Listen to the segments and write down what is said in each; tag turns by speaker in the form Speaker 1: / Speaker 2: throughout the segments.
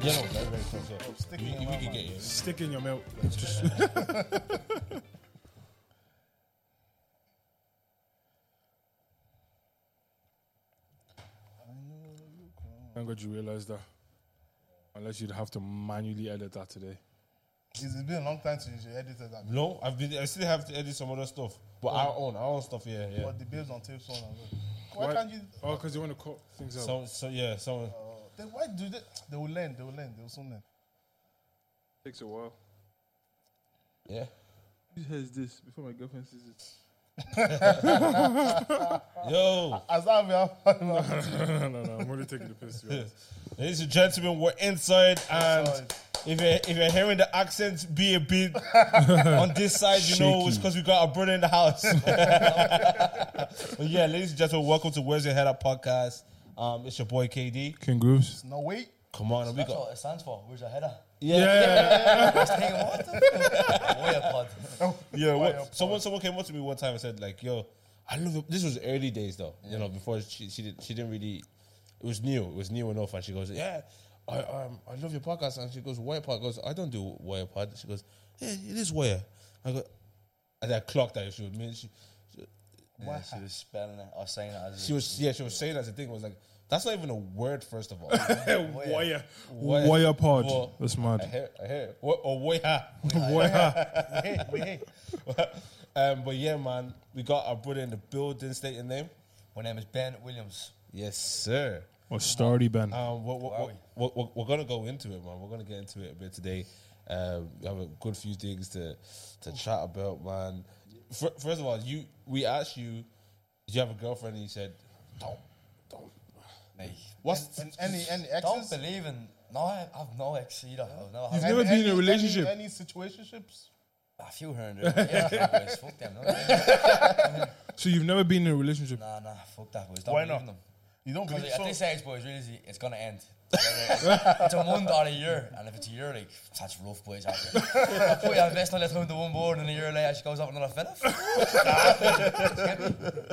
Speaker 1: relations. Yeah.
Speaker 2: You, you can get it.
Speaker 1: Stick in your milk. Just Thank God you realised that. Unless you'd have to manually edit that today.
Speaker 3: It's been a long time since you edited that.
Speaker 2: No, I've been. I still have to edit some other stuff, but our own, our own stuff. Yeah, yeah.
Speaker 3: But the babes on tape song. and all. Why can't you?
Speaker 1: Oh, because you want to cut things out.
Speaker 2: So, so yeah, so
Speaker 3: Uh, then why do they? They will learn. They will learn. They will soon learn.
Speaker 4: Takes a while.
Speaker 2: yeah.
Speaker 4: Whose hair is this? Before my girlfriend sees it.
Speaker 2: Yo,
Speaker 3: As that
Speaker 1: no, no, no. I'm only taking the piss. To be honest.
Speaker 2: ladies and gentlemen, we're inside, and if you're if you're hearing the accents be a bit on this side, you know it's
Speaker 1: Shaky.
Speaker 2: because we got a brother in the house. but yeah, ladies and gentlemen, welcome to Where's Your Head Up podcast. Um, it's your boy KD.
Speaker 1: King Grooves.
Speaker 3: no wait.
Speaker 2: Come on, and we
Speaker 5: That's
Speaker 2: got
Speaker 5: what it stands for. Where's your header?
Speaker 1: Yeah.
Speaker 5: Hang on, what the- Warrior pod.
Speaker 2: Yeah,
Speaker 3: Fire
Speaker 2: what, someone someone came up to me one time and said like, "Yo, I love it." This was early days though, you know, before she she didn't she didn't really. It was new. It was new enough, and she goes, "Yeah, I um, I love your podcast." And she goes, "Wire pod." Goes, "I don't do wire pod." She goes, "Yeah, it is wire." I go, and I clocked that she was mean. She,
Speaker 5: Yeah, she was spelling it or saying it as
Speaker 2: she was yeah, she was saying that's the thing. It was like that's not even a word. First of all,
Speaker 1: Wire.
Speaker 2: Wire.
Speaker 1: Wire pod.
Speaker 2: Well,
Speaker 1: That's
Speaker 2: I
Speaker 1: mad.
Speaker 2: hear, I hear, or, or wire.
Speaker 1: Wire.
Speaker 2: um, but yeah, man, we got our brother in the building. State your name.
Speaker 5: My name is Ben Williams.
Speaker 2: Yes, sir.
Speaker 1: Or Stardy Oh, Ben.
Speaker 2: Um, we're,
Speaker 5: Wow.
Speaker 2: we're, we're, we're, we're gonna go into it, man. We're gonna get into it a bit today. Um, we have a good few things to to chat about, man. Fir first of all, you we asked you, do you have a girlfriend? And you said, don't, don't.
Speaker 5: Mate.
Speaker 2: What's
Speaker 3: And any any
Speaker 5: Don't
Speaker 3: exes?
Speaker 5: believe in. No, I, I've no ex either. I've never
Speaker 1: You've
Speaker 5: had
Speaker 1: never been in a
Speaker 3: Any- any-
Speaker 1: relationship?
Speaker 3: Any, situationships?
Speaker 5: a few here and there. but Yeah, I can't boys. fuck them. No,
Speaker 1: So you've never been in a relationship?
Speaker 5: nah, nah, fuck that, boys. Don't
Speaker 3: Why
Speaker 5: believe in
Speaker 3: not?
Speaker 5: them.
Speaker 3: You don't
Speaker 5: Because
Speaker 3: believe
Speaker 5: at
Speaker 3: so?
Speaker 5: this age, boys, really, it's- it's gonna end. it's a month or a year, and if it's a year, like that's rough, boys. out there. I put you on best, I let her into one board, and a year later, she goes up with another fella.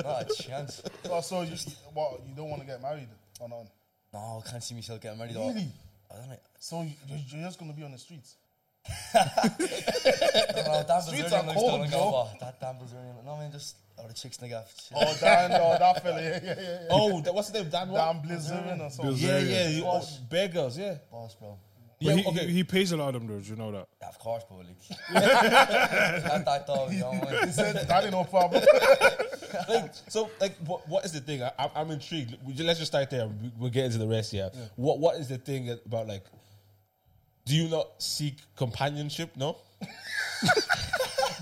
Speaker 5: Not a chance.
Speaker 3: So, so you, well, you don't want to get married or not?
Speaker 5: No, I can't see myself getting married.
Speaker 3: Really?
Speaker 5: Or, I don't know.
Speaker 3: So you, you're- you're just gonna be on the streets?
Speaker 5: I don't know, Damn
Speaker 3: Streets
Speaker 5: Streets
Speaker 3: are cold,
Speaker 5: don't
Speaker 3: bro.
Speaker 5: go for that. Damn Brazilian. No, I mean just or the chicks nigga.
Speaker 3: Oh, Dan, oh, that fella, yeah, yeah, yeah. yeah.
Speaker 2: oh, that, what's the name? Dan. what?
Speaker 3: Dan Blizzard or something.
Speaker 2: Yeah,
Speaker 1: Bilzerian.
Speaker 2: yeah, you, oh, Bear Girls, yeah.
Speaker 5: Boss, bro.
Speaker 1: But
Speaker 2: Yeah,
Speaker 1: he,
Speaker 2: okay.
Speaker 1: he, he pays a lot of them, though. Do you know that?
Speaker 5: Yeah, of course, bro. Like, that, that dog, you know what I
Speaker 3: He
Speaker 5: mean?
Speaker 3: said, that ain't no problem.
Speaker 2: like, so, like, what, what is the thing? I, I'm, I'm intrigued. We ju- let's just start there. We, we'll get into the rest here. What What is the thing about like? Do you not seek companionship? No.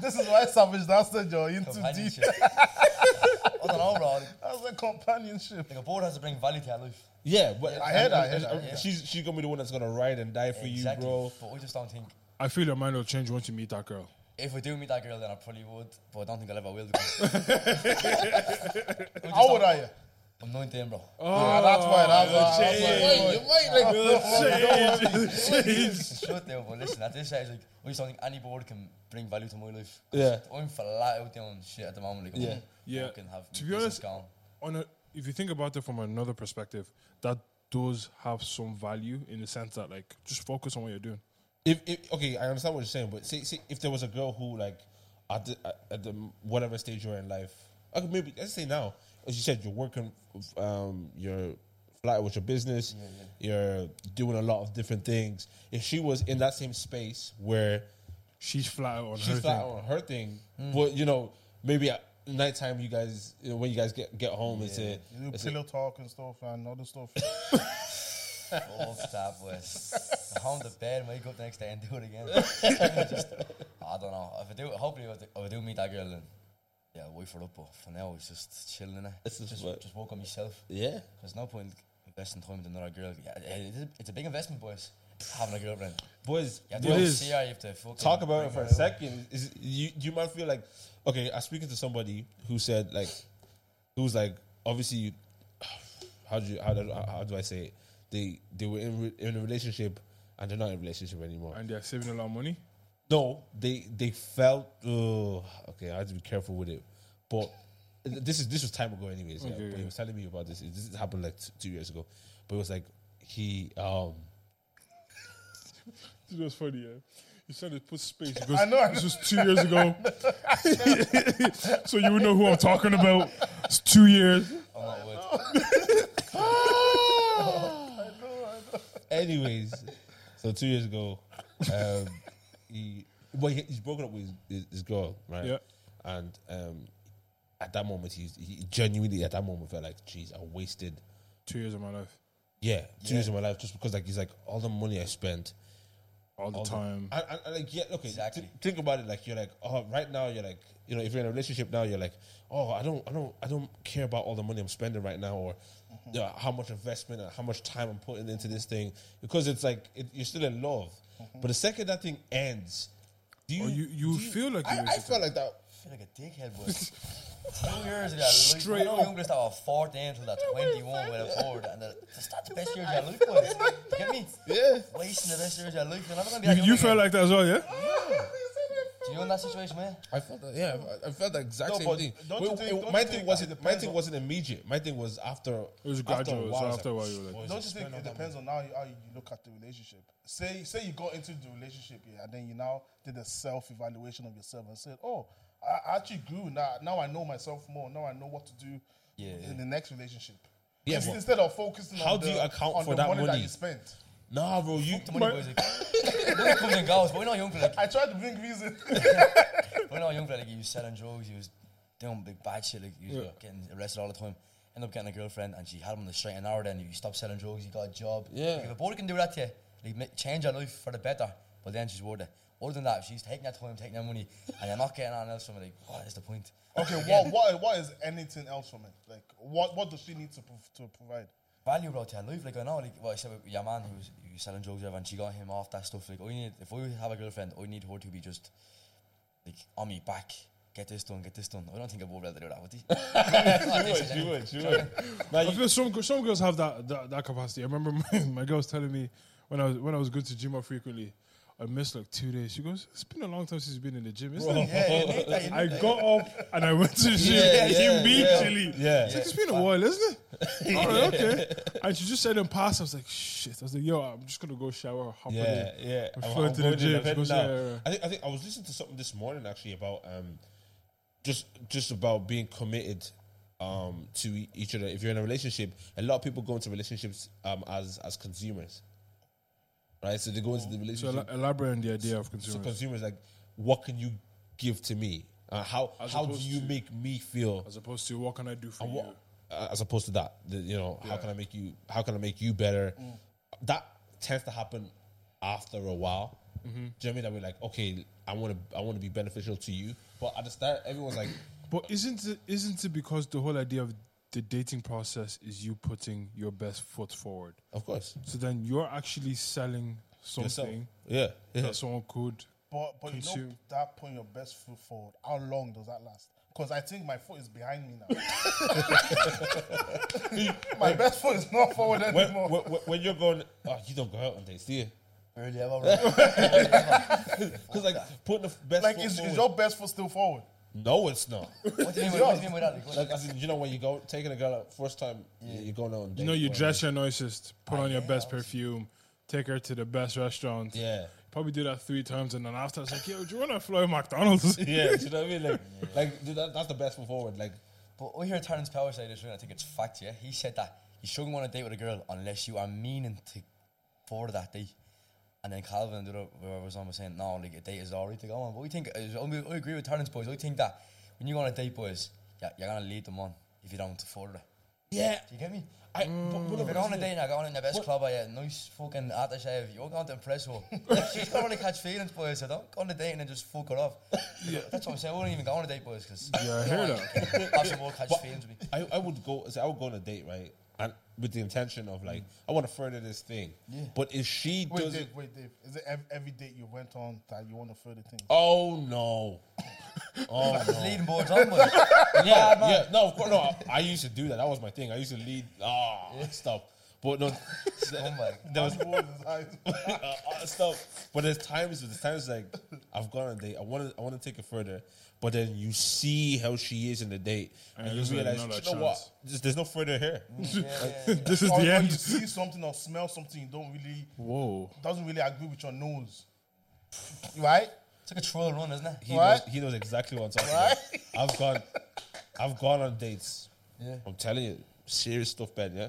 Speaker 3: this is why Savage Dancer, you're into deep.
Speaker 5: Companionship. I don't know, bro.
Speaker 3: That's a companionship.
Speaker 5: Like a board has to bring value to your life.
Speaker 2: Yeah, but
Speaker 3: I heard that, I heard that,
Speaker 2: I-
Speaker 3: yeah.
Speaker 2: She's she's gonna be the one that's gonna ride and die for
Speaker 5: exactly.
Speaker 2: you, bro.
Speaker 5: But we just don't think.
Speaker 1: I feel your mind will change once you meet that girl.
Speaker 5: If we do meet that girl, then I probably would, but I don't think I'll ever will. because-
Speaker 3: How old are you?
Speaker 5: I'm 19, bro.
Speaker 3: yeah, that's why. That's why. That's why.
Speaker 1: Change. Change.
Speaker 5: Shut down, but listen, at this age, like, I just don't think any board can bring value to my life.
Speaker 2: Yeah.
Speaker 5: I'm flat out doing shit at the moment. Like,
Speaker 2: Yeah.
Speaker 5: I'm
Speaker 1: Yeah.
Speaker 5: Fucking have
Speaker 1: To
Speaker 5: my
Speaker 1: be
Speaker 5: business
Speaker 1: honest-
Speaker 5: gone.
Speaker 1: On a, if you think about it from another perspective, that does have some value in the sense that, like, just focus on what you're doing.
Speaker 2: If, if okay, I understand what you're saying, but say, say if there was a girl who like at the at- at the whatever stage you're in life, okay, maybe let's say now, as you said, you're working, um, you're flat with your business, you're doing a lot of different things. If she was in that same space where
Speaker 1: She's flat out on her
Speaker 2: she's flat
Speaker 1: thing.
Speaker 2: out on her thing,
Speaker 3: Hmm.
Speaker 2: but you know maybe at nighttime you guys you know, when you guys get get home, it's a
Speaker 3: You do
Speaker 2: it's a-
Speaker 3: pillow talk and stuff and other stuff.
Speaker 5: Fuck that, boys. Go home to bed, wake up the next day and do it again. Just- I don't know. If I do, hopefully, if I do, if I do meet that girl, then yeah, I'll wait for up. But for now, it's just chilling. innit?
Speaker 2: This is
Speaker 5: just,
Speaker 2: what-
Speaker 5: just work on myself.
Speaker 2: yeah.
Speaker 5: There's no point investing time with another girl. Yeah, it is, it's a big investment, boys. Having a girlfriend.
Speaker 2: Boys,
Speaker 5: You have
Speaker 1: It
Speaker 5: to
Speaker 1: is.
Speaker 5: see her. You have to fucking
Speaker 2: talk about it
Speaker 5: bring
Speaker 2: for
Speaker 5: her
Speaker 2: a second. Is you do you might feel like okay, I was speaking to somebody who said like who was like obviously how do you how do, how do I say it? They they were in re- in a relationship and they're not in a relationship anymore.
Speaker 1: And they're saving a lot of money.
Speaker 2: No, they they felt ugh, okay. I have to be careful with it, but th- this is this was time ago, anyways. yeah.
Speaker 1: Okay,
Speaker 2: But
Speaker 1: yeah.
Speaker 2: he was telling me about this. This happened like t- two years ago, but it was like he um
Speaker 1: It was funny, yeah. You said it put space. Because
Speaker 3: I know, I
Speaker 1: This was two years ago. so you would know who I'm talking about. It's two years.
Speaker 5: I'm not wood.
Speaker 2: Anyways, so two years ago, um, he well he, he's broken up with his, his girl, right?
Speaker 1: Yeah.
Speaker 2: And um, at that moment, he's, he genuinely at that moment felt like, "Jeez, I wasted
Speaker 1: Two years of my life.
Speaker 2: yeah two
Speaker 5: Yeah.
Speaker 2: years of my life just because like he's like all the money I spent
Speaker 1: All the
Speaker 2: all the-
Speaker 1: time.
Speaker 2: And, and, and, like yeah, okay,
Speaker 5: Exactly.
Speaker 2: th- think about it. Like you're like, oh, right now you're like, you know, if you're in a relationship now, you're like, oh, I don't, I don't, I don't care about all the money I'm spending right now, or you know, how much investment and how much time I'm putting into this thing, because it's like it, you're still in love. But the second that thing ends, do you
Speaker 1: or you, you
Speaker 2: do
Speaker 1: feel like you
Speaker 2: I, I
Speaker 1: wasted
Speaker 2: felt like that.
Speaker 5: I feel like a dickhead, boy. Two years ago, Straight
Speaker 1: Straight
Speaker 5: I
Speaker 1: up.
Speaker 5: was youngest out of 14 until that 21 with a board, and the- that's not the best years of your life, boy. You get me?
Speaker 2: Yeah,
Speaker 5: Wasting the best years of your life. You're never gonna be
Speaker 1: time. You,
Speaker 5: that young
Speaker 1: you
Speaker 5: again.
Speaker 1: felt like that as well, yeah?
Speaker 5: Do you in that situation, man?
Speaker 2: I felt that. Yeah, I- I felt the exact
Speaker 3: No,
Speaker 2: same
Speaker 3: but
Speaker 2: thing.
Speaker 3: don't
Speaker 2: Wait,
Speaker 3: you think-
Speaker 2: wait,
Speaker 3: don't
Speaker 2: my
Speaker 3: you
Speaker 2: thing
Speaker 3: think it
Speaker 2: wasn't. My
Speaker 3: depends
Speaker 2: thing
Speaker 3: on-
Speaker 2: wasn't immediate. My thing was after.
Speaker 1: It was
Speaker 2: after a
Speaker 1: gradual.
Speaker 2: while,
Speaker 1: so
Speaker 2: I was
Speaker 1: after a
Speaker 2: like,
Speaker 1: while, you were like,
Speaker 3: Don't you think it depends on how you, how you look at the relationship? Say say you got into the relationship, yeah, and then you now did a self evaluation of yourself and said, "Oh, I I actually grew now. Now I know myself more. Now I know what to do
Speaker 5: Yeah, yeah.
Speaker 3: in the next relationship."
Speaker 2: Yeah,
Speaker 3: Instead-
Speaker 2: but
Speaker 3: instead of focusing
Speaker 2: how
Speaker 3: on
Speaker 2: do
Speaker 3: the,
Speaker 2: you account
Speaker 3: on
Speaker 2: for
Speaker 3: the
Speaker 2: that
Speaker 3: money,
Speaker 2: money?
Speaker 3: that you spent.
Speaker 2: Nah, bro, you.
Speaker 5: The money boys like, money comes and goes, but we're not young for like,
Speaker 3: I tried to bring reason.
Speaker 5: we're not young for like, he was selling drugs, he was doing big bad shit, like, he was
Speaker 1: Yeah.
Speaker 5: getting arrested all the time. Ended up getting a girlfriend, and she had him on the straight and narrow. Then he stopped selling drugs, he got a job.
Speaker 2: Yeah.
Speaker 5: Like, if a boy can do that to you, like, ma- change your life for the better, but then she's worth it. Other than that, if she's taking that time, taking that money, and you're not getting on else from it, like, what is the point?
Speaker 3: okay,
Speaker 5: Again,
Speaker 3: what, what what is anything else from it? Like, what what does she need to prov- to provide?
Speaker 5: value brought to her life. Like I know, like what I said with your man who was, who was selling drugs, and she got him off that stuff. Like I need, if I have a girlfriend, I need her to be just like on me back. Get this done, get this done. I don't think I would be able to do that, would he?
Speaker 2: She would, she would. Now,
Speaker 1: I
Speaker 2: you,
Speaker 1: feel some gir- some girls have that that, that capacity. I remember my, my girl was telling me when I was when I was going to gym more frequently, I missed like two days. She goes, "It's been a long time since you've been in the gym, isn't it?"
Speaker 5: yeah, you need that, you
Speaker 1: I
Speaker 5: need that.
Speaker 1: got up and I went to the gym
Speaker 2: Yeah, yeah,
Speaker 1: immediately.
Speaker 2: yeah.
Speaker 1: It's like, it's been a while, isn't it? All right, okay. And she just said in pass, I was like, shit. I was like, yo, I'm just gonna go shower, hop in.
Speaker 2: yeah,
Speaker 1: it.
Speaker 2: yeah.
Speaker 1: I'm
Speaker 2: I'm-
Speaker 1: going
Speaker 2: I'm
Speaker 1: to the
Speaker 2: going to
Speaker 1: gym.
Speaker 2: the
Speaker 1: She
Speaker 2: bed
Speaker 1: goes,
Speaker 2: now.
Speaker 1: yeah, yeah.
Speaker 2: I think I think I was listening to something this morning actually about um, just just about being committed um to e- each other. If you're in a relationship, a lot of people go into relationships um as as consumers, right? So they go into the
Speaker 1: Oh, So
Speaker 2: relationship
Speaker 1: ela- elaborate on the idea of
Speaker 2: so
Speaker 1: consumers
Speaker 2: consumers like, what can you give to me? Uh, how
Speaker 1: As
Speaker 2: how do
Speaker 1: opposed
Speaker 2: you
Speaker 1: to-
Speaker 2: make me feel?
Speaker 1: as opposed to what can I do for
Speaker 2: And
Speaker 1: you?
Speaker 2: what- uh, as opposed to that, the, you know, how can I make you? How can I make you better? That tends to happen after a while. Do you know what I mean? That we're like, okay, I want to, I want to be beneficial to you, but at the start, everyone's like,
Speaker 1: But isn't it isn't it because the whole idea of the dating process is you putting your best foot forward?
Speaker 2: of course,
Speaker 1: So then you're actually selling
Speaker 2: yourself,
Speaker 1: something
Speaker 2: yeah, yeah.
Speaker 1: that someone could.
Speaker 3: But but you know
Speaker 1: Consume.
Speaker 3: that putting your best foot forward. How long does that last? Because I think my foot is behind me now. my best foot is not forward
Speaker 2: When,
Speaker 3: anymore.
Speaker 2: when, when- when you're going, oh, you don't go out on dates, do you?
Speaker 5: Early ever, right? Early ever.
Speaker 2: Because like putting the best
Speaker 3: like,
Speaker 2: foot
Speaker 3: is, is
Speaker 2: forward-
Speaker 3: your best foot still forward?
Speaker 2: no, it's not.
Speaker 5: What do you mean by- what do you mean by that? Like, what-
Speaker 2: like, as in, you know, when you go taking a girl out first time, you're going out on dates.
Speaker 1: You know, you
Speaker 2: whatever.
Speaker 1: dress your nicest, put on your best perfume, take her to the best restaurant.
Speaker 2: Yeah.
Speaker 1: Probably do that three times, and then after it's like, yo, do you want to fly McDonald's?
Speaker 2: Yeah, do you know what I mean? Like, like dude, that, that's the best foot forward. Like,
Speaker 5: But I hear Terence Power say this, and I think it's fact, yeah. He said that you shouldn't want to date with a girl unless you are meaning to for that date. And then Calvin and the other, whoever was on was saying, no, like a date is alright to go on. But we think, I mean, I agree with Terence, boys. I think that when you go on a date, boys, yeah, you're going to lead them on if you don't further.
Speaker 2: yeah,
Speaker 5: Do you get me?
Speaker 2: I, but, but, but
Speaker 5: If you're on a
Speaker 2: isn't
Speaker 5: date
Speaker 2: it-
Speaker 5: and I go on in the best club, I had nice fucking aftershave. You're going to impress her. She's going to catch feelings, boys. So don't go on a date and then just fuck her off. Yeah. That's what I'm saying. I wouldn't even go on a date, boys, because
Speaker 1: Yeah, I hear that.
Speaker 5: have some more catch feelings with me.
Speaker 2: I, I would go. So I would go on a date, right? And with the intention of like, I want to further this thing.
Speaker 5: Yeah.
Speaker 2: But if she
Speaker 3: Wait,
Speaker 2: does
Speaker 3: Dave,
Speaker 2: it,
Speaker 3: wait, Dave. Is it ev- every date you went on that you want to further things?
Speaker 2: oh no, oh
Speaker 5: Just leading boards on, boys.
Speaker 2: yeah, yeah, no, of course, no. I, I used to do that. That was my thing. I used to lead. Ah, stop. But no,
Speaker 5: Oh my
Speaker 2: there was
Speaker 3: His world is high.
Speaker 2: uh, uh, stop. But there's times, there's times like I've gone on a date. I want to. I want to take it further, but then you see how she is in the date, and,
Speaker 1: And
Speaker 2: you
Speaker 1: there's
Speaker 2: realize, you know
Speaker 1: another
Speaker 2: what?
Speaker 1: chance.
Speaker 2: There's, there's no further here.
Speaker 5: Yeah, yeah, yeah.
Speaker 1: this is
Speaker 3: or,
Speaker 1: the
Speaker 3: or you
Speaker 1: end.
Speaker 3: see something or smell something you don't really
Speaker 1: Whoa.
Speaker 3: doesn't really agree with your nose, right?
Speaker 5: It's like a troll run, isn't it?
Speaker 2: He
Speaker 3: Right?
Speaker 2: knows. He knows exactly what I'm talking about. I've gone. I've gone on dates.
Speaker 5: Yeah.
Speaker 2: I'm telling you, serious stuff, Ben. Yeah,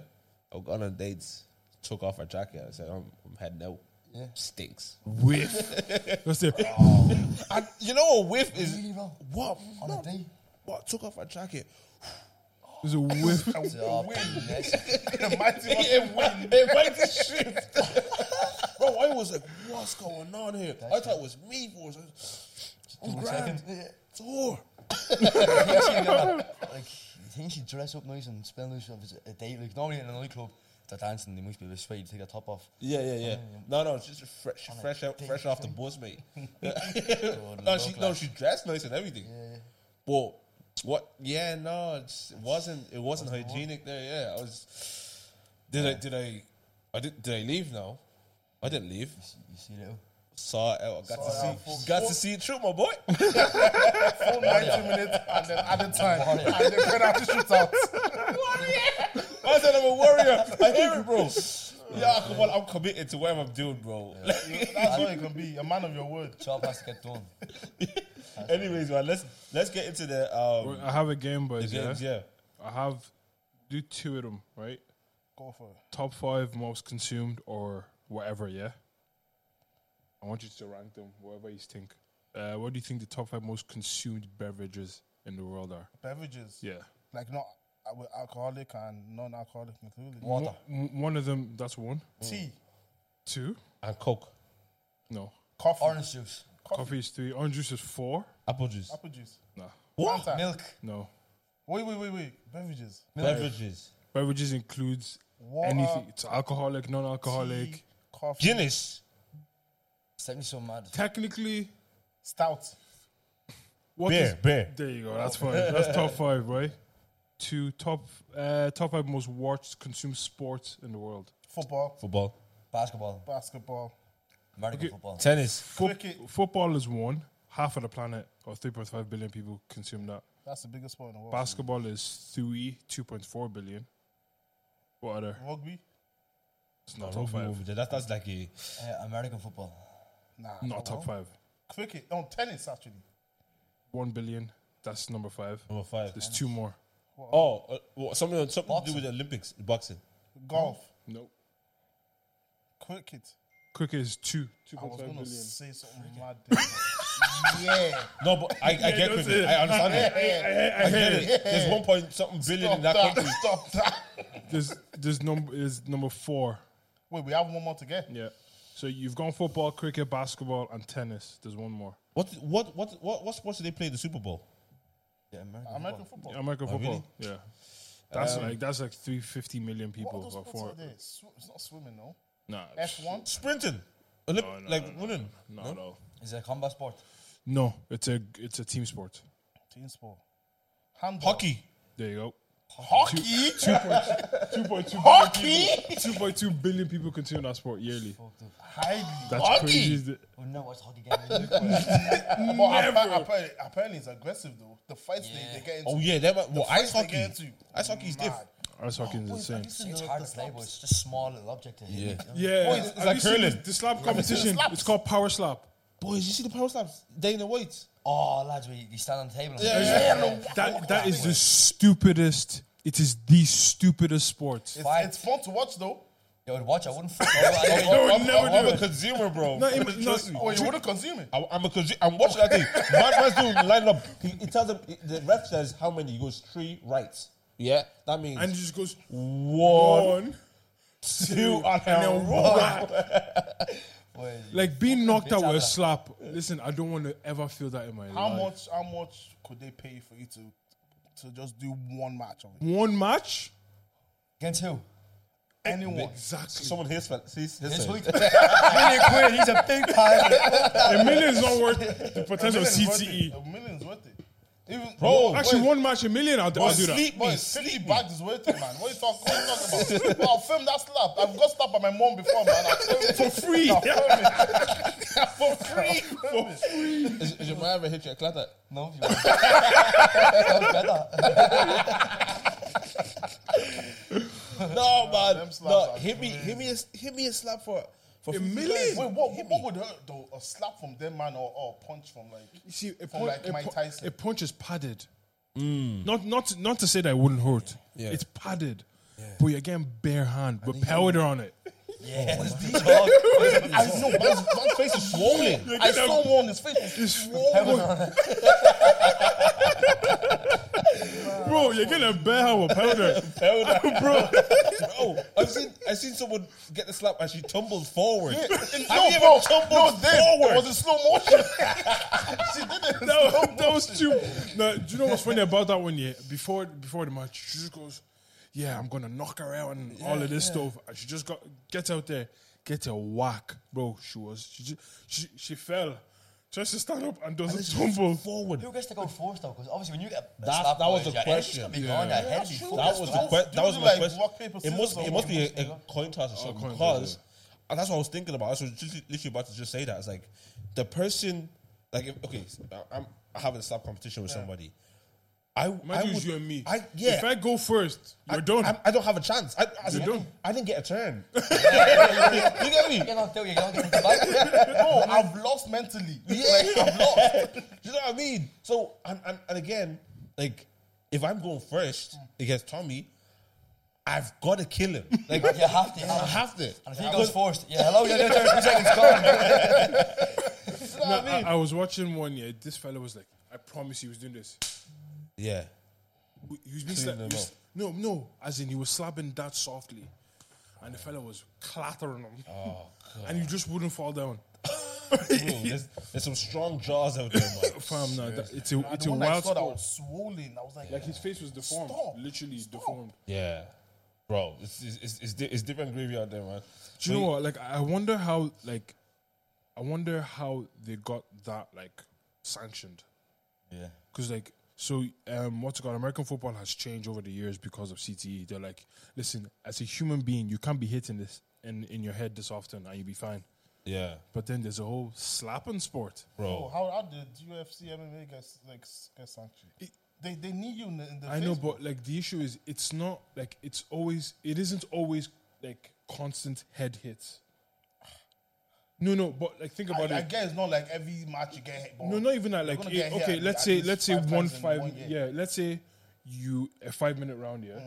Speaker 2: I've gone on dates. Took off her jacket. I said, I'm, I'm heading out.
Speaker 5: Yeah.
Speaker 2: Stinks.
Speaker 1: Whiff. That's the
Speaker 2: And you know what whiff is?
Speaker 5: Really, bro?
Speaker 2: What?
Speaker 5: On a date?
Speaker 2: What? Took off her jacket.
Speaker 1: there's a whiff.
Speaker 5: Job next.
Speaker 3: The mighty one.
Speaker 2: it went, it went to shift. Bro, I was like, what's going on here? I thought it was me for I'm grand. It's a whore.
Speaker 5: like, you think she'd dress up nice and spend nice of a date? Like, normally in a nightclub, they're dancing, they must be a bit sweaty, you take their top off.
Speaker 2: Yeah, yeah, yeah. No, no, it's just fresh,
Speaker 5: On a
Speaker 2: fresh out,
Speaker 5: date
Speaker 2: fresh off the
Speaker 5: thing.
Speaker 2: bus, mate.
Speaker 5: would
Speaker 2: no,
Speaker 5: look
Speaker 2: she,
Speaker 5: like-
Speaker 2: no, she dressed nice and everything.
Speaker 5: Yeah,
Speaker 2: But what? Yeah, no, it's, it wasn't. It wasn't hygienic there. Yeah, I was. Did I? Did I? I did. Did I leave? No, I didn't leave.
Speaker 5: you see that?
Speaker 2: Saw it out. I got
Speaker 3: Saw it
Speaker 2: to
Speaker 3: out.
Speaker 2: see. Got to see it through, my boy.
Speaker 3: full 90 minutes and then added time
Speaker 5: Warrior.
Speaker 3: and then penalty shootout.
Speaker 2: I said I'm a warrior. I hear it, bro. Yeah, come on, I'm committed to whatever I'm doing, bro.
Speaker 3: That's what it can be. A man of your word.
Speaker 5: Job has to get done.
Speaker 2: Anyways, man, let's let's get into the um
Speaker 1: I have a game,
Speaker 2: the
Speaker 1: boys.
Speaker 2: games.
Speaker 1: yeah?
Speaker 2: Yeah,
Speaker 1: I have do two of them, right?
Speaker 3: Go for it.
Speaker 1: Top five most consumed or whatever, yeah? I want you to rank them, whatever you think. Uh, what do you think the top five most consumed beverages in the world are?
Speaker 3: Beverages.
Speaker 1: Yeah.
Speaker 3: Like not uh, with alcoholic and non-alcoholic included.
Speaker 5: Water.
Speaker 1: M- one Mm. of them, that's one.
Speaker 3: Tea.
Speaker 1: Two?
Speaker 2: and Coke,
Speaker 1: No.
Speaker 3: Coffee.
Speaker 5: Orange juice.
Speaker 1: Coffee is three. Orange juice is four?
Speaker 2: apple juice,
Speaker 3: Apple juice.
Speaker 1: Nah.
Speaker 2: what
Speaker 3: Fanta.
Speaker 5: Milk.
Speaker 1: No.
Speaker 3: Wait, wait, wait, wait. Beverages.
Speaker 2: beverages?
Speaker 1: Beverages includes
Speaker 3: Water.
Speaker 1: anything. It's alcoholic, non alcoholic.
Speaker 3: Tea, coffee.
Speaker 2: Guinness.
Speaker 5: Sent me so mad.
Speaker 1: Technically,
Speaker 3: Stout.
Speaker 1: what
Speaker 2: Beer,
Speaker 1: is-
Speaker 2: beer.
Speaker 1: There you go. That's five. That's top five, right? Two top uh, top five most watched consumed sports in the world.
Speaker 3: Football.
Speaker 2: Football,
Speaker 5: Basketball.
Speaker 3: Basketball.
Speaker 5: American football.
Speaker 2: tennis,
Speaker 3: Cricket.
Speaker 1: Football is one. Half of the planet, or 3.5 billion people, consume that.
Speaker 3: That's the biggest sport in the world.
Speaker 1: Basketball is three, 2.4 billion. What other?
Speaker 3: Rugby.
Speaker 1: It's not top
Speaker 2: Rugby
Speaker 1: five.
Speaker 2: over there. That, that's like a
Speaker 5: Uh, American football.
Speaker 3: Nah.
Speaker 1: Not top five.
Speaker 3: Cricket. No, tennis actually.
Speaker 1: One billion. That's number five.
Speaker 2: number five.
Speaker 1: There's two more.
Speaker 2: Oh, uh, well, something something to do
Speaker 5: Boxing.
Speaker 2: with the Olympics, boxing.
Speaker 3: Golf.
Speaker 1: Nope.
Speaker 3: Cricket.
Speaker 1: Cricket is two.
Speaker 3: I
Speaker 1: 2.5
Speaker 3: was gonna
Speaker 1: billion.
Speaker 3: say something mad. there. yeah.
Speaker 2: No, but I, I get
Speaker 1: that's
Speaker 2: cricket.
Speaker 1: it.
Speaker 2: I understand it. I, get it. There's one point something billion in that country.
Speaker 3: Stop that.
Speaker 1: There's there's number is number four.
Speaker 3: Wait, we have one more to get.
Speaker 1: Yeah. So you've gone football, cricket, basketball, and tennis. There's one more.
Speaker 2: What what what what what sports do they play in the Super Bowl?
Speaker 5: Yeah, American,
Speaker 3: American
Speaker 5: football.
Speaker 3: football.
Speaker 1: American
Speaker 2: Oh,
Speaker 1: football. Yeah. That's like that's like three fifty million
Speaker 3: What
Speaker 1: people
Speaker 3: other
Speaker 1: or
Speaker 3: sports
Speaker 1: four.
Speaker 3: are there? Sw- it's not swimming, no.
Speaker 1: Nah.
Speaker 3: F one.
Speaker 2: Sprinting, Olymp-
Speaker 1: No, no,
Speaker 2: like
Speaker 1: no, no.
Speaker 2: running.
Speaker 1: No, no.
Speaker 5: Is it a combat sport?
Speaker 1: No, it's a it's a team sport.
Speaker 3: Team sport. Handball.
Speaker 2: Hockey.
Speaker 1: There you go.
Speaker 3: Hockey.
Speaker 1: Two point two point two
Speaker 3: Hockey.
Speaker 1: two point two billion people consume that sport yearly.
Speaker 5: Fucked up.
Speaker 3: Highly.
Speaker 1: That's
Speaker 2: Hockey?
Speaker 1: crazy. is it?
Speaker 5: Oh, no, it's hockey game. Look,
Speaker 3: But appa- apparently, apparently it's aggressive though. The fights
Speaker 5: Yeah.
Speaker 3: they, they get into.
Speaker 2: Oh yeah, that might- well, ice
Speaker 3: fights they
Speaker 2: hockey.
Speaker 3: get into.
Speaker 2: Ice hockey is
Speaker 3: Mad.
Speaker 2: different.
Speaker 1: Ice hockey
Speaker 3: Oh,
Speaker 1: is insane.
Speaker 5: it's hard to play, but it's just small little object to hit.
Speaker 2: Yeah.
Speaker 1: Yeah,
Speaker 2: Boy, it's- it's
Speaker 1: have
Speaker 2: like
Speaker 1: you seen
Speaker 2: curling.
Speaker 1: The, the slap competition. It's called power slap.
Speaker 2: Boys, you see the power slaps? Dana White.
Speaker 5: Oh, lads, we you stand on the table. And
Speaker 1: That that is the stupidest. It is the stupidest sport.
Speaker 3: It's,
Speaker 5: Fight.
Speaker 3: it's fun to watch though.
Speaker 5: Yo, I'd watch. I wouldn't fuck. I would-
Speaker 2: I'm,
Speaker 1: never
Speaker 2: I'm,
Speaker 1: do
Speaker 2: a consumer, bro.
Speaker 1: No, it- no,
Speaker 2: Trust me.
Speaker 3: Oh, you wouldn't consume it.
Speaker 2: I, I'm a consumer. I'm watching that thing. Man, man's doing line up. He, he tells him the ref says how many. He goes three right. Yeah, that means
Speaker 1: And it just goes
Speaker 2: one,
Speaker 1: on.
Speaker 2: two, and
Speaker 1: and
Speaker 2: then
Speaker 1: then
Speaker 2: one.
Speaker 5: Boy,
Speaker 1: Like being knocked out with a
Speaker 5: Bitch,
Speaker 1: slap. Listen, I don't want to ever feel that in my
Speaker 3: How
Speaker 1: life.
Speaker 3: much? How much could they pay for you to to just do one match of it?
Speaker 1: One match?
Speaker 5: Against who?
Speaker 3: Anyone?
Speaker 1: Exactly.
Speaker 2: Someone hits my- sees his
Speaker 5: This
Speaker 2: face.
Speaker 5: week. Billy Quinn, he's a big pirate.
Speaker 1: a million is not worth the potential
Speaker 3: Million's worth
Speaker 1: CTE.
Speaker 3: it. Oh, A million's worth it. Even
Speaker 2: E. Bro,
Speaker 1: E. Actually,
Speaker 2: boy,
Speaker 1: one match, a million, I'll, I'll do that.
Speaker 2: sleep
Speaker 3: Boy,
Speaker 2: me,
Speaker 3: 50
Speaker 2: sleep me.
Speaker 3: bags is worth it, man. What are you talking, what are you talking about? I'll film that slap. I've got slapped by my mom before, man. I'll film it.
Speaker 1: For free.
Speaker 3: I'll film it. For free. service.
Speaker 2: Is, is your man ever hit you a clatter?
Speaker 5: No, you won't. That's better.
Speaker 2: No, man.
Speaker 3: them slaps
Speaker 2: No,
Speaker 3: are
Speaker 2: hit me, hit me, a, s- hit me a slap for for
Speaker 1: A
Speaker 2: 50
Speaker 1: million?
Speaker 2: guys.
Speaker 3: Wait, what,
Speaker 2: Hit
Speaker 3: what, what
Speaker 2: me.
Speaker 3: would hurt though? A slap from them man or, or a punch from like
Speaker 1: You see, a,
Speaker 3: From
Speaker 1: punch,
Speaker 3: like
Speaker 1: a,
Speaker 3: Mike
Speaker 1: pu-
Speaker 3: Tyson.
Speaker 1: a punch is padded. Not not not to say that it wouldn't hurt.
Speaker 2: Yeah.
Speaker 1: It's padded. But you're getting bare hand with powder on it.
Speaker 5: Yeah. Dog.
Speaker 3: I know man's, man's face is swollen. I saw one. His face was swollen.
Speaker 1: Bro, you're getting a bare hand with powder.
Speaker 2: bro. bro, I've seen I've seen someone get the slap and she tumbles forward.
Speaker 3: No,
Speaker 2: even
Speaker 3: bro. No,
Speaker 2: tumbled
Speaker 3: then
Speaker 2: forward.
Speaker 3: it was in slow motion. she did it. in
Speaker 1: that,
Speaker 3: slow
Speaker 1: was, that was too. No, do you know what's funny about that one? Yeah, before before the match, she just goes, "Yeah, I'm gonna knock her out and all of this stuff." And she just got gets out there, gets a whack, bro. She was she ju- she, she fell, tries to stand up and doesn't tumble.
Speaker 2: forward.
Speaker 5: Who gets to go first though? Because obviously when you get a
Speaker 2: That-
Speaker 5: slap
Speaker 2: that was
Speaker 5: punch,
Speaker 2: the
Speaker 5: your energy's
Speaker 2: question.
Speaker 5: gonna be gone, your
Speaker 3: Yeah,
Speaker 5: head's
Speaker 3: sure.
Speaker 5: full.
Speaker 2: That was the
Speaker 3: That's-
Speaker 2: que- that
Speaker 3: do
Speaker 2: was
Speaker 3: you
Speaker 2: my
Speaker 3: like
Speaker 2: question.
Speaker 3: rock, paper,
Speaker 2: it must
Speaker 3: scissors
Speaker 2: it
Speaker 3: or
Speaker 2: must be a,
Speaker 3: what?
Speaker 2: a coin
Speaker 1: Oh,
Speaker 2: toss or something
Speaker 1: coin toss,
Speaker 2: because and that's what I was thinking about. I was just literally about to just say that. It's like the person, like if, okay, s- I- I'm having a slap competition with somebody. I, I
Speaker 1: Imagine it
Speaker 2: would,
Speaker 1: was you and me.
Speaker 2: I yeah.
Speaker 1: If I go first, you're
Speaker 2: I,
Speaker 1: done.
Speaker 2: I, I don't have a chance. I, I,
Speaker 1: You're
Speaker 2: I,
Speaker 1: done.
Speaker 2: I didn't get a turn.
Speaker 5: You
Speaker 2: you get me?
Speaker 5: get knocked out, you get knocked out the back.
Speaker 3: No, I've lost mentally.
Speaker 2: Yeah, I'm lost. Do you know what I mean? So, and, and, and again, like, if I'm going first
Speaker 5: Hmm.
Speaker 2: against Tommy, I've got to kill him. Like,
Speaker 5: You have to.
Speaker 2: I have to.
Speaker 5: And if he goes first, yeah, hello, you're there two seconds gone.
Speaker 1: No, uh, I, I was watching one. Yeah, this fella was like, "I promise he was doing this."
Speaker 2: Yeah.
Speaker 1: He was being sla-
Speaker 2: them
Speaker 1: he was- No, no. As in, he was slapping that softly, and the fella was clattering him,
Speaker 2: Oh, God.
Speaker 1: and you just wouldn't fall down.
Speaker 2: Bro, there's, there's some strong jaws out there, man.
Speaker 1: Fam, nah, that, it's a
Speaker 3: And
Speaker 1: it's
Speaker 3: the
Speaker 1: a
Speaker 3: one I
Speaker 1: wild
Speaker 3: saw that
Speaker 1: sport.
Speaker 3: was swollen. I was like,
Speaker 1: Like his face was deformed,
Speaker 3: Stop.
Speaker 1: literally
Speaker 3: Stop.
Speaker 1: deformed.
Speaker 2: Yeah. Bro, it's, it's, it's, it's, di- it's different gravy out there, man.
Speaker 1: Do you know what? Like, I wonder how like, I wonder how they got that like sanctioned.
Speaker 5: Yeah.
Speaker 1: Because like, so um, what's it called? American football has changed over the years because of CTE. They're like, listen, as a human being, you can't be hitting this in in your head this often, and you'll be fine.
Speaker 2: Yeah,
Speaker 1: But then there's a whole slapping sport.
Speaker 3: oh,
Speaker 2: bro.
Speaker 3: how, how did UFC MMA get like s- get sanctioned? They they need you in the, in the
Speaker 1: I know,
Speaker 3: face.
Speaker 1: but like the issue is, it's not like it's always. It isn't always like constant head hits. No, no, but like think about
Speaker 3: I, I
Speaker 1: it.
Speaker 3: guess it's not like every match you get hit. But
Speaker 1: no, not even that. Like
Speaker 3: gonna
Speaker 1: eh,
Speaker 3: get hit
Speaker 1: okay,
Speaker 3: at-
Speaker 1: let's
Speaker 3: at
Speaker 1: say
Speaker 3: least
Speaker 1: let's say
Speaker 3: five
Speaker 1: one
Speaker 3: times in
Speaker 1: five.
Speaker 3: one year. Mm.
Speaker 1: yeah, let's say you a five minute round. Yeah,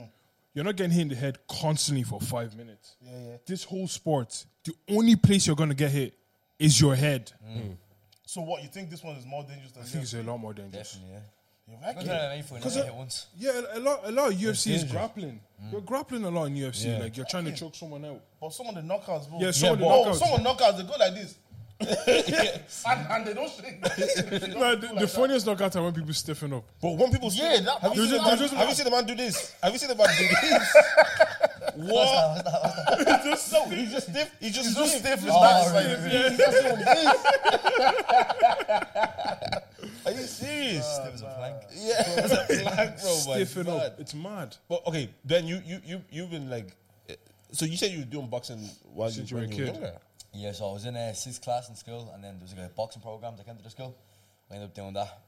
Speaker 1: you're not getting hit in the head constantly for five minutes.
Speaker 3: Yeah, yeah.
Speaker 1: This whole sport, the only place you're gonna get hit is your head.
Speaker 3: Mm. So what you think this one is more dangerous than
Speaker 1: I
Speaker 3: the
Speaker 1: think it's a lot more dangerous.
Speaker 5: Definitely, yeah.
Speaker 3: You
Speaker 5: Go
Speaker 3: reckon?
Speaker 5: to MMA for
Speaker 1: Cause
Speaker 5: another
Speaker 1: I-
Speaker 5: hit once.
Speaker 1: Yeah, a lot. A lot of UFC is
Speaker 2: dangerous.
Speaker 1: grappling. You're grappling a lot in UFC.
Speaker 2: Yeah.
Speaker 1: Like you're trying to choke someone out.
Speaker 3: But some of the knockouts, bro.
Speaker 1: Yeah, some of the
Speaker 3: bro,
Speaker 1: knockouts.
Speaker 3: Some of the knockouts, they go like this. and, and they don't shake. They don't
Speaker 1: No,
Speaker 3: do
Speaker 1: the,
Speaker 3: like
Speaker 1: the
Speaker 3: that.
Speaker 1: funniest knockout are when people stiffen up.
Speaker 2: But when people
Speaker 3: Yeah, that-
Speaker 2: have, you
Speaker 1: There's a-
Speaker 2: seen, the man-
Speaker 1: there's a-
Speaker 2: have you seen the man do this? Have you seen the man do this? what?
Speaker 5: What's that? What's that?
Speaker 1: Just
Speaker 2: No, he just stiff. He just
Speaker 3: It's so
Speaker 2: stiff.
Speaker 3: stiff. It's
Speaker 5: Oh,
Speaker 3: not
Speaker 5: right,
Speaker 3: like
Speaker 5: right.
Speaker 2: Are you serious?
Speaker 5: There was a flank.
Speaker 2: Yeah, that's a black bro, man.
Speaker 1: stiffen
Speaker 2: Mad.
Speaker 1: up. It's mad.
Speaker 2: But okay, Ben, you you you you've been like, eh, so you said you were doing boxing while
Speaker 1: Since
Speaker 2: you
Speaker 1: you were
Speaker 2: when
Speaker 1: a
Speaker 2: you were
Speaker 1: kid.
Speaker 2: younger.
Speaker 5: Yeah, so I was in a sixth class in school, and then there was like a boxing program that came to the school. I ended up doing that.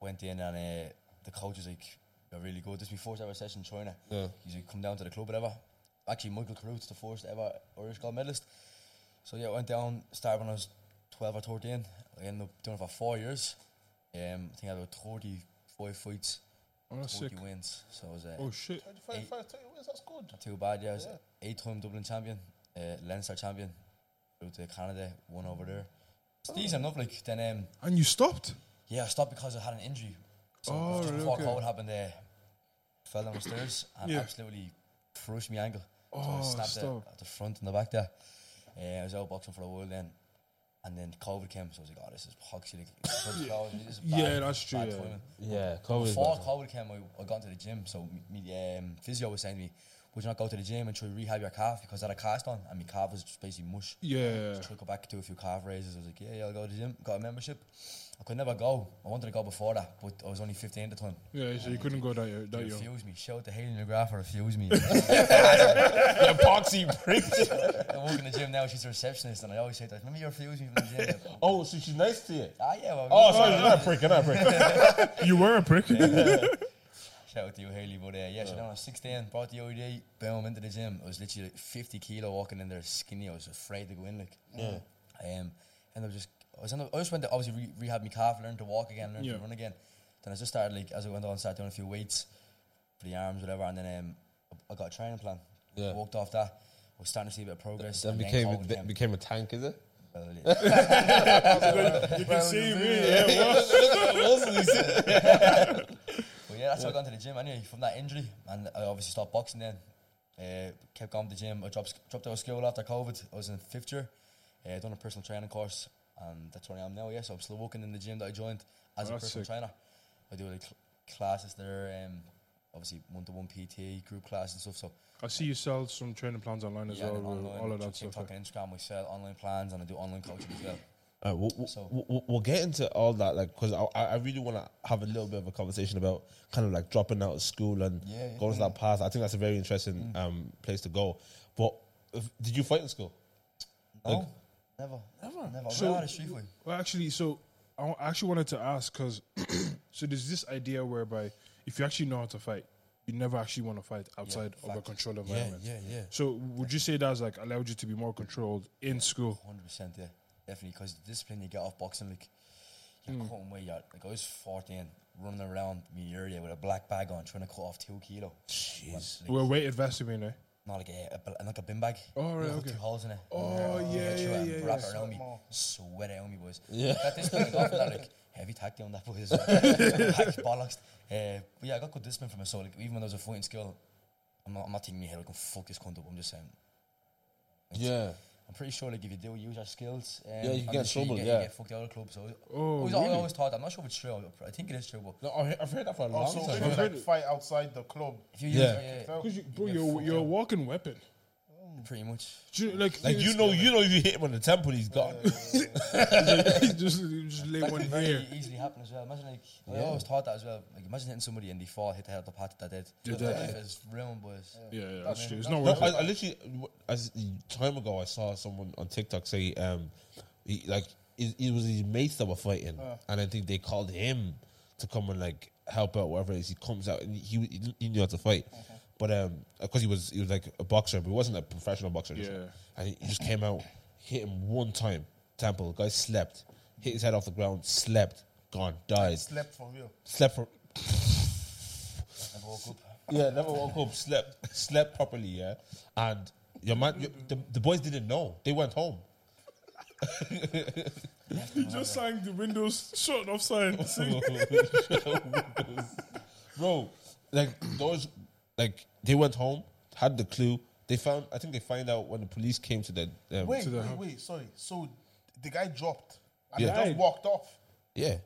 Speaker 5: Went in, and uh, the coach was like, "You're really good." This is my first ever session in China.
Speaker 2: Yeah.
Speaker 5: He's like, "Come down to the club, whatever." Actually, Michael Caruth's the first ever Irish gold medalist. So yeah, I went down. Started when I was twelve or thirteen. I ended up doing it for four years. Um, I think I had about thirty-five fights,
Speaker 1: Oh, that's
Speaker 5: forty
Speaker 1: sick.
Speaker 5: wins. So I was uh,
Speaker 1: Oh shit.
Speaker 3: 25, 30 wins, that's good.
Speaker 5: not too bad, yeah. I was eight-time Dublin champion, uh, Leinster champion, flew to Canada, won over
Speaker 1: Oh.
Speaker 5: there. It's decent enough, like, then, um,
Speaker 1: And you stopped?
Speaker 5: yeah, I stopped because I had an injury. So
Speaker 1: Oh,
Speaker 5: just
Speaker 1: right,
Speaker 5: before
Speaker 1: okay.
Speaker 5: COVID happened, uh, fell down the stairs and
Speaker 1: Yeah.
Speaker 5: absolutely crushed my ankle. So I
Speaker 1: Oh,
Speaker 5: snapped
Speaker 1: stop.
Speaker 5: It at the front and the back there. Uh, I was out boxing for a while then. And then COVID came, so I was like, oh, this is hoxy. Like, COVID, this is bad,
Speaker 1: Yeah, that's true,
Speaker 5: bad
Speaker 1: yeah.
Speaker 5: timing.
Speaker 2: Yeah,
Speaker 5: Before COVID came, I, I got into the gym, so me, me, um, physio was saying to me, would you not go to the gym and try to rehab your calf because I had a cast on and my calf was just basically mush.
Speaker 1: Yeah.
Speaker 5: So I go back to a few calf raises. I was like, yeah, yeah, I'll go to the gym. Got a membership. I could never go. I wanted to go before that, but I was only 15 at the time.
Speaker 1: Yeah, so you couldn't go that year.
Speaker 5: They
Speaker 1: That young.
Speaker 5: refused me. Shout to Hayden McGrath for refuse me.
Speaker 2: The epoxy brick.
Speaker 5: I work in the gym now. She's a receptionist, and I always say that. Remember, you refused me from the gym.
Speaker 2: Oh, so she's nice to you.
Speaker 5: ah, yeah. Well,
Speaker 2: Oh, sorry, you're not a prick. You're not a prick.
Speaker 1: You were a prick.
Speaker 5: Shout out to you, Haley. But uh, yeah, so now I was 16, brought the OED, boom, into the gym. I was literally like 50 kilo walking in there, skinny. I was afraid to go in, like. Yeah. Um, and I was just, I was, in the, I just went to obviously re- rehab my calf, learned to walk again, learned
Speaker 1: Yeah.
Speaker 5: to run again. Then I just started like as I went on, started doing a few weights for the arms, whatever. And then um, I- I got a training plan.
Speaker 2: Yeah.
Speaker 5: Walked off that. I was starting to see a bit of progress.
Speaker 2: Then
Speaker 5: and then
Speaker 2: became
Speaker 5: COVID
Speaker 2: be-
Speaker 5: came.
Speaker 2: became a tank, is it?
Speaker 5: Well, yeah.
Speaker 1: you can see me. Yeah.
Speaker 5: But yeah, that's how I got into the gym anyway, from that injury. And I obviously stopped boxing then. Uh, kept going to the gym. I dropped, sc- dropped out of school after COVID. I was in fifth year. Uh, done a personal training course. And that's where I am now, yeah. So I'm still working in the gym that I joined as a
Speaker 1: That's
Speaker 5: personal
Speaker 1: sick.
Speaker 5: trainer. I do like cl- classes there, um, obviously one to one PT, group class and stuff. So
Speaker 1: I see you sell some training plans online as
Speaker 5: yeah, and
Speaker 1: well. with
Speaker 5: online,
Speaker 1: all of that
Speaker 5: TikTok
Speaker 1: stuff.
Speaker 5: and Instagram, we sell online plans and I do online coaching as well.
Speaker 2: All right, we'll, we'll,
Speaker 5: So-
Speaker 2: we'll, we'll get into all that, like, because I, I I really want to have a little bit of a conversation about kind of like dropping out of school and
Speaker 5: Yeah, yeah.
Speaker 2: going to that path. I think that's a very interesting um, place to go. But if, did you fight in school?
Speaker 5: No,
Speaker 2: Like-
Speaker 5: never. Never. Never.
Speaker 1: So-
Speaker 5: So, I a street fight.
Speaker 1: Well, actually, so I wa- I actually wanted to ask because so there's this idea whereby if you actually know how to fight, you never actually want to fight outside of a controlled environment.
Speaker 5: yeah.
Speaker 1: So would you say that's like allowed you to be more controlled in school?
Speaker 5: Hundred percent, yeah, definitely. Because the discipline you get off boxing, like you're
Speaker 1: Mm.
Speaker 5: cutting weight. You're, like I was fourteen, running around my area with a black bag on, trying to cut off two kilo. Jeez, like,
Speaker 1: We're weighted vested in there.
Speaker 5: not like a, a bl- like a bin bag.
Speaker 1: Oh, right,
Speaker 5: With
Speaker 1: okay.
Speaker 5: Two holes in it.
Speaker 1: Oh,
Speaker 5: And
Speaker 1: yeah,
Speaker 5: get through
Speaker 1: yeah,
Speaker 5: it and
Speaker 1: yeah,
Speaker 5: Wrap
Speaker 1: yeah.
Speaker 5: it around me,
Speaker 3: Small.
Speaker 5: sweat it on me, boys. Yeah. That discipline I got from that, like heavy tack down that boys. Like, bollocks. Uh, but yeah, I got good discipline from myself. Like even when I was a fighting skill, I'm not, I'm not taking my head. I can fuck this cunt up. I'm just saying.
Speaker 2: Yeah.
Speaker 5: I'm pretty sure like if you do use your skills, um,
Speaker 2: Yeah, you
Speaker 5: on
Speaker 2: get
Speaker 5: the street,
Speaker 2: trouble,
Speaker 5: You get,
Speaker 2: yeah.
Speaker 5: you get fucked out of clubs. So
Speaker 1: Oh,
Speaker 5: I always, I
Speaker 1: really?
Speaker 5: always thought that. I'm not sure if it's true. I think it is true, but
Speaker 2: No, I- I've heard that for a long
Speaker 3: Also, if
Speaker 2: time.
Speaker 3: you
Speaker 1: heard
Speaker 3: like,
Speaker 1: it.
Speaker 3: fight outside the club.
Speaker 5: if you use,
Speaker 2: Yeah.
Speaker 5: yeah,
Speaker 3: So-
Speaker 1: Because you, bro,
Speaker 5: get
Speaker 1: you're
Speaker 5: fucked
Speaker 1: you're a
Speaker 5: up.
Speaker 1: walking weapon.
Speaker 5: pretty much.
Speaker 1: Do you, like,
Speaker 2: Like, you know, you know, if you hit him on the temple, he's gone.
Speaker 1: just, just lay
Speaker 5: That
Speaker 1: one
Speaker 5: could very
Speaker 1: here.
Speaker 5: easily happen as well. Imagine like I always thought that as well. Like imagine hitting somebody and they fall, hit the head of the pot that dead.
Speaker 1: You're
Speaker 5: That
Speaker 1: dead.
Speaker 5: if It's ruined, boys.
Speaker 1: Yeah, yeah, that's true. It's not
Speaker 2: No,
Speaker 1: worth
Speaker 2: I,
Speaker 1: it.
Speaker 2: I literally, w- as time ago, I saw someone on TikTok say, um, he, like, it, it was his mates that were fighting,
Speaker 1: Uh.
Speaker 2: and I think they called him to come and like help out, whatever it is. He comes out and he he- he knew how to fight, but um, because he was he was like a boxer, but he wasn't a professional boxer. just-
Speaker 1: Yeah.
Speaker 2: and he just came out, hit him one time, temple. Guy slept, hit his head off the ground, slept, gone, died,
Speaker 3: Slept for real.
Speaker 2: slept for
Speaker 5: Never woke up.
Speaker 2: yeah, never woke up, slept, slept properly, yeah. And your man, your, the, the boys didn't know. They went home.
Speaker 1: You just sang the windows shut off sign. See?
Speaker 2: Bro, like those, like they went home, had the clue. They found, I think they find out when the police came to the. Um,
Speaker 3: Wait,
Speaker 1: To the
Speaker 3: wait,
Speaker 1: hub.
Speaker 3: wait, sorry. So the guy dropped and
Speaker 2: Yeah.
Speaker 3: he just
Speaker 1: Died.
Speaker 3: walked off.
Speaker 2: Yeah.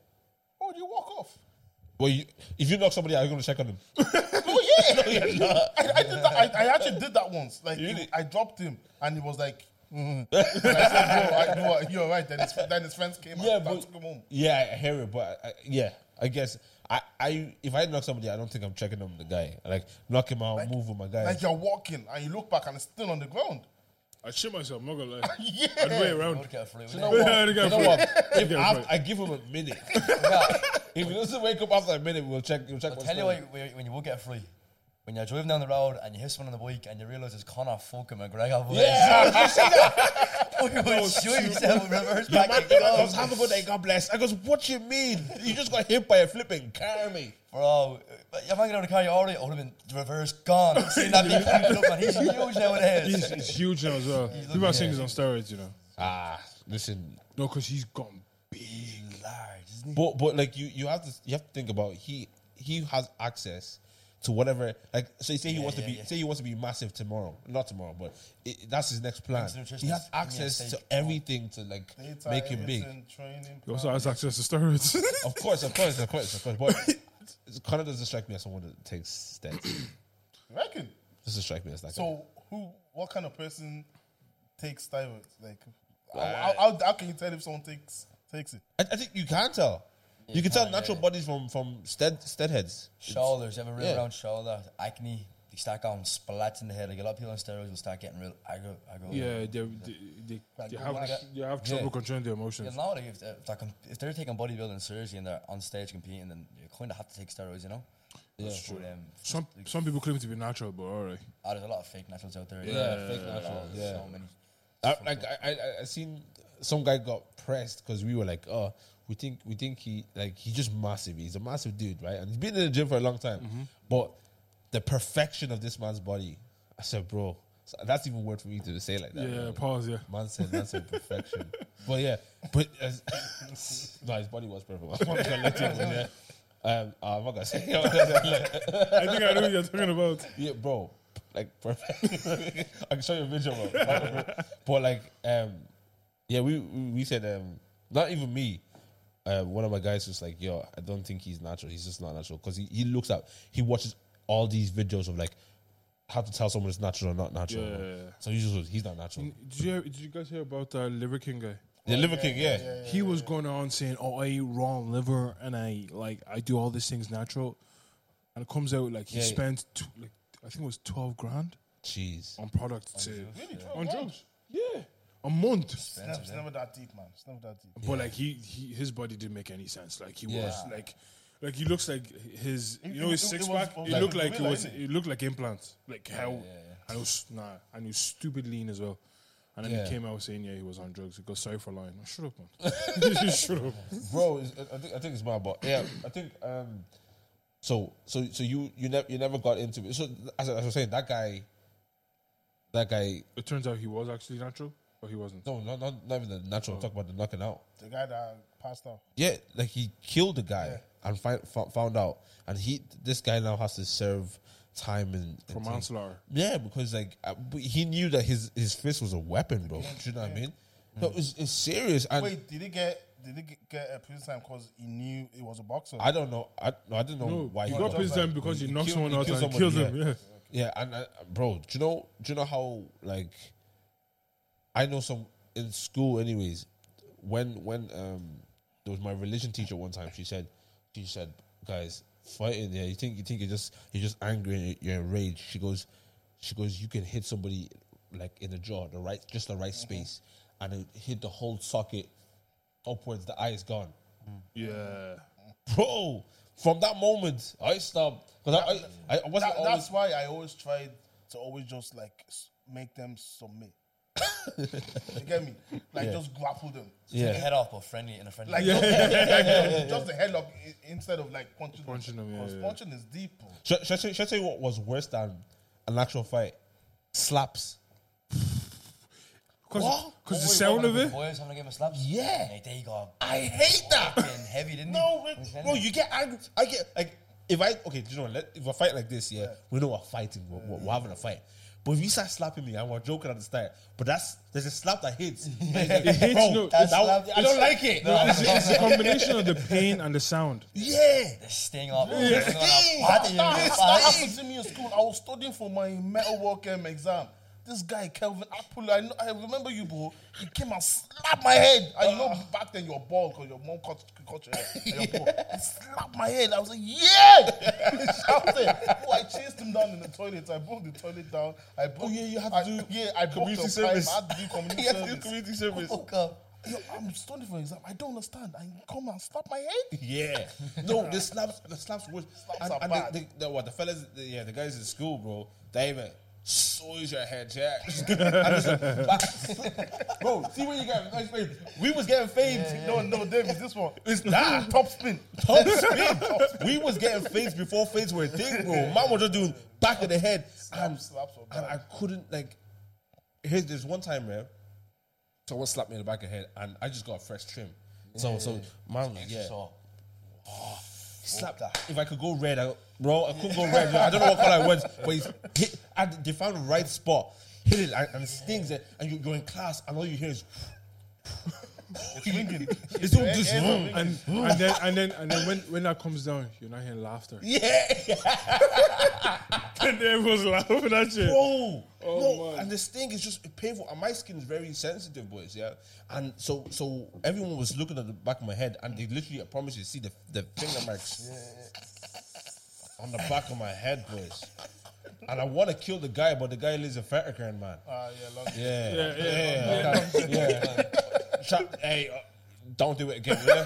Speaker 3: Oh, you walk off?
Speaker 2: Well, you, if you knock somebody out, you're going to check on them.
Speaker 3: Oh yeah, I, I did that. I, I actually did that once. Like
Speaker 2: Really?
Speaker 3: I dropped him, and he was like, mm. and I said, "Bro, I, you are- you're right." Then his, then his friends came
Speaker 2: Yeah,
Speaker 3: and
Speaker 2: but-
Speaker 3: took him home.
Speaker 2: Yeah, I hear it, but I, I- yeah, I guess. I, I if I knock somebody, I don't think I'm checking on the guy. Like knock him out, move him, my guy.
Speaker 3: Like you're walking, and you look back, and it's still on the ground.
Speaker 1: I shit myself. I'm not gonna lie.
Speaker 3: Yeah.
Speaker 1: I'd wait
Speaker 5: I
Speaker 1: around.
Speaker 5: would get a flu.
Speaker 2: You
Speaker 5: wouldn't
Speaker 2: know
Speaker 1: Yeah,
Speaker 2: what?
Speaker 5: I?
Speaker 1: they got
Speaker 2: You know
Speaker 1: free.
Speaker 2: what?
Speaker 1: They
Speaker 2: If
Speaker 1: got
Speaker 2: after,
Speaker 1: free.
Speaker 2: I give him a minute.
Speaker 5: Yeah.
Speaker 2: If he doesn't wake up after a minute, we'll check. We'll check.
Speaker 5: I'll
Speaker 2: what's
Speaker 5: tell you
Speaker 2: going
Speaker 5: why, why- when you will get a free. When you're driving down the road and you hit someone on the bike and you realise it's Conor fucking McGregor.
Speaker 2: on.
Speaker 5: boys.
Speaker 2: Yeah,
Speaker 5: you
Speaker 1: Oh,
Speaker 5: would shoot yourself with reverse
Speaker 2: your
Speaker 5: back.
Speaker 2: man
Speaker 5: and
Speaker 2: came
Speaker 5: go.
Speaker 2: out, goes, "Have a good day, God bless." I goes, "What you mean? You just got hit by a flipping car, mate."
Speaker 5: Bro, if I get on the car, you already would have been reverse gone. I've seen that being picked up, and he's huge nowadays.
Speaker 1: He's, he's huge now as well. People are saying he's on steroids, you know.
Speaker 2: Ah, listen,
Speaker 1: No, because he's gone
Speaker 5: He's large, isn't he?
Speaker 2: but but like you, you have to you have to think about he he has access to whatever like so say he
Speaker 5: Yeah,
Speaker 2: wants
Speaker 5: yeah,
Speaker 2: to be
Speaker 5: yeah.
Speaker 2: say he wants to be massive tomorrow not tomorrow but it, that's his next plan
Speaker 5: Thanks, nutritionist.
Speaker 2: he has
Speaker 5: Give me a
Speaker 2: access to
Speaker 5: steak.
Speaker 2: everything to like
Speaker 3: Data,
Speaker 2: make him big
Speaker 3: everything, Training.
Speaker 1: He also has access to steroids.
Speaker 2: Of course, of course, of course, of course. But Connor doesn't strike me as someone that takes steps.
Speaker 3: You reckon?
Speaker 2: doesn't strike me as that. guy.
Speaker 3: So who? What kind of person takes steroids? Like, how,
Speaker 2: Right.
Speaker 3: how, how, how can you tell if someone takes takes it?
Speaker 2: I, I think you can tell. You, can tell
Speaker 5: can,
Speaker 2: natural
Speaker 5: yeah.
Speaker 2: bodies from from stead stead heads.
Speaker 5: Shoulders, you have a real
Speaker 2: yeah.
Speaker 5: round shoulder, acne. You start going splats in the head. Like a lot of people on steroids will start getting real aggro. aggro
Speaker 1: Yeah, they they, they,
Speaker 3: Like,
Speaker 1: they
Speaker 3: go
Speaker 1: have
Speaker 3: back.
Speaker 1: they have trouble
Speaker 2: Yeah.
Speaker 1: controlling their emotions.
Speaker 5: Because now, like, if, if, they're com- if they're taking bodybuilding seriously and they're on stage competing, then you're going to have to take steroids, you know? That's true. Um,
Speaker 1: Some some people claim to be natural, but alright.
Speaker 5: oh, there's a lot of fake naturals out there. Yeah,
Speaker 2: fake natural,
Speaker 5: Oh,
Speaker 2: yeah.
Speaker 5: So many.
Speaker 2: I, like I, I, I- I seen some guy got pressed because we were like, oh, we think we think he like he just massive. He's a massive dude, right? And he's been in the gym for a long time, but the perfection of this man's body. I said, bro, so that's even word for me to say like that.
Speaker 1: Yeah,
Speaker 2: bro.
Speaker 1: pause. Yeah,
Speaker 2: Man said that's a perfection. but yeah, but as, no, his body was perfect. I'm not gonna let you win there. Um, I'm not gonna say. I'm not gonna let-
Speaker 1: I think I know what you're talking about.
Speaker 2: yeah, bro, like perfect. I can show you a video, bro. but like, um, yeah, we we we said um, not even me. Uh, one of my guys was like, "Yo, I don't think he's natural. He's just not natural because he, he looks up, he watches all these videos of like how to tell someone it's natural or not natural.
Speaker 1: Yeah, yeah, yeah.
Speaker 2: So he just goes, he's not natural.
Speaker 1: Did you, hear, did you guys hear about uh, Liver King guy?
Speaker 2: The liver king, yeah.
Speaker 1: He was going on saying, "Oh, I eat raw liver and I like I do all these things natural," and it comes out like he
Speaker 2: Yeah, yeah.
Speaker 1: spent tw like I think it was twelve grand
Speaker 2: Jeez.
Speaker 1: on product to on
Speaker 3: Wow.
Speaker 1: drugs. Yeah, a month.
Speaker 3: It's never, it's never that deep, man. It's never that deep.
Speaker 1: But like he, he his body didn't make any sense. Like he was
Speaker 2: Yeah.
Speaker 1: like like he looks like his you know his
Speaker 3: it- it
Speaker 1: six
Speaker 3: was-
Speaker 1: pack.
Speaker 3: it was
Speaker 1: It
Speaker 3: like
Speaker 1: looked
Speaker 3: a
Speaker 1: like it
Speaker 3: gorilla,
Speaker 1: was
Speaker 3: isn't it?
Speaker 1: it looked like implants. Like how
Speaker 5: yeah, yeah.
Speaker 1: and he was nah and he was stupid lean as well. And then
Speaker 2: Yeah.
Speaker 1: he came out saying yeah he was on drugs. He goes sorry for lying. I shut up man. shut up.
Speaker 2: bro. It's, I think I think it's my but yeah. I think um, so so so you you never you never got into it. So as I, as I was saying, that guy, that guy.
Speaker 1: It turns out he was actually natural, but he wasn't.
Speaker 2: No, not not, not even the natural. Talk about the knocking out.
Speaker 3: The guy that passed out.
Speaker 2: Yeah, like he killed the guy and find, fo- found out, and he this guy now has to serve time in, in
Speaker 1: For
Speaker 2: thing.
Speaker 1: manslaughter.
Speaker 2: Yeah, because like uh, but he knew that his his fist was a weapon, bro. Do you know what I mean? No, it's, it's serious. And
Speaker 3: Wait, did he get did he get- get a prison time because he knew it was a boxer?
Speaker 2: I don't know. I, no, I didn't know
Speaker 1: No,
Speaker 2: why
Speaker 1: you
Speaker 2: he
Speaker 1: got prison
Speaker 2: that.
Speaker 1: time because you
Speaker 2: He
Speaker 1: knocked
Speaker 2: killed-
Speaker 1: someone
Speaker 2: he
Speaker 1: out
Speaker 2: killed
Speaker 1: and
Speaker 2: someone,
Speaker 1: killed them. Yeah.
Speaker 2: Yeah, and uh, bro, do you know? Do you know how like I know some in school? Anyways, when when um there was my religion teacher one time. She said, she said, guys, fighting. Yeah, you think you think you're just you're just angry and you're enraged. She goes, she goes. You can hit somebody like in the jaw, the right, just the right
Speaker 3: Mm-hmm.
Speaker 2: space, and it hit the whole socket upwards. The eye is gone
Speaker 1: Yeah.
Speaker 2: bro. From that moment, I stopped because I, I, I wasn't
Speaker 3: That-
Speaker 2: always.
Speaker 3: that's why I always tried to always just like s- make them submit. you get me? Like just grapple them.
Speaker 5: Take
Speaker 2: Yeah,
Speaker 5: your head off, but friendly in a friendly
Speaker 3: Like just, like, just the headlock i- instead of like punching.
Speaker 1: Punching them, yeah,
Speaker 3: 'Cause
Speaker 1: yeah.
Speaker 3: Punching is deep. bro.
Speaker 2: should, should, I tell- should I tell you what was worse than an actual fight? Slaps.
Speaker 1: Because
Speaker 2: What?
Speaker 1: the
Speaker 5: Don't worry,
Speaker 1: sound
Speaker 5: one
Speaker 1: of
Speaker 5: the
Speaker 1: it.
Speaker 5: Boys having a game of slaps.
Speaker 2: Yeah.
Speaker 5: Mate, there you go.
Speaker 2: I hate that.
Speaker 5: Fucking heavy, didn't
Speaker 2: No,
Speaker 5: he?
Speaker 2: man. bro, you get angry. I get like if I okay, do you know? what, Let, if I fight like this, yeah, we know we're fighting. We're, we're, we're having a fight. But if you start slapping me, and we're joking at the start, but that's there's a slap that hits. it
Speaker 1: hits, no,
Speaker 5: that
Speaker 2: I don't like it.
Speaker 1: It's, it's a combination of the pain and the sound.
Speaker 2: Yeah.
Speaker 5: The sting up.
Speaker 2: Yeah.
Speaker 5: Sting on
Speaker 2: Sting.
Speaker 5: a party, you
Speaker 3: That,
Speaker 5: know,
Speaker 3: that
Speaker 5: fuck.
Speaker 3: happened to me in school. I was studying for my metalworking exam. This guy, Kelvin Apple, I, know, I remember you, bro. He came and slapped my head. And you know,
Speaker 2: Ah.
Speaker 3: back then you're bald because your mom cut, cut your hair. And you're bald. He slapped my head. I was like, yeah! He shouted. Oh, I chased him down in the toilet. I broke the toilet down. I broke,
Speaker 2: Oh, yeah, you had to
Speaker 3: I,
Speaker 2: do
Speaker 3: Yeah, I broke
Speaker 2: community
Speaker 3: the
Speaker 2: service.
Speaker 3: Pipe. I had to do community
Speaker 2: Yeah,
Speaker 3: service.
Speaker 2: community service.
Speaker 5: Fuck up.
Speaker 3: Yo, I'm studying for exam. I don't understand. I come and slap my head.
Speaker 2: Yeah. No, the slaps, the slaps were.
Speaker 3: Slaps
Speaker 2: and
Speaker 3: are
Speaker 2: and
Speaker 3: bad.
Speaker 2: The, the, the, what, the fellas, the, yeah, the guys in school, bro, they even soys your head, Jack. And it's like, back. bro, see what you got. nice fade. We was getting fades.
Speaker 3: No, no, Davis, this one.
Speaker 2: It's that.
Speaker 3: Top spin.
Speaker 2: Top spin. we was getting fades before fades were a thing, bro. Man was just doing back of the head. And,
Speaker 3: slaps were
Speaker 2: and I couldn't, like, here's this one time, man. Someone slapped me in the back of the head, and I just got a fresh trim. So, so, man, was- yeah.
Speaker 5: So, Oh,
Speaker 2: Slap that. If I could go red, I, bro, I could go red. I don't know what color I was, but he's hit. And they found the right spot, hit it, and, and it stings it. And you, you're in class, and all you hear is,
Speaker 3: It's ringing.
Speaker 2: It's all just
Speaker 3: Air's
Speaker 2: wrong.
Speaker 3: ringing.
Speaker 1: And, and then and then and then when, when that comes down, you're not hearing laughter.
Speaker 2: Yeah,
Speaker 1: and everyone's laughing at you.
Speaker 3: Oh,
Speaker 2: bro. no,
Speaker 1: man.
Speaker 2: and this thing is just painful. And my skin is very sensitive, boys. Yeah, and so so everyone was looking at the back of my head, and they literally, I promise you, see the the finger marks on the back of my head, boys. And I want to kill the guy, but the guy lives in Fetterkern, man.
Speaker 3: Ah, yeah, long
Speaker 2: Yeah, yeah,
Speaker 1: yeah,
Speaker 2: yeah. yeah. Shut- hey, uh, don't do it again. Yeah?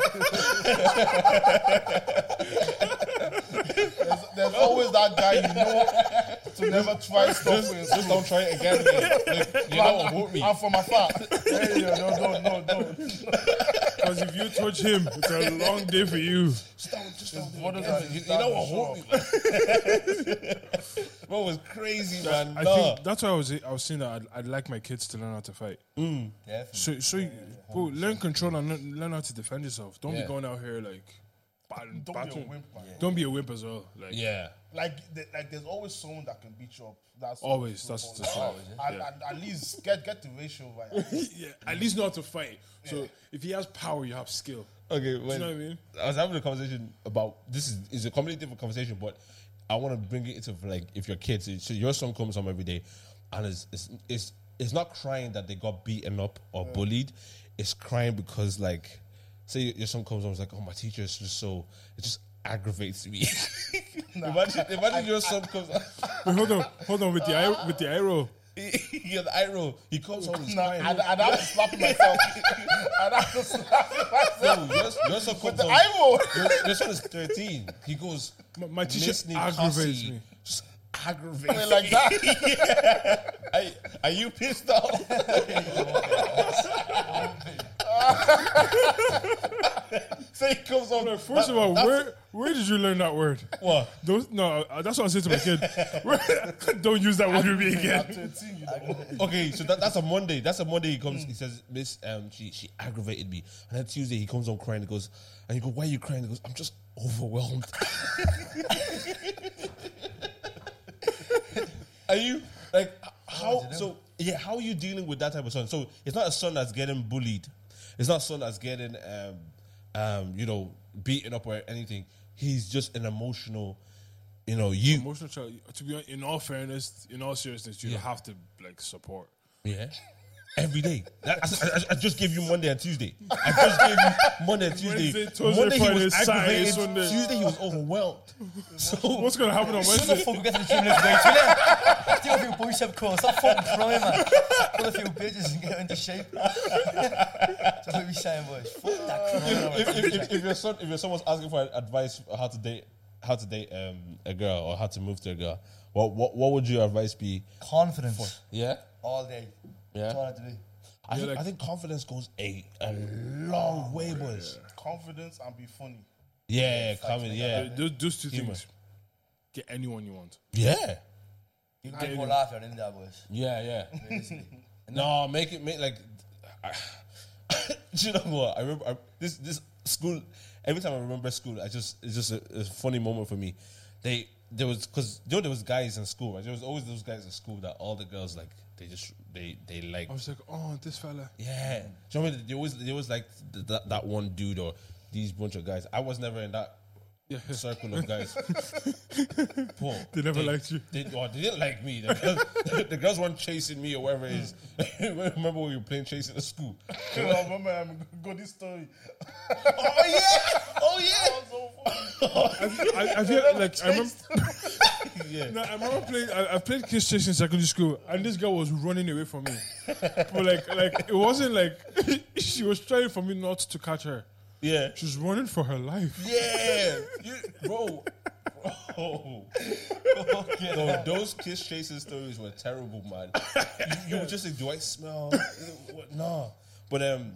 Speaker 3: There's, there's always that guy you know to never try stuff with.
Speaker 2: Just don't try it again. man. Like, you know,
Speaker 3: I'm,
Speaker 2: hurt me.
Speaker 3: I'm from afar. Hey, yo, no, no, no, no.
Speaker 1: Because if you touch him, it's a long day for you.
Speaker 3: What is that?
Speaker 2: You,
Speaker 3: Is
Speaker 2: you know
Speaker 3: that
Speaker 2: what
Speaker 3: sure?
Speaker 2: hurt me, man. Bro, it was crazy, man.
Speaker 1: I
Speaker 2: Nah.
Speaker 1: think that's why I was I was saying that I'd, I'd like my kids to learn how to fight.
Speaker 5: Definitely.
Speaker 1: So so you, bro, learn control and learn, learn how to defend yourself. Don't
Speaker 2: Yeah.
Speaker 1: be going out here like battling,
Speaker 3: Don't be a
Speaker 1: battling.
Speaker 3: wimp, man.
Speaker 1: Don't be a wimp as well. Like
Speaker 2: yeah.
Speaker 3: Like, the, like, there's always someone that can beat you up. That's
Speaker 1: always. That's that's right.
Speaker 3: At, at, at least get get the ratio right.
Speaker 1: yeah. At least not to fight. So if he has power, you have skill.
Speaker 2: Okay, when,
Speaker 1: know what I mean?
Speaker 2: I was having a conversation about this is is a completely different conversation, but I want to bring it into like if your kids, so your son comes home every day, and it's it's it's, it's not crying that they got beaten up or bullied, it's crying because like, say your son comes home, it's like, oh my teacher is just so it just aggravates me. imagine imagine your son comes.
Speaker 1: Wait, hold on, hold on with the eye, with the eye roll.
Speaker 2: You're the eye roll. He comes home. He's
Speaker 3: No,
Speaker 2: crying.
Speaker 3: I'd, I'd have to slap myself. I'd have to slap myself.
Speaker 2: No, your, your son comes home.
Speaker 3: I will.
Speaker 2: Your, your son is 13. He goes,
Speaker 1: My- my teacher
Speaker 2: "Miss Nick
Speaker 1: aggravates
Speaker 2: Hussey
Speaker 1: me."
Speaker 2: Just aggravates me.
Speaker 3: like that.
Speaker 2: Are, are you pissed off? so he comes on.
Speaker 1: Like, first of all, where where did you learn that word?
Speaker 2: What?
Speaker 1: Don't, no, uh, that's what I say to my kid. Where- don't use that word with me again.
Speaker 3: At 13, you know.
Speaker 2: Okay, so that, that's a Monday. That's a Monday. He comes. He says, "Miss, um, she she aggravated me." And then Tuesday, he comes on crying. He goes, "And you go, why are you crying?" He goes, "I'm just overwhelmed." are you like how? So yeah, how are you dealing with that type of son? So it's not a son that's getting bullied. It's not a son that's getting um, um, you know, beaten up or anything. He's just an emotional, you know, you.
Speaker 1: Emotional child. To be hon- in all fairness, in all seriousness, you have to like support.
Speaker 2: Yeah. Every day. That, I, I- I just gave you Monday and Tuesday. I just gave you Monday and Tuesday.
Speaker 1: Wednesday, Thursday,
Speaker 2: Monday he
Speaker 1: Friday,
Speaker 2: was
Speaker 1: Saturday,
Speaker 2: aggravated.
Speaker 1: Sunday.
Speaker 2: Tuesday he was overwhelmed. So
Speaker 1: What's gonna happen on
Speaker 5: Shut the
Speaker 1: Wednesday?
Speaker 5: fuck up, get to the gym next week, will ya? Do a few bicep curls, stop fucking crying, man. Pull a few bitches and get into shape. That's what we saying, boys. Fuck that
Speaker 2: if,
Speaker 5: corona.
Speaker 2: if, if, if your son, if your son was asking for advice on how to date, how to date um, a girl or how to move to a girl, what what, what would your advice be?
Speaker 5: Confidence.
Speaker 2: Yeah,
Speaker 5: All day.
Speaker 2: Yeah.
Speaker 5: That's all I have to be.
Speaker 2: I, think,
Speaker 1: like-
Speaker 2: I think confidence goes a, a long way, boys.
Speaker 3: Confidence and be funny.
Speaker 2: Yeah, coming, yeah,
Speaker 1: Th- Those, those two
Speaker 2: Humor.
Speaker 1: things. Get anyone you want.
Speaker 2: yeah,
Speaker 5: You can get more laugh out of that, boys.
Speaker 2: yeah, yeah. No, make it make like. do you know what? I remember I, this this school. Every time I remember school, I just it's just a, a funny moment for me. They there was because you know there was guys in school. Right? There was always those guys in school that all the girls like they just they they like.
Speaker 1: I was like, oh, this fella.
Speaker 2: Yeah, do you know what I mean? There was there was like th- that that one dude or these bunch of guys. I was never in that.
Speaker 1: Yeah.
Speaker 2: Circle of guys. Paul,
Speaker 1: They never liked you.
Speaker 2: They, oh, they didn't like me. The girls, the girls weren't chasing me or whatever it is. Remember when we were playing chasing at school?
Speaker 3: I remember um, Goody's story.
Speaker 2: Oh yeah! Oh yeah!
Speaker 1: I, I feel like I remember. No, I remember playing. I, I played kiss chase in secondary school, and this girl was running away from me. but like, like it wasn't like she was trying for me not to catch her.
Speaker 2: Yeah.
Speaker 1: She was running for her life.
Speaker 2: Yeah. You- bro. Bro. Bro, those kiss chasing stories were terrible, man. You, you were just like, do I smell? What? Nah. But um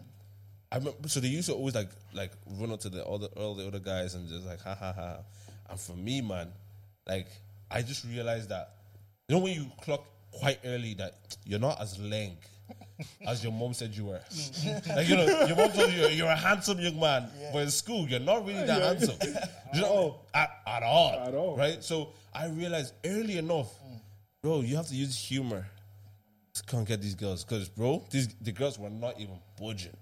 Speaker 2: I remember, so they used to always like like run up to the other all the other guys and just like ha ha ha. And for me, man, like I just realized that you know when you clock quite early that you're not as lank as your mom said you were. like you know, your mom told you you're a handsome young man, but in school you're not really that handsome. You know, at, at all.
Speaker 4: At all.
Speaker 2: Right? So I realized early enough, bro, you have to use humor to conquer these girls. Because bro, these the girls were not even budging.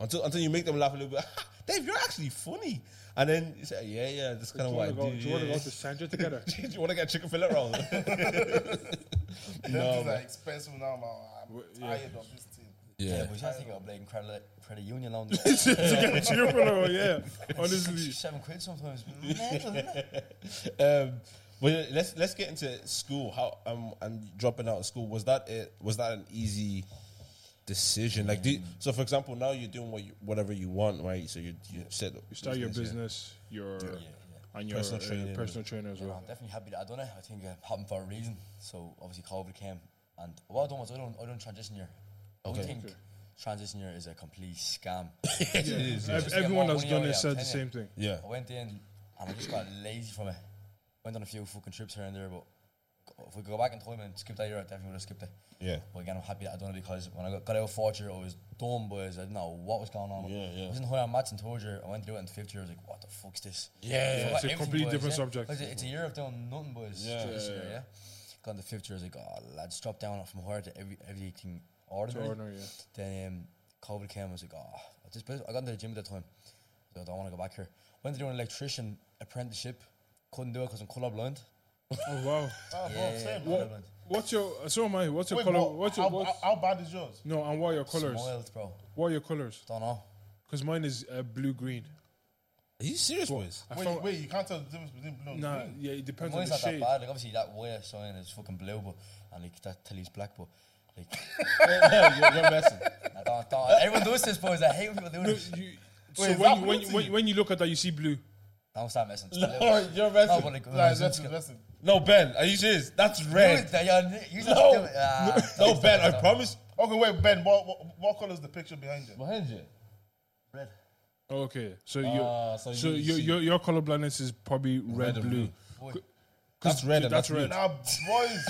Speaker 2: Until until you make them laugh a little bit. Dave, you're actually funny. And then you say, yeah, yeah, that's kind
Speaker 1: Do you
Speaker 2: of what I
Speaker 1: wanna
Speaker 2: do.
Speaker 1: go- do you want to
Speaker 2: yeah.
Speaker 1: go to Sandra together?
Speaker 2: Do you want to get chicken fillet roll?
Speaker 3: Them
Speaker 2: no,
Speaker 3: things are
Speaker 2: man.
Speaker 3: expensive now, man. I'm
Speaker 1: Well, yeah.
Speaker 3: tired of this thing.
Speaker 5: Yeah,
Speaker 2: yeah.
Speaker 5: we should think of playing credit credit union on
Speaker 1: to get a cheer for her, yeah. Honestly.
Speaker 5: seven quid sometimes. Mental, isn't it?
Speaker 2: Um, but yeah, let's let's get into school. How um and dropping out of school was that it? Was that an easy decision? Like, do so for example, now you're doing what you, whatever you want, right? So you you set up
Speaker 1: You start your
Speaker 2: business, yeah.
Speaker 1: business, your
Speaker 5: yeah, yeah.
Speaker 1: and your personal,
Speaker 2: Personal
Speaker 1: uh,
Speaker 2: training.
Speaker 1: trainer. personal trainer as
Speaker 5: Yeah,
Speaker 1: well.
Speaker 5: I'm definitely happy that I done it. I think uh, it happened for a reason. So obviously COVID came, and what I done was I done I done transition year. I
Speaker 2: Okay.
Speaker 5: think
Speaker 1: Okay.
Speaker 5: transition year is a complete scam.
Speaker 2: It is, yeah.
Speaker 1: Ev-
Speaker 5: Just get
Speaker 1: Everyone
Speaker 5: more
Speaker 1: that's
Speaker 5: money
Speaker 1: done
Speaker 5: out
Speaker 1: it
Speaker 5: of it,
Speaker 1: said the
Speaker 5: I'm
Speaker 1: same
Speaker 5: telling
Speaker 1: thing.
Speaker 2: Yeah.
Speaker 5: I went in and I just got lazy from it. Went on a few fucking trips here and there, but if we go back in time and skip that year, I definitely would have skipped it.
Speaker 2: Yeah.
Speaker 5: But again, I'm happy that I done it because when I got, got out of fourth year, I was dumb, boys. I didn't know what was going on.
Speaker 2: Yeah, yeah.
Speaker 5: I was in higher maths in third year. I went through it in fifth year. I was like, what the fuck's this?
Speaker 2: Yeah,
Speaker 5: Forgot
Speaker 1: it's a
Speaker 5: everything,
Speaker 1: completely
Speaker 5: boys,
Speaker 1: different
Speaker 5: yeah.
Speaker 1: subject.
Speaker 5: Like, it's a year of doing nothing, boys.
Speaker 2: Yeah.
Speaker 5: Yeah, yeah, yeah. Got into fifth year. I was like, oh, lads, drop down from higher to every everything
Speaker 1: To
Speaker 5: ordinary.
Speaker 1: honor, yeah.
Speaker 5: Then um, COVID came. I was like, oh, I just I got into the gym at that time. So I don't want to go back here. Went to do an electrician apprenticeship. Couldn't do it because I'm colorblind.
Speaker 1: Oh wow.
Speaker 3: Oh, bro, same.
Speaker 5: yeah,
Speaker 3: man.
Speaker 5: colorblind.
Speaker 1: What's your uh, so am I? What's your
Speaker 3: Wait,
Speaker 1: color?
Speaker 3: what-
Speaker 1: What's
Speaker 3: how,
Speaker 1: your what's,
Speaker 3: how- how bad is yours?
Speaker 1: no? And what are your colors?
Speaker 5: Smiled, bro.
Speaker 1: What are your colors?
Speaker 5: Don't know.
Speaker 1: Because mine is uh, blue green.
Speaker 2: Are you serious, boys?
Speaker 1: I
Speaker 3: Wait,
Speaker 1: found-
Speaker 3: wait, you can't tell the difference between blue and
Speaker 1: Nah,
Speaker 3: green.
Speaker 1: yeah, it depends on
Speaker 5: Mine's
Speaker 1: the
Speaker 5: not
Speaker 1: shade.
Speaker 5: that bad. Like obviously that way sign is fucking blue, but and like that till he's black, but like
Speaker 2: you're, you're messing.
Speaker 5: I don't, don't. Everyone does this, boys. I hate when people do
Speaker 1: No,
Speaker 5: this.
Speaker 1: you, so
Speaker 3: Wait, is
Speaker 1: when
Speaker 3: that
Speaker 1: you,
Speaker 3: blue
Speaker 1: when,
Speaker 3: to
Speaker 1: you, when,
Speaker 3: you?
Speaker 1: you- when you look at that, you see blue.
Speaker 5: Don't start messing. It's blue.
Speaker 2: No, you're
Speaker 5: No,
Speaker 2: messing.
Speaker 5: but like, when I
Speaker 3: Nah,
Speaker 5: was in
Speaker 3: that's,
Speaker 5: school-
Speaker 3: that's it.
Speaker 2: No, Ben, are you serious? That's
Speaker 5: You-
Speaker 2: red.
Speaker 5: that you're- you
Speaker 2: No.
Speaker 5: don't do it. Ah,
Speaker 2: No,
Speaker 5: don't start
Speaker 2: Ben,
Speaker 5: it,
Speaker 2: I
Speaker 5: don't.
Speaker 2: promise.
Speaker 3: Okay, wait, Ben, what, what, what color is the picture behind you?
Speaker 2: Behind you.
Speaker 5: Red.
Speaker 1: Oh, Okay, so
Speaker 2: Ah,
Speaker 1: you
Speaker 2: so
Speaker 1: so
Speaker 2: you
Speaker 1: your
Speaker 2: see-
Speaker 1: your your color blindness is probably red,
Speaker 2: and
Speaker 1: blue.
Speaker 2: blue.
Speaker 5: Boy,
Speaker 2: That's red and
Speaker 1: that's
Speaker 2: that's blue.
Speaker 1: red.
Speaker 3: Nah, boys,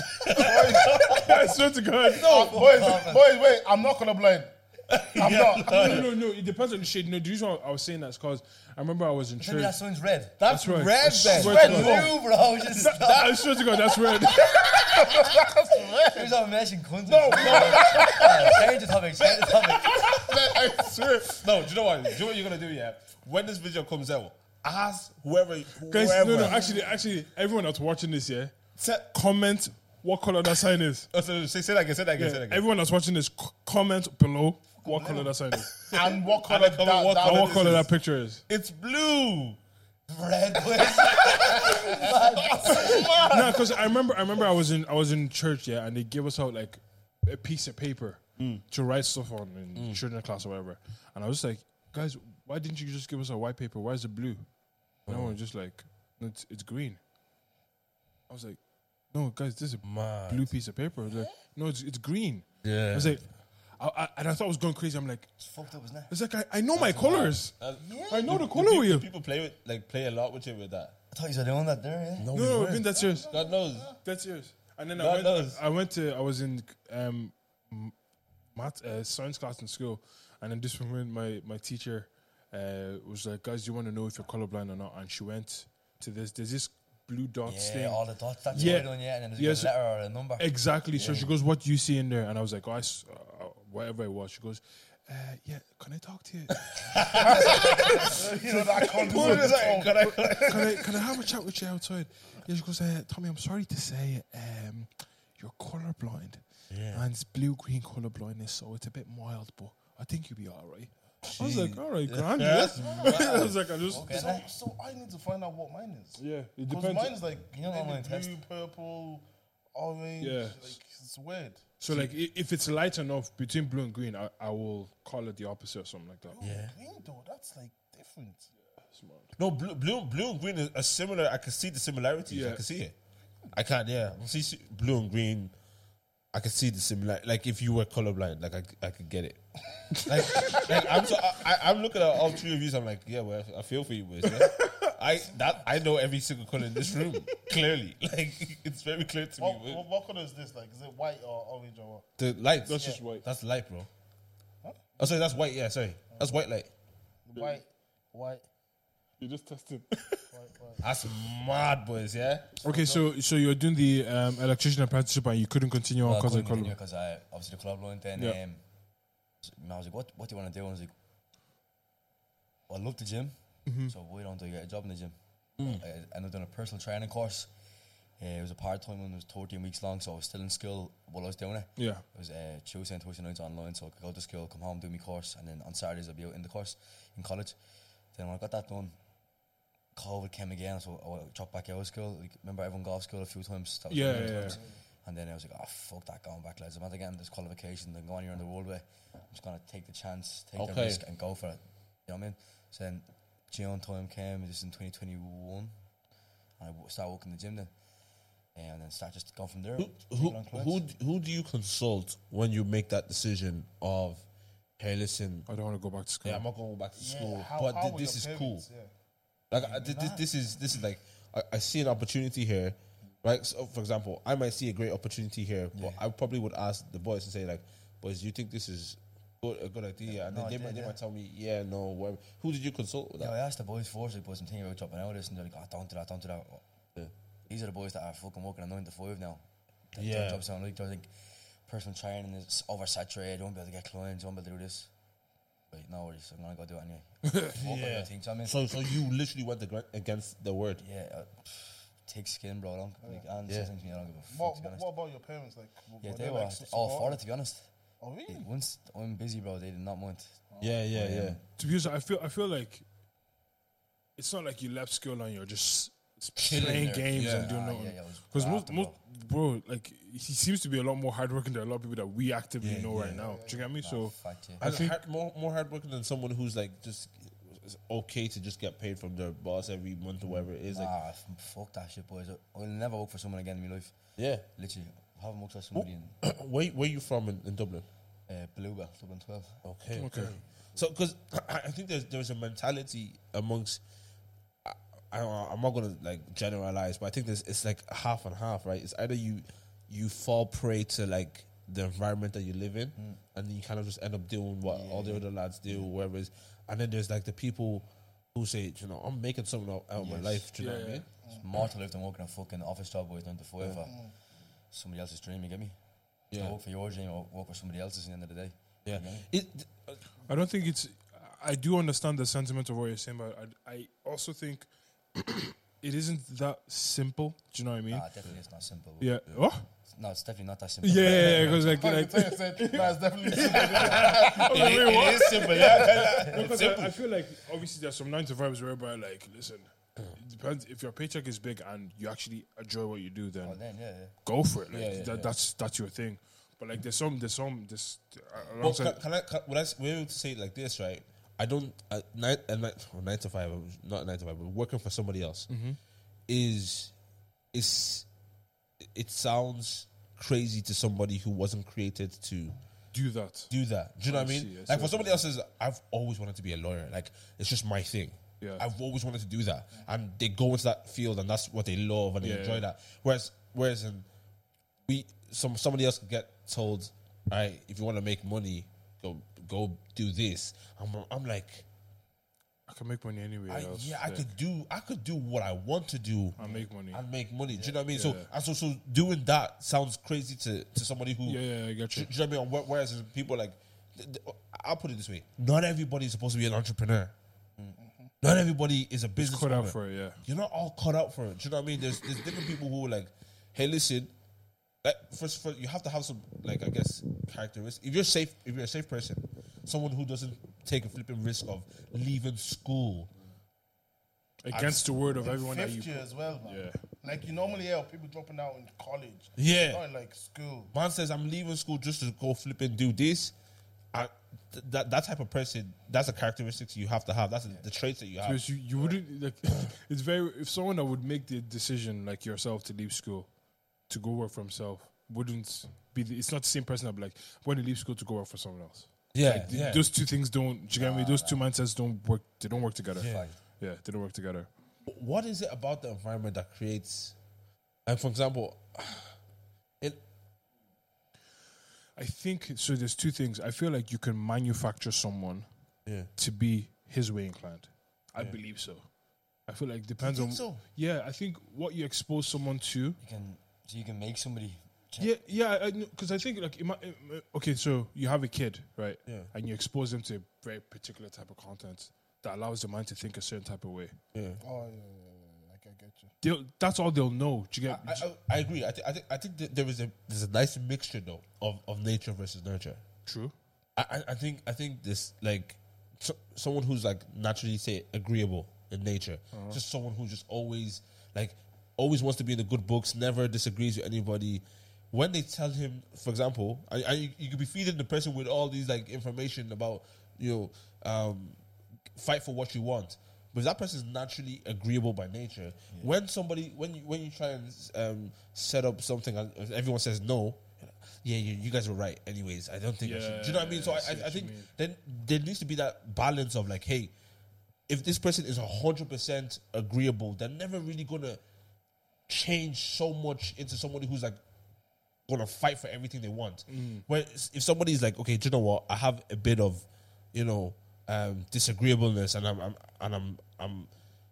Speaker 3: boys,
Speaker 1: I swear to God.
Speaker 3: no, boys, boys, wait, I'm not colorblind. I'm not.
Speaker 1: No, no, no, no, It depends on the shade. No, the reason why I was saying that's because I remember I was in
Speaker 5: Tell me that
Speaker 1: church.
Speaker 5: signs red.
Speaker 2: That's
Speaker 1: right.
Speaker 2: red,
Speaker 1: I
Speaker 2: Ben.
Speaker 1: swear
Speaker 5: red
Speaker 1: to God.
Speaker 5: blue, bro. Just stop.
Speaker 1: I swear to God, that's red.
Speaker 5: Here's our messing cunt. No, Change the topic. Change the topic.
Speaker 2: I swear. No, do you know what? Do you know what you're gonna do? Yeah. When this video comes out, ask whoever, whoever.
Speaker 1: Guys, no, no, actually, actually, everyone that's watching this, yeah,
Speaker 2: Say,
Speaker 1: comment what color that sign is.
Speaker 2: oh, so, say, say that again. Say that again.
Speaker 1: Yeah,
Speaker 2: say that again.
Speaker 1: everyone that's watching this, c- comment below what color that sign is
Speaker 3: And what
Speaker 2: And
Speaker 3: color?
Speaker 2: I come and
Speaker 3: that,
Speaker 2: walk
Speaker 3: that
Speaker 1: and
Speaker 2: out.
Speaker 1: what
Speaker 2: this
Speaker 1: color
Speaker 2: is-
Speaker 1: that picture is.
Speaker 2: it's blue.
Speaker 5: Red, boys.
Speaker 1: no, because I remember, I remember, I was in, I was in church, yeah, and they gave us out like a piece of paper
Speaker 2: Mm.
Speaker 1: to write stuff on in children class or whatever. And I was like, guys, why didn't you just give us a white paper? Why is it blue? And
Speaker 2: Oh.
Speaker 1: everyone was just like, "No, it's, it's green. I was like, no, guys, this is a
Speaker 2: Mad.
Speaker 1: blue piece of paper. They're Like, no, it's, it's green.
Speaker 2: Yeah.
Speaker 1: I was like, I, I, and I thought I was going crazy. I'm like,
Speaker 5: It's fucked up, isn't it?
Speaker 1: it's like I, I know my colors.
Speaker 2: Uh,
Speaker 1: I know the
Speaker 2: do
Speaker 1: color
Speaker 2: people,
Speaker 1: wheel.
Speaker 2: do People play with like play a lot with it with that.
Speaker 5: I thought you were doing that there, yeah?
Speaker 1: No, no, I mean that's yours.
Speaker 2: God knows.
Speaker 1: That's yours. And then
Speaker 2: That
Speaker 1: I went.
Speaker 2: does.
Speaker 1: I went to. I was in um, m- math uh, science class in school, and then this woman, my my teacher, uh, was like, "Guys, you want to know if you're colorblind or not?" And she went to this. There's this blue dot
Speaker 5: Yeah,
Speaker 1: thing.
Speaker 5: all the dots. That's
Speaker 1: Yeah.
Speaker 5: what we're doing, yeah. And then
Speaker 1: Yes.
Speaker 5: there's a letter or a number.
Speaker 1: Exactly. So she goes, "What do you see in there?" And I was like, oh, I s- uh, whatever it was." She goes, uh, "Yeah, can I talk to you?
Speaker 3: you know, that
Speaker 2: Who is
Speaker 3: color.
Speaker 5: Oh,
Speaker 2: that? Can I- can I-
Speaker 1: Can I can I have a chat with you outside?" Yeah, she goes, uh, "Tommy, I'm sorry to say, um, you're colorblind, and it's blue-green color blindness, so it's a bit mild, but I think you'll be all right." I was like, "All right, grand." Yeah.
Speaker 2: That's
Speaker 1: I was like, "I just
Speaker 5: Okay,
Speaker 3: So,
Speaker 5: innit?
Speaker 3: so I need to find out what mine is.
Speaker 1: yeah, it
Speaker 3: Because
Speaker 1: depends."
Speaker 3: mine is like
Speaker 5: You know,
Speaker 3: maybe
Speaker 5: online
Speaker 3: blue,
Speaker 5: test.
Speaker 3: purple, orange.
Speaker 1: Yeah.
Speaker 3: Like, it's weird.
Speaker 1: So like, i- if it's light enough between blue and green, I, I will call it the opposite or something like that.
Speaker 2: Yeah.
Speaker 3: Green though, that's like different.
Speaker 2: No, blue, blue, blue and green is are similar. I can see the similarities. I
Speaker 1: Yeah.
Speaker 2: can see it. I can't. Yeah, I see see- blue and green. I can see the similar. Like if you were colorblind, like I, c- I could get it. like, like, I'm so, I, I- I'm looking at all three of you. I'm like, yeah, well, I feel for you, boys. yeah. I that I know every single color in this room clearly. Like it's very clear to
Speaker 3: What,
Speaker 2: me.
Speaker 3: what, what color is this? Like, is it white or orange or what?
Speaker 2: The light.
Speaker 1: That's just white.
Speaker 2: That's light, bro. Oh, sorry, that's white. Yeah, sorry, that's white light.
Speaker 3: White, white,
Speaker 1: You just tested.
Speaker 3: white, white.
Speaker 2: That's mad, boys. Yeah.
Speaker 1: Okay, so so you're doing the um, electrician apprenticeship and you couldn't continue on because of color.
Speaker 5: Because I obviously the club loan. Then
Speaker 1: Yeah.
Speaker 5: um, s- I was like, "What? What do you want to do?" And I was like, well, I love the gym, so why don't I get a job in the gym? I ended up doing a personal training course. Uh, it was a part time one, it was 13 weeks long, so I was still in school while I was doing it.
Speaker 1: Mm-hmm. Yeah.
Speaker 5: It was uh, Tuesday and Thursday nights online, so I could go to school, come home, do my course, and then on Saturdays I'd be out in the course in college. Then when I got that done, COVID came again, so I wa- dropped back out of school. Like, remember, everyone got off school a few times. That was
Speaker 1: Yeah,
Speaker 5: one of the
Speaker 1: yeah,
Speaker 5: times. And then I was like, oh, fuck that, going back, lads. I'm not getting this qualification, then going here in the world way. I'm just going to take the chance, take the
Speaker 2: Okay.
Speaker 5: risk, and go for it. You know what I mean? So then June time came, this is in 2021, and I w- started working in the gym then. And then start just going from there.
Speaker 2: Who,
Speaker 5: taking
Speaker 2: who,
Speaker 5: on clients.
Speaker 2: who, d- who do you consult when you make that decision of, hey, listen,
Speaker 1: I don't want to go back to school.
Speaker 2: yeah, I'm not going back to school,
Speaker 3: how-
Speaker 2: but
Speaker 3: how
Speaker 2: thi-
Speaker 3: were
Speaker 2: this is
Speaker 3: your
Speaker 2: cool.
Speaker 3: parents? Yeah.
Speaker 2: Like I, thi- this, this is this is like I, I see an opportunity here. Like so for example, I might see a great opportunity here, but I probably would ask the boys and say like, "Boys, do you think this is good, a good idea?" and then
Speaker 5: no,
Speaker 2: they,
Speaker 5: yeah,
Speaker 2: might, they
Speaker 5: yeah.
Speaker 2: might tell me, "Yeah, no, whatever." Who did you consult with?
Speaker 5: Yeah,
Speaker 2: That?
Speaker 5: I asked the boys first, like, boys, I'm thinking about dropping out of this, and they're like, oh, don't do that, don't do that.
Speaker 2: Yeah.
Speaker 5: These are the boys that are fucking working a 9 to 5 now. That
Speaker 2: Yeah.
Speaker 5: Their jobs don't like, they're like, personal training is oversaturated, won't be able to get clients, won't be able to do this. But no worries, I'm going to go do it anyway. Fuck it, I think, so I mean,
Speaker 2: So, so you literally went agre- against the word.
Speaker 5: yeah, uh, take skin, bro. I don't, like, and
Speaker 2: Yeah.
Speaker 5: yeah. things, I don't give a fuck,
Speaker 3: What,
Speaker 5: to be
Speaker 3: what,
Speaker 5: honest.
Speaker 3: what about your parents? Like, w-
Speaker 5: yeah,
Speaker 3: were
Speaker 5: they were
Speaker 3: like,
Speaker 5: all
Speaker 3: support-
Speaker 5: for it, to be honest.
Speaker 3: Oh,
Speaker 1: Hmm.
Speaker 3: really?
Speaker 5: Once I'm busy, bro, they did not want.
Speaker 2: Yeah, yeah, yeah.
Speaker 1: To be honest, I feel I feel like it's not like you left school and you're just s-
Speaker 5: Chilling
Speaker 1: playing
Speaker 5: there.
Speaker 1: games
Speaker 2: Yeah.
Speaker 1: and doing
Speaker 5: Ah,
Speaker 1: nothing.
Speaker 5: yeah, yeah, it was
Speaker 1: Because
Speaker 5: bad,
Speaker 1: most,
Speaker 5: bro.
Speaker 1: most bro, like he seems to be a lot more hardworking than a lot of people that we actively know right now. Do you get me? so
Speaker 5: Fact, yeah.
Speaker 1: I
Speaker 2: And
Speaker 1: think
Speaker 2: hard, more more hardworking than someone who's like just it's okay to just get paid from their boss every month or whatever it is. Like,
Speaker 5: ah, f- fuck that shit, boys. I'll never work for someone again in my life.
Speaker 2: yeah.
Speaker 5: Literally, I haven't worked for somebody in
Speaker 2: where where you from in, in Dublin?
Speaker 5: uh, Blue Belt, Dublin 12.
Speaker 2: Okay.
Speaker 1: Okay.
Speaker 2: Okay. So, because I I think there's there's a mentality amongst. I, I, I'm not gonna like generalize, but I think there's it's like half and half, right? It's either you you fall prey to like the environment that you live in,
Speaker 1: Mm.
Speaker 2: and you kind of just end up doing what all the other lads do, wherever. It's, and then there's like the people who say, you know, I'm making something out out of my
Speaker 5: Yes.
Speaker 2: life. Do you know what I
Speaker 1: Yeah.
Speaker 2: mean?
Speaker 5: It's more to life than working a fucking office job with 9 to 5 or somebody else's dream, you get me? Yeah.
Speaker 2: Yeah.
Speaker 5: work for your dream or work for somebody else's at the end of the day.
Speaker 2: Yeah. It,
Speaker 1: I don't think it's. I do understand the sentiment of what you're saying, but I, I also think it isn't that simple. Do you know what I mean?
Speaker 5: Nah, definitely it's not simple.
Speaker 1: yeah. Oh.
Speaker 5: No, it's definitely not that simple.
Speaker 1: Yeah, yeah, yeah. Because like,
Speaker 3: Oh, you
Speaker 1: like
Speaker 3: tell yourself, that's definitely simple.
Speaker 1: I was like, wait, what?
Speaker 2: it is simple. Yeah.
Speaker 1: Because I, I feel like obviously there's some nine to fives whereby like listen,
Speaker 5: Mm.
Speaker 1: it depends if your paycheck is big and you actually enjoy what you do, then
Speaker 5: But then, yeah, yeah.
Speaker 1: go for it. Like
Speaker 2: Yeah, yeah,
Speaker 1: that,
Speaker 2: yeah.
Speaker 1: that's that's your thing. But like there's some there's some this uh,
Speaker 2: Well,
Speaker 1: alongside
Speaker 2: can, can I? Can, would I? s- We're able to say it like this, right? I don't uh, nine, uh, nine, well, nine to five. uh, Not nine to five, but working for somebody else is is it sounds crazy to somebody who wasn't created to
Speaker 1: do that.
Speaker 2: do that. Do you know what I mean?
Speaker 1: see, I see
Speaker 2: like for
Speaker 1: what
Speaker 2: somebody else's, I've always wanted to be a lawyer. Like it's just my thing.
Speaker 1: Yeah.
Speaker 2: I've always wanted to do that, and they go into that field, and that's what they love and they
Speaker 1: Yeah,
Speaker 2: enjoy
Speaker 1: yeah.
Speaker 2: that. Whereas, whereas in we some somebody else could get told, all right, if you want to make money, go go do this. I'm I'm like,
Speaker 1: I can make money anyway.
Speaker 2: I,
Speaker 1: else.
Speaker 2: yeah, I could do I could do what I want to do.
Speaker 1: I make money.
Speaker 2: and make money. Do you know what I mean? So
Speaker 1: Yeah.
Speaker 2: and so so doing that sounds crazy to to somebody who
Speaker 1: Yeah, yeah, I get you.
Speaker 2: do you know what I mean? Where- Whereas there's people like, th- th- I'll put it this way: not everybody's supposed to be an entrepreneur.
Speaker 1: Mm-hmm.
Speaker 2: Not everybody is a business.
Speaker 1: cut out
Speaker 2: owner.
Speaker 1: for it, yeah.
Speaker 2: You're not all cut out for it. Do you know what I mean? There's there's different people who are like, hey, listen. Like first, first, you have to have some like I guess characteristics. If you're safe, if you're a safe person, someone who doesn't take a flipping risk of leaving school.
Speaker 1: Against the word of everyone that you.
Speaker 3: Fifth year as well, man.
Speaker 1: Yeah.
Speaker 3: Like, you normally hear of people dropping out in college.
Speaker 2: Yeah.
Speaker 3: Not in, like, school.
Speaker 2: Man says I'm leaving school just to go flip and do this. I, th- that that type of person, that's the characteristics you have to have. That's the- the traits that you have.
Speaker 1: Because you, you wouldn't like it's very if someone that would make the decision like yourself to leave school to go work for himself wouldn't be the, it's not the same person that be like when to leave school to go work for someone else.
Speaker 2: Yeah,
Speaker 1: Like, th- Those two things don't do you get me? Those two mindsets don't work they don't work together. Yeah,
Speaker 5: Fact.
Speaker 1: they don't work together.
Speaker 2: what is it about the environment that creates? And for example, it
Speaker 1: I think so there's two things. I feel like you can manufacture someone
Speaker 2: yeah
Speaker 1: to be his way inclined. I believe so. I feel like it depends on
Speaker 2: so?
Speaker 1: yeah, I think what you expose someone to
Speaker 5: You can, so you can make somebody. Check.
Speaker 1: Yeah, yeah, because I, think like ima- im- okay, so you have a kid, right?
Speaker 2: Yeah.
Speaker 1: And you expose them to a very particular type of content. that allows the man to think a certain type of way.
Speaker 2: Yeah.
Speaker 3: Oh yeah, yeah, yeah, yeah. I, I get you.
Speaker 1: They'll, that's all they'll know. Do you
Speaker 2: I,
Speaker 1: get?
Speaker 2: I, I- I agree. I, th- I think I think that there is a there's a nice mixture though of, of nature versus nurture.
Speaker 1: true.
Speaker 2: I, I- I think I think this like so, someone who's like naturally say agreeable in nature, just someone who just always like always wants to be in the good books, never disagrees with anybody. When they tell him, for example, I, I, you could be feeding the person with all these like information about you know um, fight for what you want. But if that person is naturally agreeable by nature. When somebody, when you, when you try and um, set up something, and everyone says no. Yeah, you, you guys were right. Anyways, I don't think I should. Do you know what I mean? So I,
Speaker 1: Yeah, I see
Speaker 2: I, I
Speaker 1: what you
Speaker 2: think
Speaker 1: mean.
Speaker 2: then there needs to be that balance of like, hey, if this person is hundred percent agreeable, they're never really gonna change so much into somebody who's like gonna fight for everything they want.
Speaker 1: Mm.
Speaker 2: Where s- if somebody's like, okay, do you know what? I have a bit of, you know, um, disagreeableness, and I'm, I'm and I'm I'm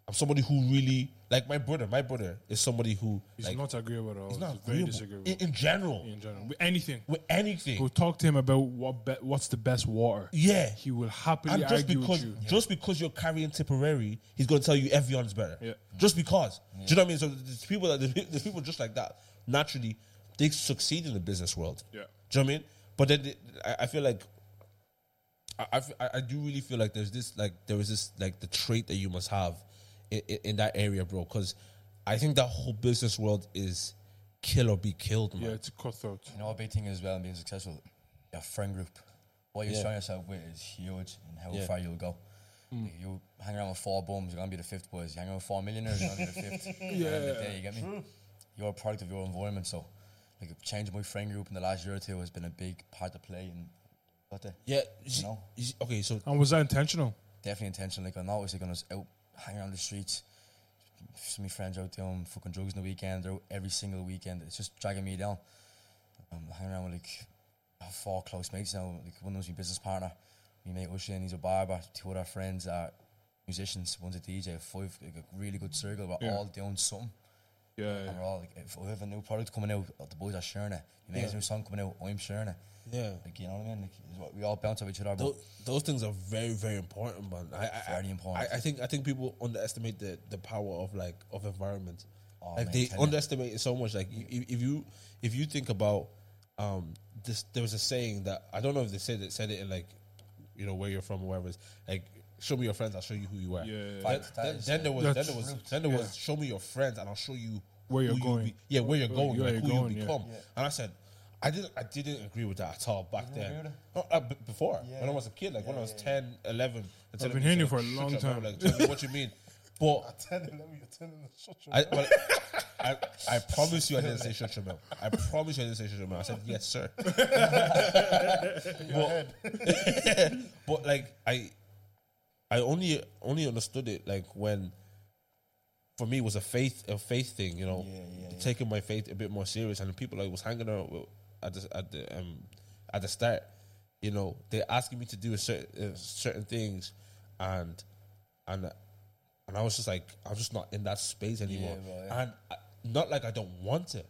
Speaker 2: I'm somebody who really like my brother. My brother is somebody who
Speaker 1: He's
Speaker 2: like,
Speaker 1: not agreeable at all.
Speaker 2: he's not
Speaker 1: very
Speaker 2: agreeable.
Speaker 1: disagreeable
Speaker 2: in, in general
Speaker 1: in general. With anything.
Speaker 2: with anything.
Speaker 1: Go talk to him about what be, what's the best water.
Speaker 2: Yeah.
Speaker 1: He will happily
Speaker 2: And just
Speaker 1: argue
Speaker 2: because
Speaker 1: with you.
Speaker 2: just because you're carrying Tipperary, he's gonna tell you everyone's better.
Speaker 1: Yeah.
Speaker 2: Just because. Do you know what I mean? So there's people that there's people just like that. Naturally, they succeed in the business world.
Speaker 1: Yeah.
Speaker 2: Do you know what I mean? But then they- I, I feel like I, I f- I- I do really feel like there's this like there is this like the trait that you must have in, in, in that area, bro. Because I think that whole business world is kill or be killed, man.
Speaker 1: Yeah, it's a cutthroat.
Speaker 5: You know, a big thing as well in being successful, your friend group. What you
Speaker 2: Yeah.
Speaker 5: surround yourself with is huge and how
Speaker 2: Yeah. Hmm.
Speaker 5: far you'll go. Like, you hang around with four bums, you're going to be the fifth boys. You hang around with four millionaires, you're going to be the fifth. yeah. you get me? You're a product of your environment. So, like, changing my friend group in the last year or two has been a big part to play. uh, And what the,
Speaker 2: Yeah. you-
Speaker 5: No.
Speaker 2: you- okay, so
Speaker 1: And was that intentional?
Speaker 5: definitely intentional. Like, I noticed like, when I was out hanging around the streets, some of my friends out doing fucking drugs on the weekend, they're out every single weekend. It's just dragging me down. I'm hanging around with like I have four close mates now. Like one of them's my business partner, my mate Ushin, he's a barber. Two other friends are musicians. One's a DJ. Five like a really good circle. We're
Speaker 1: Yeah.
Speaker 5: all doing something.
Speaker 1: Yeah.
Speaker 5: And we're all like, if we have a new product coming out, the boys are sharing it. You make
Speaker 2: Yeah.
Speaker 5: a new song coming out, I'm sharing it.
Speaker 2: yeah.
Speaker 5: Like you know what I mean? Like it's what- we all bounce off each other. but
Speaker 2: those, those things are very very important man I, I,
Speaker 5: Very important.
Speaker 2: I, I think i think people underestimate the, the power of like of environment
Speaker 5: Oh,
Speaker 2: like
Speaker 5: man,
Speaker 2: they
Speaker 5: tell ya.
Speaker 2: underestimate it so much like you- if, if you if you think about um this there was a saying that i don't know if they said it said it in like you know where you're from or wherever it's like show me your friends i'll show you who you are
Speaker 1: Yeah.
Speaker 2: Then,
Speaker 5: Facts, that
Speaker 2: then,
Speaker 5: is-
Speaker 2: then there was then
Speaker 1: That's
Speaker 2: there was
Speaker 5: true.
Speaker 2: then there was show me your friends and I'll show you
Speaker 1: Where you're
Speaker 2: who you
Speaker 1: going.
Speaker 2: be- yeah, where you're
Speaker 1: Where
Speaker 2: going,
Speaker 1: you- where
Speaker 2: like
Speaker 1: you're
Speaker 2: who
Speaker 1: going,
Speaker 2: you
Speaker 1: yeah.
Speaker 2: become. And I said, I didn't I didn't agree with that at all back
Speaker 5: didn't agree
Speaker 2: then.
Speaker 5: with
Speaker 2: No, uh, b- before
Speaker 5: Yeah,
Speaker 2: when I
Speaker 5: yeah.
Speaker 2: was a kid, like when I
Speaker 5: Yeah,
Speaker 2: was
Speaker 5: yeah,
Speaker 2: 10, 11. and
Speaker 1: I've
Speaker 2: telling
Speaker 1: been
Speaker 2: me,
Speaker 1: hearing
Speaker 2: so,
Speaker 1: you for a
Speaker 2: shut
Speaker 1: long
Speaker 2: your mouth,
Speaker 1: time.
Speaker 2: Like, tell me what you mean. But
Speaker 3: I tell you, let me tell you, shut your
Speaker 2: I, well, I, I promise you I didn't say shut your mouth. I promise you I didn't say shut your mouth. I said yes, sir. but, but like I, I only only understood it like when, for me, it was a faith a faith thing. You know,
Speaker 5: Yeah, yeah, yeah.
Speaker 2: taking my faith a bit more serious, and the people I was hanging out with at the at the um at the start, you know, they're asking me to do a certain uh, certain things, and and and I was just like, I'm just not in that space anymore,
Speaker 5: bro, yeah. Hmm.
Speaker 2: and I, not like I don't want it.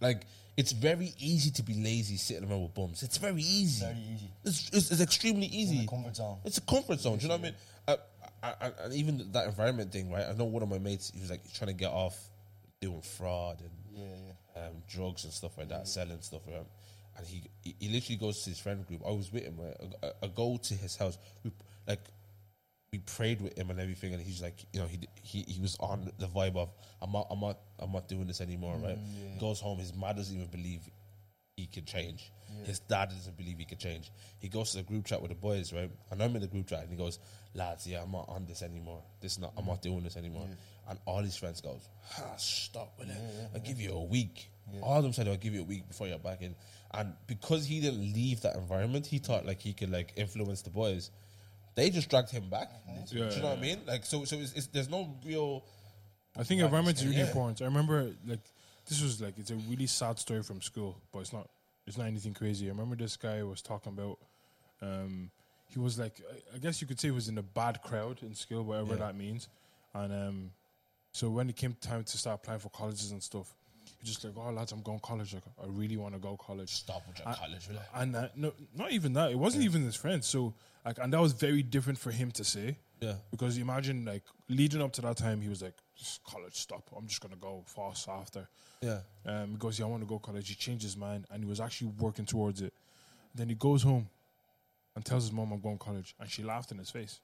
Speaker 2: Like it's very easy to be lazy sitting around with bums. It's very easy.
Speaker 5: Very easy.
Speaker 2: It's, it's, it's extremely
Speaker 5: in
Speaker 2: easy.
Speaker 5: the comfort zone.
Speaker 2: It's a comfort zone. Do you know what I mean? Uh, I, I, and even that environment thing, right? I know one of my mates. He was like trying to get off doing fraud and
Speaker 5: Yeah, yeah.
Speaker 2: um, drugs and stuff like that, selling stuff. Right? And he, he he literally goes to his friend group. I was with him. Right? I, I- I go to his house. We like we prayed with him and everything. And he's like, you know, he he, he was on the vibe of I'm not I'm not I'm not doing this anymore. Right? Goes home. His mom doesn't even believe he can change. His dad doesn't believe he can change. He goes to the group chat with the boys, right? And I'm in the group chat, and he goes, "Lads, yeah, I'm not on this anymore. This is not. I'm not doing this anymore." And all his friends goes, ah, "Stop with it. I'll give you a week." All of them said, "I'll give you a week before you're back in." And because he didn't leave that environment, he thought like he could like influence the boys. They just dragged him back. Do you know
Speaker 1: Yeah.
Speaker 2: what I mean? Like so, so it's, it's, there's no real.
Speaker 1: I think environment is really
Speaker 2: Yeah.
Speaker 1: important. I remember like this was like it's a really sad story from school, but it's not it's not anything crazy. I remember this guy was talking about um he was like I- I guess you could say he was in a bad crowd in school, whatever that means. And um so when it came time to start applying for colleges and stuff, You're just like, oh lads, I'm going college. Like, I really want to go college.
Speaker 2: Stop with your
Speaker 1: I-
Speaker 2: college, relax.
Speaker 1: And uh, no, not even that. It wasn't even his friend. So like, and that was very different for him to say.
Speaker 2: Yeah.
Speaker 1: Because imagine like leading up to that time, he was like, "Just college, stop. I'm just gonna go fast after.
Speaker 2: Yeah.
Speaker 1: Um, he goes, yeah, I want to go college. He changed his mind and he was actually working towards it. Then he goes home and tells his mom, I'm going to college. And she laughed in his face.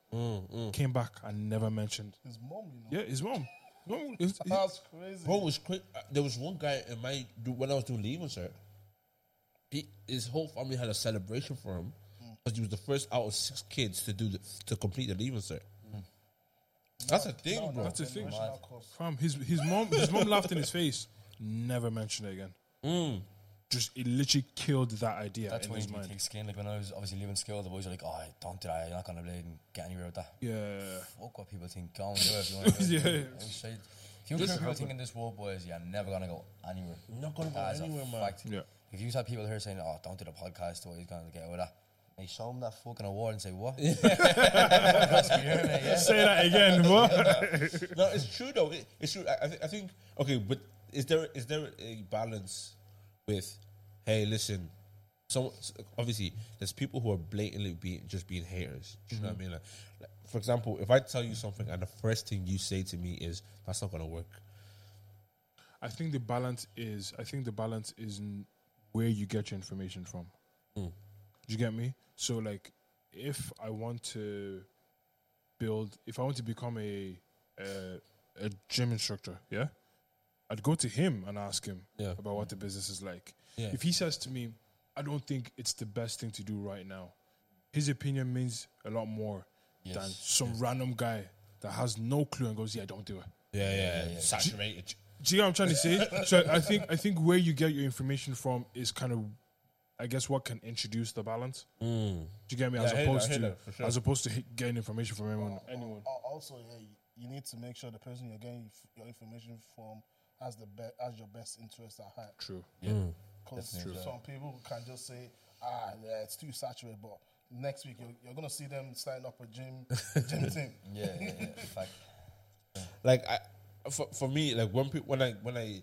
Speaker 1: Came back and never mentioned.
Speaker 3: His mom, you know.
Speaker 1: Yeah, his mom. No, it's- it-
Speaker 3: That's crazy.
Speaker 2: Bro, it was quick. Uh, There was one guy in my do- when I was doing leaving, sir. He, his whole family had a celebration for him because he was the first out of six kids to do the, to complete the leaving, sir. Hmm. That's a thing, bro.
Speaker 1: that's the thing.
Speaker 3: National course.
Speaker 1: Fam, his, his mom his mom laughed in his face. Never mentioned it again. Just, it literally killed that idea
Speaker 5: Mm. That's
Speaker 1: in
Speaker 5: why you
Speaker 1: his
Speaker 5: need
Speaker 1: mind.
Speaker 5: thick skin. Like when I was obviously leaving school, the boys were like, "Oh, don't do that. You're not gonna be able to get anywhere with that."
Speaker 1: Yeah.
Speaker 5: Fuck what people think. Go and do it. If you want to.
Speaker 1: Yeah.
Speaker 5: If you hear people thinking this world, boys, you're never gonna go anywhere.
Speaker 2: not gonna go
Speaker 5: That is a
Speaker 2: anywhere, man.
Speaker 5: fact.
Speaker 1: Yeah.
Speaker 5: If you had people here saying, "Oh, don't do the podcast," or he's gonna get away with that. They show him that fucking award and say, "What?" That's weird, mate, yeah.
Speaker 1: Say that again. What?
Speaker 2: No, it's true though. It, it's true. I, I, th- I think okay, but is there is there a balance with? Hey, listen. So so obviously, there's people who are blatantly being just being haters. Do you know what I mean? Like, like, for example, if I tell you something and the first thing you say to me is that's not gonna work.
Speaker 1: I think the balance is I think the balance is n- where you get your information from.
Speaker 5: Mm.
Speaker 1: Do you get me? So like if I want to build if I want to become a a, a gym instructor, yeah? I'd go to him and ask him
Speaker 2: Yeah.
Speaker 1: about what the business is like.
Speaker 2: Yeah.
Speaker 1: If he says to me, I don't think it's the best thing to do right now, his opinion means a lot more than
Speaker 5: Yes,
Speaker 1: some random guy that has no clue and goes, Yeah, don't do it.
Speaker 2: Yeah, yeah, yeah, saturated.
Speaker 1: Do you know what I'm trying to say? so I think I think where you get your information from is kind of, I guess, what can introduce the balance. Do you get me? As
Speaker 2: Hmm. I hear that, I
Speaker 1: opposed
Speaker 2: hear
Speaker 1: to
Speaker 2: that, for sure.
Speaker 1: as opposed to hi- getting information from anyone. anyone.
Speaker 3: Al- Also, yeah, you- you need to make sure the person you're getting f- your information from has the be- has your best interests at heart.
Speaker 1: True.
Speaker 3: Because some people can just say, ah, yeah, it's too saturated, but next week you're, you're going to see them starting up a gym, gym team.
Speaker 5: Yeah, yeah, yeah. In fact,
Speaker 2: Like I, for, for me, like when people when I when I,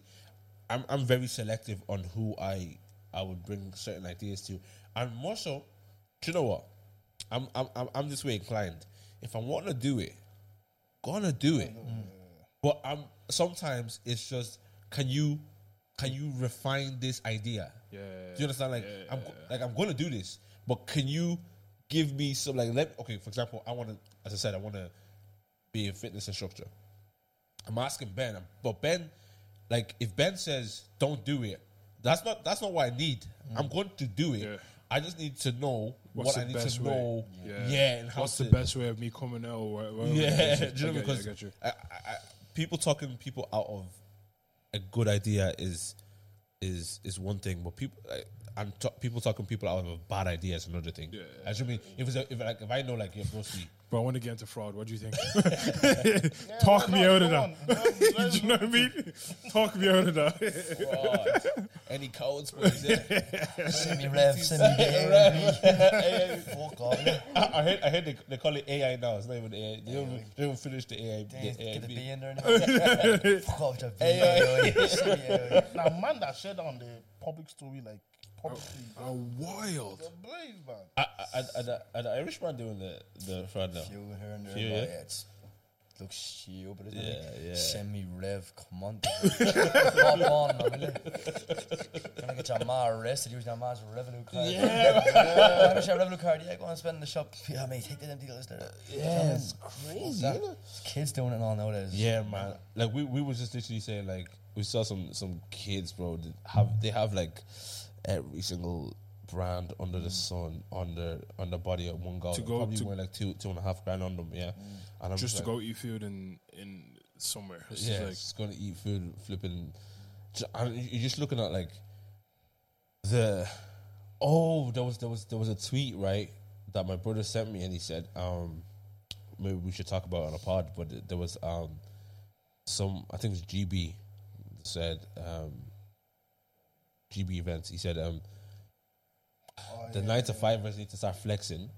Speaker 2: I'm I'm very selective on who I I would bring certain ideas to, and more so, do you know what? I'm I'm I'm, I'm this way inclined. If I want to do it, gonna do it. But I'm sometimes it's just can you can you refine this idea?
Speaker 1: Yeah.
Speaker 2: Do you understand? Like I'm go- like I'm gonna do this, but can you give me some like let okay, for example, I wanna as I said, I wanna be a fitness instructor. I'm asking Ben, I'm- but Ben, like if Ben says don't do it, that's not that's not what I need. I'm going to do it.
Speaker 1: Mm. Yeah.
Speaker 2: I just need to know
Speaker 1: What's
Speaker 2: what
Speaker 1: the
Speaker 2: I need
Speaker 1: best
Speaker 2: to
Speaker 1: way?
Speaker 2: know.
Speaker 1: Yeah.
Speaker 2: Yeah, and how
Speaker 1: What's
Speaker 2: to,
Speaker 1: the best way of me coming out? Or whatever.
Speaker 2: yeah,
Speaker 1: Oh, I
Speaker 2: do you know
Speaker 1: get you, I
Speaker 2: because
Speaker 1: get you.
Speaker 2: I, I, I, people talking people out of a good idea is is is one thing, but people like, and to, people talking people out of a bad idea is another thing. Yeah, I should mean if it's a, if like if I know like you're mostly
Speaker 1: But I want to get into fraud. What do you think? Talk me out of that. Do you know what I mean? Talk me out of that.
Speaker 2: fraud, any codes, boys, yeah.
Speaker 5: send me rev, send me the Fuck off. yeah.
Speaker 2: I, I heard I heard they, they call it AI now. It's not even AI. They don't, they don't finish the AI. The
Speaker 5: Get the
Speaker 2: AIB.
Speaker 5: B in there. now. Fuck off, the B. yeah, yeah, yeah.
Speaker 3: Now, man that shared on the public story, like, publicly,
Speaker 1: A wild.
Speaker 3: you're brave, man.
Speaker 2: I- I- I- I- the- I- the Irishman doing the the fraud now.
Speaker 5: few here and there.
Speaker 2: Few,
Speaker 5: but
Speaker 2: yeah.
Speaker 5: yeah. it's looks stupid. Isn't
Speaker 2: Yeah,
Speaker 5: it?
Speaker 2: yeah.
Speaker 5: Send me rev. Come on, come on, man. will you? Can I get your ma arrested? Use your ma's revenue card. Yeah, I wish I had a revenue card. Yeah, go and spend in the shop. Yeah, mate, take that empty dealers there. Yeah, it's crazy. Kids doing it all nowadays.
Speaker 2: Yeah, man. Like we, we was just literally saying like we saw some some kids, bro. That have they have like every single brand under the sun on the on the body of one guy.
Speaker 1: Mm. To go
Speaker 2: probably
Speaker 1: to- Mm.
Speaker 2: went like two two and a half grand on them. Yeah, and I'm
Speaker 1: Just to
Speaker 2: like,
Speaker 1: go eat food in in somewhere. It's
Speaker 2: Yeah,
Speaker 1: like
Speaker 2: just gonna eat food, flipping. ju- And you- you're just looking at like the oh there was there was there was a tweet right that my brother sent me and he said um maybe we should talk about it on a pod but th- there was um some I think it's GB said um GB events he said um the nine to fivers need to start flexing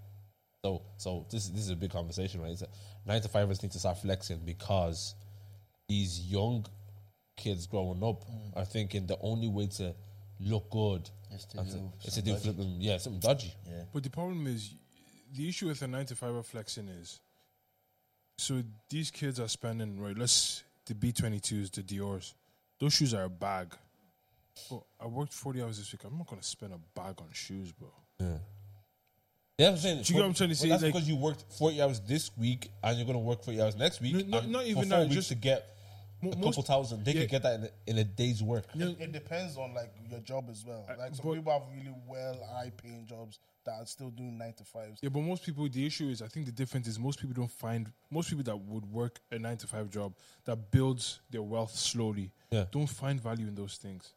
Speaker 2: so so this this is a big conversation right It's a- nine to fivers need to start flexing because these young kids growing up
Speaker 5: Mm.
Speaker 2: are thinking the only way to look good
Speaker 5: Is to
Speaker 2: and
Speaker 5: do
Speaker 2: is to
Speaker 5: something
Speaker 2: do
Speaker 5: dodgy.
Speaker 2: flipping, yeah, something dodgy.
Speaker 5: Yeah.
Speaker 1: But the problem is, the issue with the 9 to 5 flexing is, so these kids are spending, right, let's, the B22s, the Dior's, those shoes are a bag. Bro, I worked 40 hours this week. I'm not going to spend a bag on shoes, bro.
Speaker 2: Yeah, I'm
Speaker 1: Do
Speaker 2: saying.
Speaker 1: you get what I'm trying to
Speaker 2: But
Speaker 1: say?
Speaker 2: That's
Speaker 1: Like-
Speaker 2: because you worked 40 hours this week, and you're gonna work 40 hours next week.
Speaker 1: No, no,
Speaker 2: and
Speaker 1: not
Speaker 2: for
Speaker 1: even
Speaker 2: four
Speaker 1: that,
Speaker 2: weeks
Speaker 1: just-
Speaker 2: to get a
Speaker 1: Mo-
Speaker 2: couple
Speaker 1: most-
Speaker 2: thousand. They
Speaker 1: yeah.
Speaker 2: could get that in a, in a day's work.
Speaker 3: It depends on like your job as well. Like some
Speaker 1: Uh, but-
Speaker 3: people have really well high paying jobs that are still doing nine to fives.
Speaker 1: Yeah, but most people, the issue is, I think the difference is most people don't find, most people that would work a 9 to 5 job that builds their wealth slowly
Speaker 2: Yeah.
Speaker 1: don't find value in those things.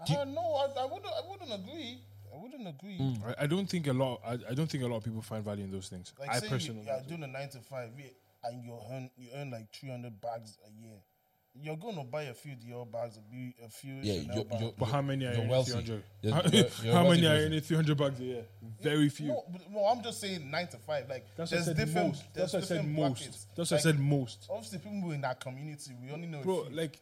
Speaker 3: I don't know. I, I wouldn't. I wouldn't agree. I wouldn't agree.
Speaker 1: I, I don't think a lot. I, I don't think a lot of people find value in those things.
Speaker 3: Like
Speaker 1: I
Speaker 3: say
Speaker 1: personally,
Speaker 3: you, you're doing a nine to five yeah, and you earn you earn like three hundred bags a year. You're gonna buy a few Dior bags, a few, a few
Speaker 2: Yeah,
Speaker 3: Chanel
Speaker 2: you're,
Speaker 3: bags.
Speaker 2: you're,
Speaker 1: But how many are
Speaker 2: you're
Speaker 1: in
Speaker 2: wealthy.
Speaker 1: 300?
Speaker 2: You're-
Speaker 1: how
Speaker 2: you're- you're
Speaker 1: how
Speaker 2: a wealthy
Speaker 1: many are
Speaker 2: person.
Speaker 1: in 300 bucks a year? Very few.
Speaker 3: No, but, no, I'm just saying nine to five. Like
Speaker 1: That's what I
Speaker 3: there's
Speaker 1: said
Speaker 3: different.
Speaker 1: most. That's
Speaker 3: There's
Speaker 1: what I said
Speaker 3: different
Speaker 1: most.
Speaker 3: brackets.
Speaker 1: That's what I said most.
Speaker 3: Obviously, people in our community, we only know. a
Speaker 1: Bro,
Speaker 3: few.
Speaker 1: like,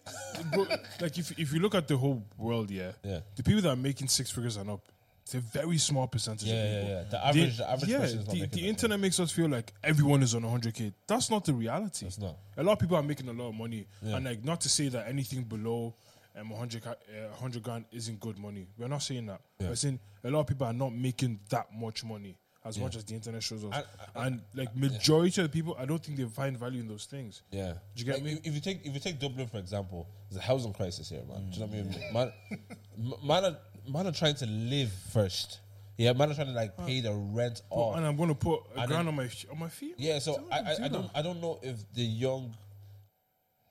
Speaker 1: bro, like if, if you look at the whole world, yeah,
Speaker 2: Yeah.
Speaker 1: the people that are making six figures and up, it's a very small percentage
Speaker 2: Yeah,
Speaker 1: of
Speaker 2: yeah,
Speaker 1: people.
Speaker 2: yeah. The
Speaker 1: The-
Speaker 2: average, the average
Speaker 1: yeah,
Speaker 2: person is not
Speaker 1: the,
Speaker 2: making
Speaker 1: the
Speaker 2: that.
Speaker 1: internet makes us feel like everyone is on 100k. That's not the reality.
Speaker 2: It's not.
Speaker 1: A lot of people are making a lot of money,
Speaker 2: Yeah.
Speaker 1: and like not to say that anything below um 100 ca- uh, 100 grand isn't good money. We're not saying that. We're saying a lot of people are not making that much money as much as the internet shows us. and like majority of the people, I don't think they find value in those things.
Speaker 2: Yeah.
Speaker 1: Do you get
Speaker 2: Like,
Speaker 1: me?
Speaker 2: If, if you take if you take Dublin for example, there's a housing crisis here, man. Do you know what I mean? Man, m- man, are, man are trying to live first. Yeah, man are trying to like pay the rent
Speaker 1: Oh,
Speaker 2: off.
Speaker 1: and I'm gonna put a
Speaker 2: And
Speaker 1: grand on my sh- on my feet.
Speaker 2: Yeah, so
Speaker 1: Do
Speaker 2: I,
Speaker 1: that,
Speaker 2: I,
Speaker 1: do
Speaker 2: I don't
Speaker 1: that.
Speaker 2: I don't know if the young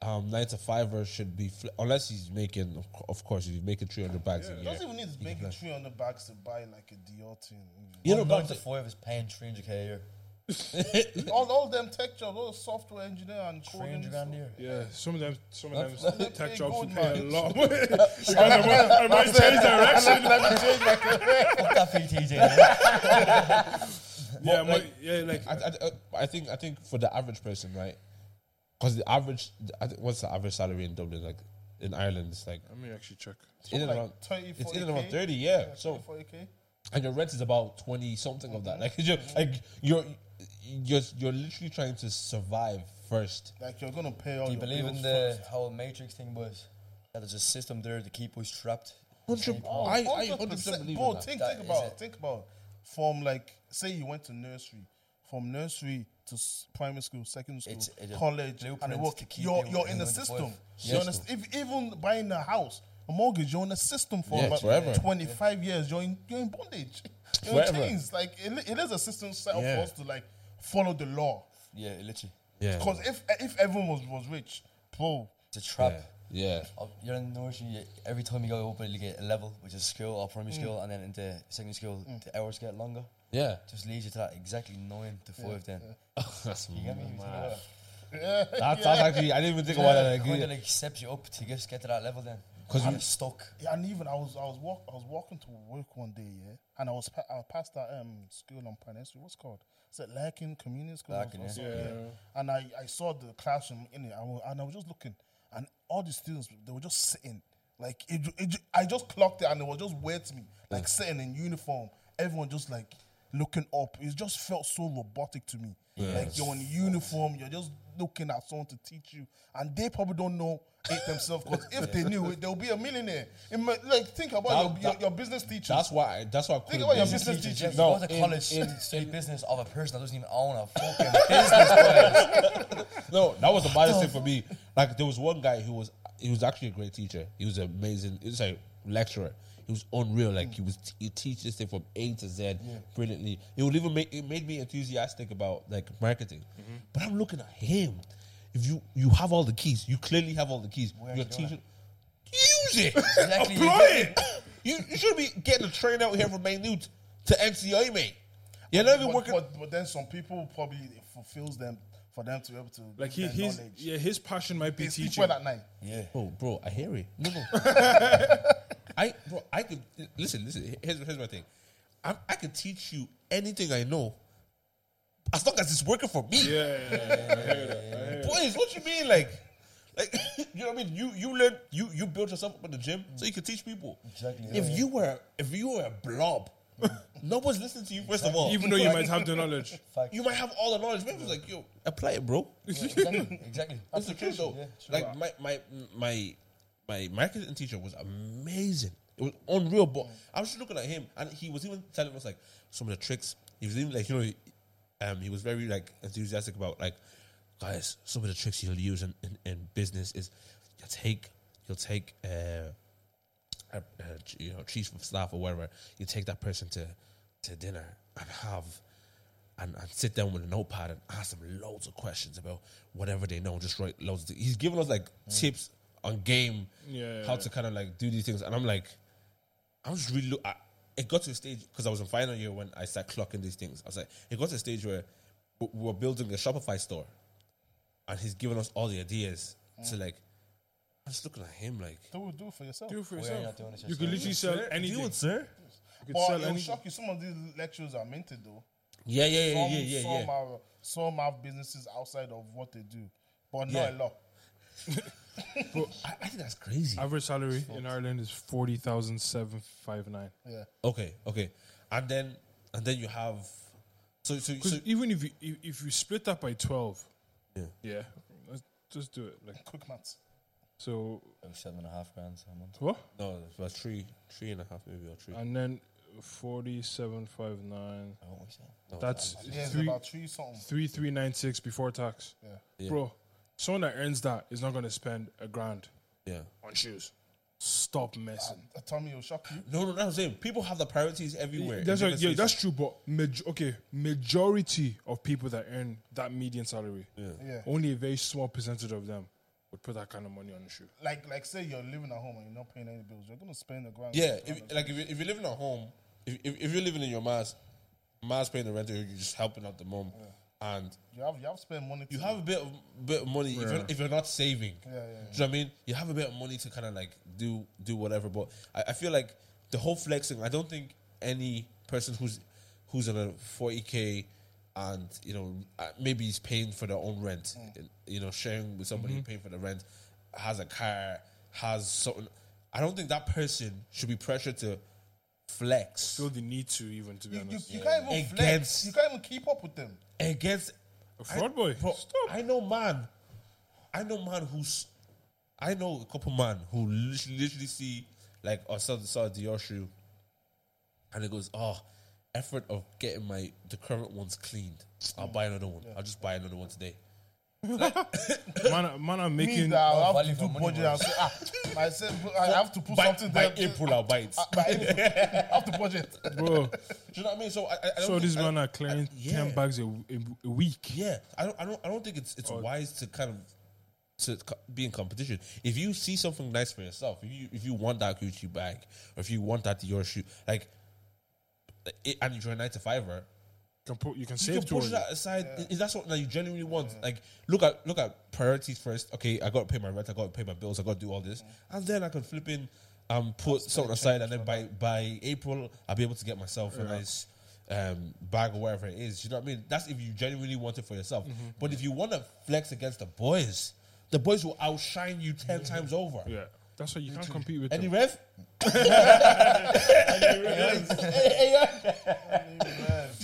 Speaker 2: um nine to fiver should be fl- unless he's making of co- of course he's making three hundred bags a
Speaker 3: He
Speaker 2: year.
Speaker 3: doesn't even need to make three hundred bags to buy like a Dior thing.
Speaker 2: You know,
Speaker 5: One nine
Speaker 2: but
Speaker 5: to five is paying 300k a year.
Speaker 3: all, all them tech jobs, all software engineer and coding.
Speaker 5: 300 grand a year.
Speaker 1: Yeah, some of them, some of
Speaker 3: That's-
Speaker 1: them
Speaker 3: that's
Speaker 1: tech
Speaker 3: a
Speaker 1: jobs
Speaker 3: good
Speaker 1: pay a
Speaker 3: man.
Speaker 1: lot. of money. Because I might- I might change direction.
Speaker 5: Fuck that PTJ. man.
Speaker 1: Yeah,
Speaker 2: like-
Speaker 1: my, yeah, like
Speaker 2: I, I, I think I think for the average person, right? Because the average, I think, what's the average salary in Dublin? Like in Ireland, it's like
Speaker 1: Let me actually check.
Speaker 2: in and
Speaker 3: like
Speaker 2: around
Speaker 3: 20,
Speaker 2: It's in and
Speaker 3: 40K.
Speaker 2: around thirty, yeah. So
Speaker 3: 40K.
Speaker 2: and your rent is about twenty something of that. Like you're like you're you're you're literally trying to survive first.
Speaker 3: Like you're gonna pay all.
Speaker 5: Do you
Speaker 3: your
Speaker 5: believe
Speaker 3: bills
Speaker 5: in the whole Matrix thing was? That there's a system there to keep us trapped.
Speaker 2: Hundred,
Speaker 3: Oh,
Speaker 2: I, I
Speaker 3: 100%.
Speaker 2: hundred percent believe
Speaker 3: Bro,
Speaker 2: in that.
Speaker 3: think,
Speaker 5: That
Speaker 3: think
Speaker 5: is
Speaker 3: about
Speaker 5: it.
Speaker 3: think about from like say you went to nursery, from nursery to s- primary school, secondary school,
Speaker 5: It's- it's a
Speaker 3: college, and
Speaker 5: blueprint
Speaker 3: work.
Speaker 5: to keep
Speaker 3: You're
Speaker 5: you
Speaker 3: you're in
Speaker 5: in
Speaker 3: the
Speaker 5: the
Speaker 3: system.
Speaker 5: fold.
Speaker 3: You understand? If even buying a house, a mortgage, you're in the system for
Speaker 2: Yeah,
Speaker 3: about
Speaker 2: forever.
Speaker 3: 25 years. You're in you're in bondage. You're in
Speaker 2: Forever.
Speaker 3: chains. Like it, it is a system set up
Speaker 2: Yeah.
Speaker 3: for us to like follow the law.
Speaker 5: Yeah, literally.
Speaker 2: Yeah,
Speaker 3: Because if if everyone was was rich, bro,
Speaker 5: It's a trap.
Speaker 2: yeah.
Speaker 5: Uh, You're in nursery, you- every time you go up, you get a level, which is school or primary school, and then into secondary school, the hours get longer.
Speaker 2: Yeah.
Speaker 5: Just leads you to that exactly 9 to 5 then.
Speaker 2: That's,
Speaker 5: You get me? You think about that?
Speaker 2: that's, that's actually, I didn't even think about
Speaker 5: Yeah,
Speaker 2: that.
Speaker 5: it kind
Speaker 2: Like,
Speaker 5: of like steps you up to just get to that level then.
Speaker 2: 'Cause
Speaker 5: I'm
Speaker 2: you-
Speaker 5: stuck.
Speaker 3: Yeah, and even I was I was walk I was walking to work one day, yeah, and I was pa- I passed that um school on Pine Street. What's it called? Is it Larkin Community School? or
Speaker 5: Larkin, yeah.
Speaker 3: something? And I, I saw the classroom in it, I wa- and I was just looking, and all the students they were just sitting. Like it, ju- it, ju- I just clocked it, and it was just weird to me, like sitting in uniform. Everyone just like looking up. It just felt so robotic to me. Like you're in uniform, you're just looking at someone to teach you, and they probably don't know it themselves. Because if they knew it, they'll be a millionaire. It might- like think about your,
Speaker 2: That-
Speaker 3: your,
Speaker 2: that-
Speaker 3: your business teacher.
Speaker 2: that's why. I, that's why. I couldn't
Speaker 3: about your
Speaker 2: be-
Speaker 3: business
Speaker 5: Teachers,
Speaker 3: teacher.
Speaker 5: you
Speaker 2: No,
Speaker 5: go to
Speaker 2: in-
Speaker 5: college
Speaker 2: in-
Speaker 5: to study business of a person that doesn't even own a fucking business. Guys.
Speaker 2: No, that was the baddest thing for me. Like there was one guy who was he was actually a great teacher. He was amazing. He was like lecturer. He was unreal. Like he was he teach this thing from A to Z brilliantly. It would even make it made me enthusiastic about like marketing.
Speaker 5: Mm-hmm.
Speaker 2: But I'm looking at him. If you you have all the keys, you clearly have all the keys.
Speaker 5: Where are
Speaker 2: You're
Speaker 5: you doing
Speaker 2: teaching. Use it.
Speaker 5: Exactly.
Speaker 2: Apply it. You, you should be getting a train out here from Maynooth to NCI, mate. You're not even
Speaker 3: but,
Speaker 2: working.
Speaker 3: but, but then some people probably it fulfills them for them to be able to
Speaker 1: Like
Speaker 3: give
Speaker 1: he,
Speaker 3: their
Speaker 1: his
Speaker 3: knowledge.
Speaker 1: yeah, his passion might be
Speaker 3: They sleep
Speaker 1: teaching.
Speaker 3: well at night.
Speaker 5: Yeah.
Speaker 2: Oh, bro, I hear it. No, no. I, bro, I could listen. Listen, here's, here's my thing. I, I could teach you anything I know, as long as it's working for me.
Speaker 1: Yeah, yeah, yeah, yeah, yeah, yeah, yeah.
Speaker 2: Boys, what you mean? Like, Like, you know what I mean? You you learn you you build yourself up in the gym so you can teach people.
Speaker 5: Exactly,
Speaker 2: If
Speaker 5: yeah.
Speaker 2: you were if you were a blob, no one's listening to you. First of all,
Speaker 1: Even though you might have the knowledge.
Speaker 5: Fact.
Speaker 2: you might have all the knowledge. Maybe it's like yo, apply it, bro.
Speaker 5: Yeah, exactly. exactly.
Speaker 2: That's the truth, though.
Speaker 5: Yeah,
Speaker 2: like my my my my marketing teacher was amazing. It was unreal, but I was just looking at him, and he was even telling us like some of the tricks. He was even like you know, um, he was very like enthusiastic about like guys. Some of the tricks you'll use in, in, in business is you'll take you'll take uh, a, a uh, ch- you know chief of staff or whatever. You take that person to to dinner and have and, and sit down with a notepad and ask them loads of questions about whatever they know. Just write loads. Of th- He's giving us like tips on game,
Speaker 1: Mm. Yeah,
Speaker 2: how
Speaker 1: yeah,
Speaker 2: to kind of like do these things. And I'm like, I was really. Lo- I, it got to a stage because I was in final year when I started clocking these things. I was like, it got to a stage where we we were building a Shopify store, and he's giving us all the ideas
Speaker 1: Mm.
Speaker 2: to like. I was looking at him like,
Speaker 3: Do it, do it for yourself.
Speaker 1: Do it for
Speaker 5: We're
Speaker 1: yourself.
Speaker 5: not doing this
Speaker 1: You can
Speaker 5: yourself.
Speaker 1: literally sell anything.
Speaker 2: Do
Speaker 1: You
Speaker 2: it, sir.
Speaker 1: could
Speaker 3: Or
Speaker 1: sell
Speaker 3: it'll
Speaker 1: anything.
Speaker 3: shock you. Some of these lectures are meant to do.
Speaker 2: Yeah, yeah, yeah,
Speaker 3: Some,
Speaker 2: yeah, yeah,
Speaker 3: some,
Speaker 2: yeah.
Speaker 3: Are, some have businesses outside of what they do, but not
Speaker 2: Yeah.
Speaker 3: a lot.
Speaker 2: I, I think that's crazy.
Speaker 1: Average salary in Ireland is 40,759.
Speaker 3: Yeah.
Speaker 2: Okay, okay, and then and then you have so so so
Speaker 1: Because even if you if, if you split that by 12,
Speaker 2: Yeah.
Speaker 1: yeah, let's just do it. Like
Speaker 3: Quick maths.
Speaker 1: so,
Speaker 5: Like Seven and a half grand a month.
Speaker 1: what?
Speaker 2: no, it was three three and a half maybe or three.
Speaker 1: And then 4759.
Speaker 5: I don't think
Speaker 2: No,
Speaker 1: That's
Speaker 3: Yeah, it's
Speaker 1: three
Speaker 3: about three something.
Speaker 1: three three nine six before tax,
Speaker 3: Yeah.
Speaker 2: Yeah.
Speaker 1: bro. Someone that earns that is not going to spend a grand
Speaker 2: yeah.
Speaker 1: on shoes. Stop messing.
Speaker 3: Uh, Tommy, it'll shock you.
Speaker 2: No, no, that's what I'm saying. People have the priorities everywhere.
Speaker 1: That's
Speaker 2: in
Speaker 1: right, yeah,
Speaker 2: different
Speaker 1: that's
Speaker 2: states.
Speaker 1: true. But maj- okay, majority of people that earn that median salary,
Speaker 3: Yeah.
Speaker 1: only a very small percentage of them would put that kind of money on a shoe.
Speaker 3: Like, like, say you're living at home and you're not paying any bills. You're gonna spend a grand.
Speaker 2: yeah. If, like if, you, if you're living at home, if, if, if you're living in your ma's, ma's paying the rent, or you're just helping out the mom, and
Speaker 3: You have, you have spent money.
Speaker 2: you
Speaker 3: to-
Speaker 2: have a bit of bit of money if, you're, if you're not saving.
Speaker 3: yeah, yeah.
Speaker 2: Do you know what I mean? You have a bit of money to kind of like do do whatever. But I, I feel like the whole flexing. I don't think any person who's who's on a forty k and you know uh, maybe he's paying for their own rent.
Speaker 3: Mm.
Speaker 2: and, You know, sharing with somebody paying for the rent has a car has something. I don't think that person should be pressured to flex
Speaker 1: Feel the need to even to be
Speaker 3: You, you,
Speaker 1: honest.
Speaker 3: you can't even
Speaker 2: Against-
Speaker 3: flex. You can't even keep up with them.
Speaker 2: against
Speaker 1: A fraud boy.
Speaker 2: Bro,
Speaker 1: Stop.
Speaker 2: I know man. I know man who's. I know a couple man who literally, literally see like I saw saw a Dior shoe, and it goes, oh, effort of getting my the current ones cleaned. I'll buy another one. I'll just buy another one today.
Speaker 1: Man, man, I'm
Speaker 3: Me,
Speaker 1: making.
Speaker 3: that I'll have
Speaker 5: value
Speaker 3: to
Speaker 5: for
Speaker 3: do
Speaker 5: money,
Speaker 3: budget.
Speaker 5: bro.
Speaker 3: I'll say, ah, myself, I have to put
Speaker 2: By,
Speaker 3: something
Speaker 2: by
Speaker 3: there.
Speaker 2: April, I'll buy it.
Speaker 3: Ah, by April. I have to budget.
Speaker 1: Bro,
Speaker 2: Do you know what I mean? So I, I, I don't
Speaker 1: so
Speaker 2: think-
Speaker 1: these
Speaker 2: I-
Speaker 1: men are clearing
Speaker 2: I- yeah.
Speaker 1: 10 bags a, a, a week.
Speaker 2: Yeah, I don't, I don't, I don't think it's it's wise to kind of to co- be in competition. If you see something nice for yourself, if you if you want that Gucci bag, or if you want that Dior shoe, like, it, and you're a nine to fiver,
Speaker 1: Can put, you can
Speaker 2: you
Speaker 1: save
Speaker 2: can
Speaker 1: towards
Speaker 2: push that aside. If that's what like, you genuinely want, like, look at look at priorities first. Okay, I got to pay my rent, I got to pay my bills, I got to do all this, and then I can flip in, um, put something aside, and then by by April, I'll be able to get myself a nice. Um, bag or whatever it is, you know what I mean. That's if you genuinely want it for yourself.
Speaker 1: Mm-hmm.
Speaker 2: But if you want to flex against the boys, the boys will outshine you 10 times over.
Speaker 1: Yeah. That's why you can't compete with
Speaker 2: Any
Speaker 1: them.
Speaker 2: ref? Do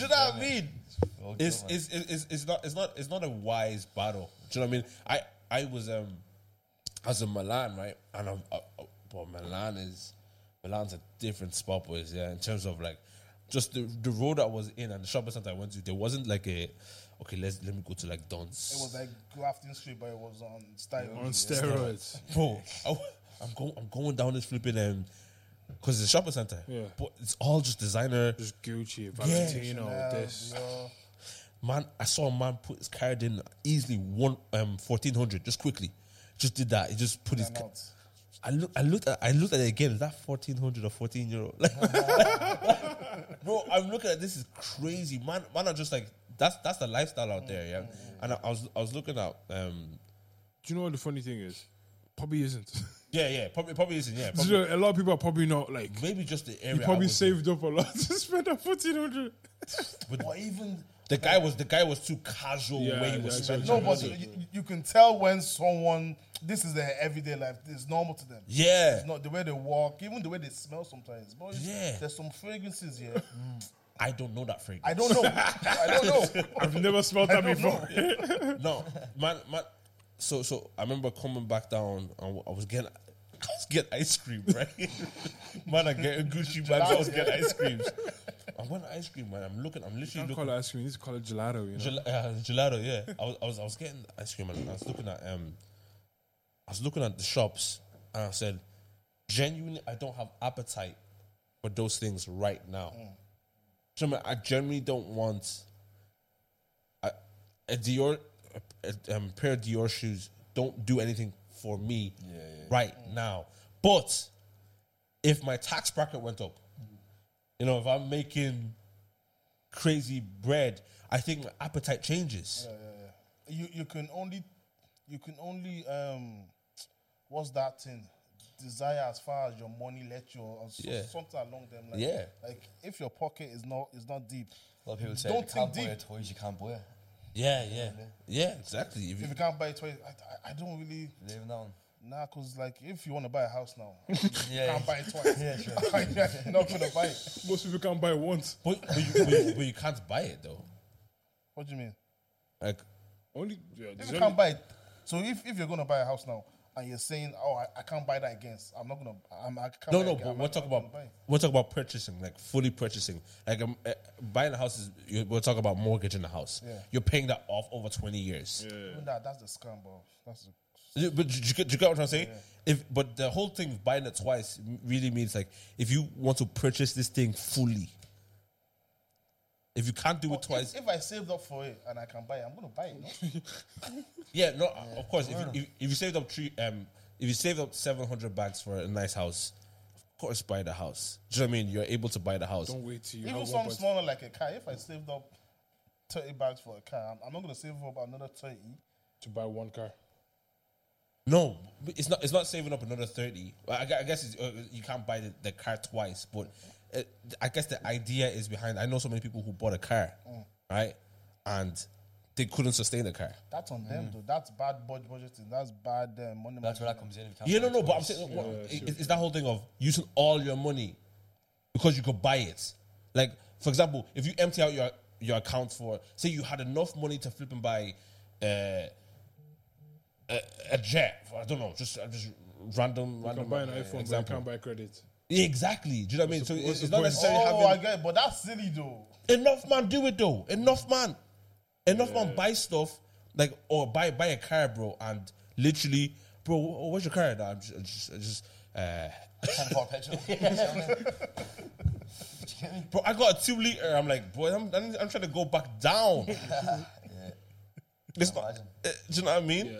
Speaker 2: you know what I mean?
Speaker 5: Well,
Speaker 2: It's,
Speaker 5: good one.
Speaker 2: it's, it's, it's not it's not it's not a wise battle. Do you know what I mean? I I was um I was in Milan right, and I'm, uh, uh, but Milan is Milan's a different spot, boys. Yeah, in terms of like just the the road I was in and the shopping center I went to, there wasn't like a okay. Let's let me go to like Don's.
Speaker 3: It was like Grafton Street, but it was on style.
Speaker 1: On steroids.
Speaker 2: bro. I, am going. I'm going down this flipping um, cause it's a shopping center.
Speaker 1: Yeah.
Speaker 2: but it's all just designer.
Speaker 1: Just Gucci, Valentino, this.
Speaker 2: Man, I saw a man put his card in easily one um fourteen hundred just quickly. Just did that. He just put his. Ca- I look. I looked at. I looked at it again. Is that fourteen hundred or fourteen euro? Like, bro, I'm looking at this is crazy. Man, man, are just like that's that's the lifestyle out there. Yeah,
Speaker 3: Mm-hmm.
Speaker 2: and I, I was I was looking at um.
Speaker 1: Do you know what the funny thing is? Probably isn't.
Speaker 2: Yeah, yeah, probably probably isn't. Yeah,
Speaker 1: Do
Speaker 2: probably,
Speaker 1: you know, a lot of people are probably not like.
Speaker 2: maybe just the area.
Speaker 1: He
Speaker 2: I
Speaker 1: probably
Speaker 2: was in.
Speaker 1: saved up a lot to spend that 1400
Speaker 3: Or even
Speaker 2: The guy was the guy was too casual
Speaker 1: Yeah,
Speaker 2: when he
Speaker 1: yeah,
Speaker 2: was
Speaker 1: yeah,
Speaker 2: spending.
Speaker 1: yeah.
Speaker 3: no, but you, you- you can tell when someone this is their everyday life. It's normal to them.
Speaker 2: Yeah.
Speaker 3: It's not the way they walk, even the way they smell sometimes. But it's-
Speaker 2: Yeah.
Speaker 3: there's some fragrances here.
Speaker 2: I don't know that fragrance.
Speaker 3: I don't know. I don't know.
Speaker 1: I've never smelled that before.
Speaker 2: No, man, man. So, so I remember coming back down, and I was getting, I was getting ice cream, right? man, I getting Gucci bags. I was getting ice creams. I went ice cream, man. I'm looking. I'm literally
Speaker 1: Don't
Speaker 2: looking.
Speaker 1: call it ice cream. You need to call it gelato. You know.
Speaker 2: Gel- uh, gelato, yeah. I was, I was, I was getting ice cream, and I was looking at, um, I was looking at the shops, and I said, genuinely, I don't have appetite for those things right now.
Speaker 1: Mm.
Speaker 2: So man, I generally don't want a, a Dior, a, a, um, pair of Dior shoes. Don't do anything for me right
Speaker 1: Mm.
Speaker 2: now. But if my tax bracket went up,
Speaker 1: Mm.
Speaker 2: you know, if I'm making crazy bread, I think my appetite changes.
Speaker 3: you you can only you can only um what's that thing desire as far as your money let you or so,
Speaker 2: Yeah.
Speaker 3: something along them like
Speaker 2: Yeah.
Speaker 3: like if your pocket is not is not deep
Speaker 5: A lot of people say
Speaker 3: Don't
Speaker 5: if you can't
Speaker 3: think
Speaker 5: buy
Speaker 3: deep.
Speaker 5: toys, you can't buy it.
Speaker 2: Yeah, yeah, yeah, exactly. If
Speaker 3: if
Speaker 2: you,
Speaker 3: you can't buy it twice I, I, I don't really
Speaker 5: Leave them down.
Speaker 3: nah cause like if you want to buy a house now
Speaker 5: Yeah.
Speaker 3: can't buy it twice
Speaker 5: Yeah, sure.
Speaker 3: you're not gonna buy it
Speaker 1: Most people can't buy it once.
Speaker 2: but, but, you, but, you, but you can't buy it though.
Speaker 3: what do you mean
Speaker 2: Like,
Speaker 1: Only yeah,
Speaker 3: if
Speaker 1: there's
Speaker 3: you
Speaker 1: only-
Speaker 3: can't buy it so if, if you're gonna buy a house now and you're saying oh I, I can't buy that against I'm not gonna I'm, I can't
Speaker 2: no,
Speaker 3: buy
Speaker 2: no.
Speaker 3: again.
Speaker 2: But
Speaker 3: I'm
Speaker 2: we're
Speaker 3: not-
Speaker 2: talking
Speaker 3: I'm not
Speaker 2: about
Speaker 3: gonna buy it.
Speaker 2: we're talking about purchasing, like fully purchasing. Like, um, uh, buying a house is you- we're talking about mortgage in the house.
Speaker 3: Yeah.
Speaker 2: You're paying that off over twenty years.
Speaker 3: Even that, that's the scam bro that's the
Speaker 2: You- But you, you get, you get what I'm saying? If but the whole thing of buying it twice m- really means like if you want to purchase this thing fully, if you can't do it
Speaker 3: Well,
Speaker 2: twice,
Speaker 3: If, if I saved up for it and I can buy it, I'm gonna buy it. No?
Speaker 2: yeah, no, of course. If you, if, if you saved up three, um, if you saved up seven hundred bags for a nice house, of course buy the house. Do you know what I mean? You're able to buy the house.
Speaker 1: Don't wait till you
Speaker 3: Even
Speaker 1: have
Speaker 3: something
Speaker 1: one. point-
Speaker 3: smaller like a car. If I saved up thirty bags for a car, I'm, I'm not gonna save up another thirty.
Speaker 1: to buy one car.
Speaker 2: No, but it's not. It's not saving up another thirty. Well, I, gue- I guess it's, uh, you can't buy the, the car twice, but uh, I guess the idea is behind. I know so many people who bought a car, right, and they couldn't sustain the car.
Speaker 3: That's on them though. That's bad bud- budgeting. That's bad uh, money.
Speaker 5: Mm. That's where that
Speaker 3: management.
Speaker 5: comes in. If you can't
Speaker 2: Yeah,
Speaker 5: buy
Speaker 2: no, no. But I'm
Speaker 5: toys.
Speaker 2: saying, what, it- it's that whole thing of using all your money because you could buy it. Like, for example, if you empty out your your account for, say, you had enough money to flip and buy uh, a, a jet. I don't know, just uh, just random,
Speaker 1: You
Speaker 2: random
Speaker 1: can buy an
Speaker 2: uh,
Speaker 1: iPhone, but you
Speaker 2: example.
Speaker 1: can't buy credit.
Speaker 2: Yeah, exactly. Do you know what I mean? So
Speaker 1: what's
Speaker 2: it's,
Speaker 1: the
Speaker 2: it's not
Speaker 1: point?
Speaker 2: necessarily
Speaker 3: Oh, I
Speaker 2: having
Speaker 3: get it, but that's silly though.
Speaker 2: enough man do it though. Enough man, enough man buy stuff like or buy buy a car, bro, and literally, bro, wh- where's your car? Nah, I'm just, I'm just, I'm just uh,
Speaker 5: Can't afford petrol. You know what I mean?
Speaker 2: bro, I got a two liter. I'm like, boy, I'm, I'm, I'm trying to go back down. It's not,
Speaker 5: Imagine.
Speaker 2: uh, do you know what I mean?
Speaker 1: Yeah.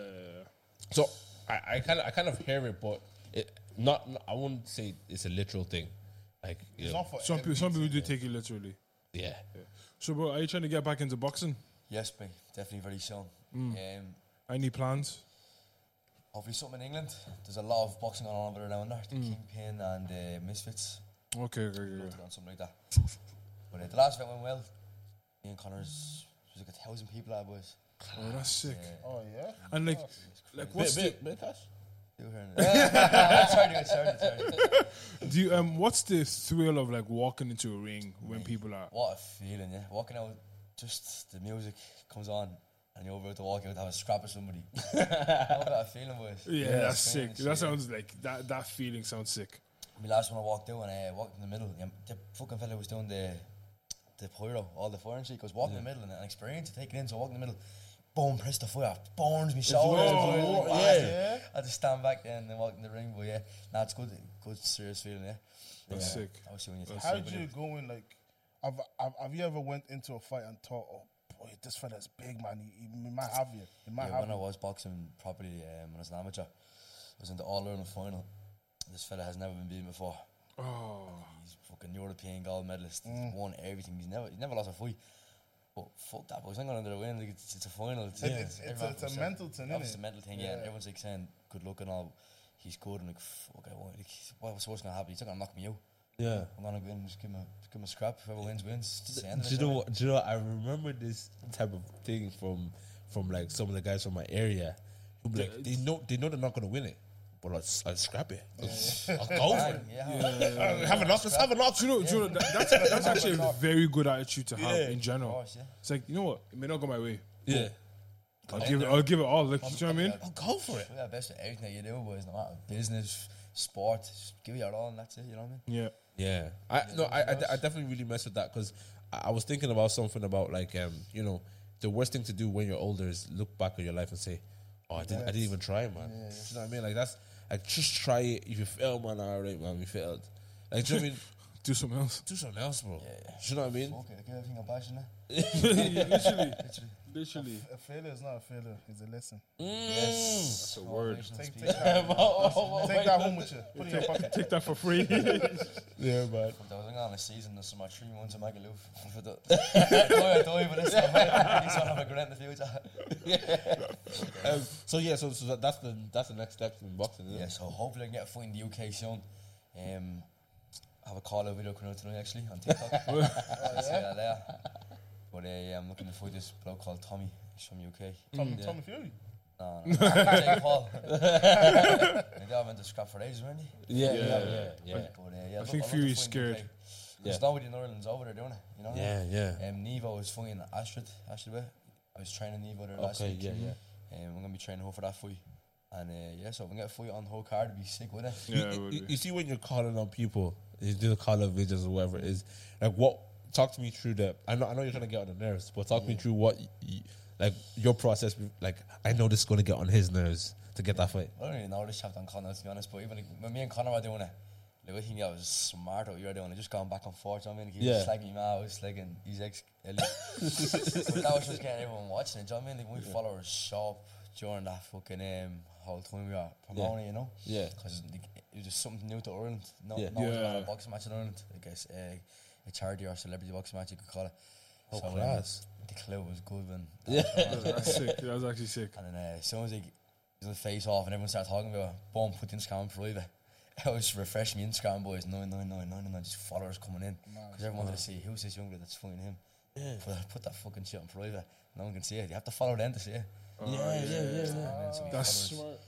Speaker 2: So I, I kind of I kind of hear it, but it not, not- I wouldn't say it's a literal thing. Like, you
Speaker 3: It's
Speaker 2: know,
Speaker 3: not for
Speaker 1: Some people,
Speaker 3: every-
Speaker 1: some people do take it literally.
Speaker 2: yeah,
Speaker 1: So, bro, are you trying to get back into boxing?
Speaker 5: Yes, mate. Definitely very soon.
Speaker 2: Mm.
Speaker 5: Um,
Speaker 1: Any plans?
Speaker 5: hopefully something in England. There's a lot of boxing going on over around there. The
Speaker 2: Mm.
Speaker 5: Kingpin and uh, Misfits.
Speaker 1: Okay, okay, okay,
Speaker 5: Love
Speaker 1: okay.
Speaker 5: to go on something like that. But uh, the last event went well. Me and Connors, there's like a thousand people that was.
Speaker 1: Oh, that's sick.
Speaker 3: Oh yeah.
Speaker 1: And like, like what's the,
Speaker 2: Bit- bit- bit of cash?
Speaker 5: Still hearing it. sorry, dude, sorry, sorry.
Speaker 1: do you, um, what's the thrill of like walking into a ring when people are?
Speaker 5: What a feeling, yeah. Walking out, just the music comes on and you're about to walk out to have a scrap with somebody. what that feeling was.
Speaker 1: Yeah, that's sick.
Speaker 5: Experience, yeah.
Speaker 1: That sounds like that. That feeling sounds sick.
Speaker 5: My last one I walked out and I walked in the middle. and The fucking fella was doing the the pyro, all the fire and shit. He goes, walk in the middle and an experience to take it in. So I walk in the middle, boom, press the fire, burns me shoulder.
Speaker 2: Oh,
Speaker 5: I
Speaker 2: yeah.
Speaker 5: had to- I had to stand back there and then walk in the ring. But yeah, nah, it's good, good, serious feeling, yeah.
Speaker 1: That's
Speaker 5: Yeah.
Speaker 1: sick.
Speaker 5: Obviously, when you take
Speaker 3: How
Speaker 5: it,
Speaker 3: did you go in? Like, have, have have you ever went into a fight and thought, oh boy, this fella's big man. He, he, he might have you. He might
Speaker 5: Yeah,
Speaker 3: have
Speaker 5: when I
Speaker 3: you.
Speaker 5: was boxing properly um, when I was an amateur, I was in the All Ireland final. This fella has never been beaten before.
Speaker 1: Oh,
Speaker 5: He's fucking European gold medalist.
Speaker 3: Mm.
Speaker 5: He's won everything. He's never he's never lost a fight. But fuck that, boys. I'm going to win. Like, it's, it's a final. It's,
Speaker 3: It- it's- it's a-
Speaker 5: everyone
Speaker 3: it's a
Speaker 5: upset.
Speaker 3: mental thing,
Speaker 5: Obviously,
Speaker 3: innit?
Speaker 5: It's a mental thing, yeah. And
Speaker 3: Yeah.
Speaker 5: everyone's like saying good luck and all. He's good. and like, fuck, I won. Like, what- what's going to happen? He's not going to knock me out.
Speaker 2: Yeah.
Speaker 5: I'm going to win. Just give him a, just give him a scrap. Whoever wins, wins. It's the end of
Speaker 2: Do you
Speaker 5: it,
Speaker 2: know
Speaker 5: innit?
Speaker 2: what? Do you know? what? I remember this type of thing from from like some of the guys from my area. Who be like, they know they know they're not gonna win it, but I'll, s- I'll scrap it. I'll go for it.
Speaker 5: Yeah.
Speaker 2: I'll have an knock. Let's have a knock.
Speaker 1: Do you know, do you know that, that's, that's actually a
Speaker 5: Knock.
Speaker 1: very good attitude to have
Speaker 2: Yeah.
Speaker 1: in general.
Speaker 5: course, yeah.
Speaker 1: It's like, you know what? It may not go my way.
Speaker 2: Yeah,
Speaker 1: I'll give it, I'll give it all. Like, do you know what I mean?
Speaker 2: I'll go for it.
Speaker 5: Do your best at everything that you do, boys. No matter business, sport, just give it your all, and that's it. You know what I mean?
Speaker 1: Yeah.
Speaker 2: Yeah, I no, I, I, I definitely really mess with that because I, I was thinking about something about like um, you know, the worst thing to do when you're older is look back at your life and say, oh, I didn't, I didn't even try, man. You know what I mean? Like that's like just try it. If you fail, man, all right, man, we failed. Like, do you know what I mean?
Speaker 1: Do something else.
Speaker 2: Do something else, bro. Do you know what I mean?
Speaker 5: Okay, give everything eh? a bash, innit?
Speaker 1: literally. Literally.
Speaker 3: A failure is not a failure, it's a lesson.
Speaker 5: Yes. That's a
Speaker 1: word.
Speaker 3: Take, take, that,
Speaker 5: oh
Speaker 3: take that home with you. Put it in your pocket.
Speaker 1: Take that for free.
Speaker 2: Yeah, man.
Speaker 5: I was on a season, this is my three months in Magaluf. For the- Don't- don't even listen, mate. He's gonna have a regret in the future.
Speaker 2: Um, so yeah, so, so that- that's the that's the next step in boxing. Isn't
Speaker 5: Yeah, so hopefully I can get a foot in the UK soon. Um, I have a call out video coming out tonight actually on TikTok. I'll see that later. But uh, yeah, I'm looking to fight this bloke called Tommy. He's from UK.
Speaker 3: Tom, Tommy Fury.
Speaker 5: No, no, no. Jake Paul. Maybe I've been to scrap for ages, weren't he?
Speaker 2: it? Yeah,
Speaker 1: Yeah.
Speaker 2: yeah, yeah, yeah,
Speaker 5: But, uh, yeah,
Speaker 1: I
Speaker 5: look,
Speaker 1: think
Speaker 5: love to
Speaker 1: Fury's
Speaker 5: fight in the UK.
Speaker 1: scared.
Speaker 2: Yeah.
Speaker 5: There's nobody in Ireland's over there doing it, you know?
Speaker 2: yeah, yeah.
Speaker 5: Um, Nevo is fucking Astrid, Astrid Bay. I was training Nevo there last
Speaker 2: Okay,
Speaker 5: week.
Speaker 2: yeah, yeah.
Speaker 5: Um, I'm gonna be training her for that fight. And uh, yeah, so if we can get a fight on the whole card, it'd be sick, wouldn't it?
Speaker 1: yeah, it
Speaker 2: you,
Speaker 1: would
Speaker 2: you,
Speaker 1: be.
Speaker 2: you see when you're calling on people, you do the call out videos or whatever it is. Like what? Talk to me through the. I know, I know you're trying to get on the nerves, but talk me through what, y y- like your process. Like I know this is going to get on his nerves to get that fight.
Speaker 5: I don't really know this chapter on Connor to be honest, but even like, when me and Connor were doing it, like I think I was smart what you were doing, it just going back and forth. You know what I mean, like, he
Speaker 2: Yeah.
Speaker 5: was slagging me out, I was slagging his ex. Ellie. but that was just getting everyone watching it. You know what I mean, like we followers shop during that fucking um, whole time we were promoting, it, you know,
Speaker 2: Yeah.
Speaker 5: because like, it was just something new to Ireland. No,
Speaker 2: Yeah.
Speaker 5: no one's yeah. a
Speaker 1: Yeah.
Speaker 5: boxing match in Ireland. I guess uh, a charity or celebrity boxing match you could call it.
Speaker 2: Oh,
Speaker 5: um,
Speaker 2: class.
Speaker 5: the clue was good when
Speaker 1: That- That's sick. That was actually sick.
Speaker 5: and then uh, as soon as he does the face off and everyone starts talking about it, boom, put the Instagram on private. I was refreshing my Instagram boys, 999999, just followers coming in. Because everyone wanted to see who's this young guy that's fucking him. Put, that- put that fucking shit on private. No one can see it. You have to follow them to see it.
Speaker 2: yeah, yeah, yeah.
Speaker 5: And
Speaker 3: Ah.
Speaker 5: then so
Speaker 1: Oh,
Speaker 5: many
Speaker 1: That's
Speaker 5: followers.
Speaker 1: smart.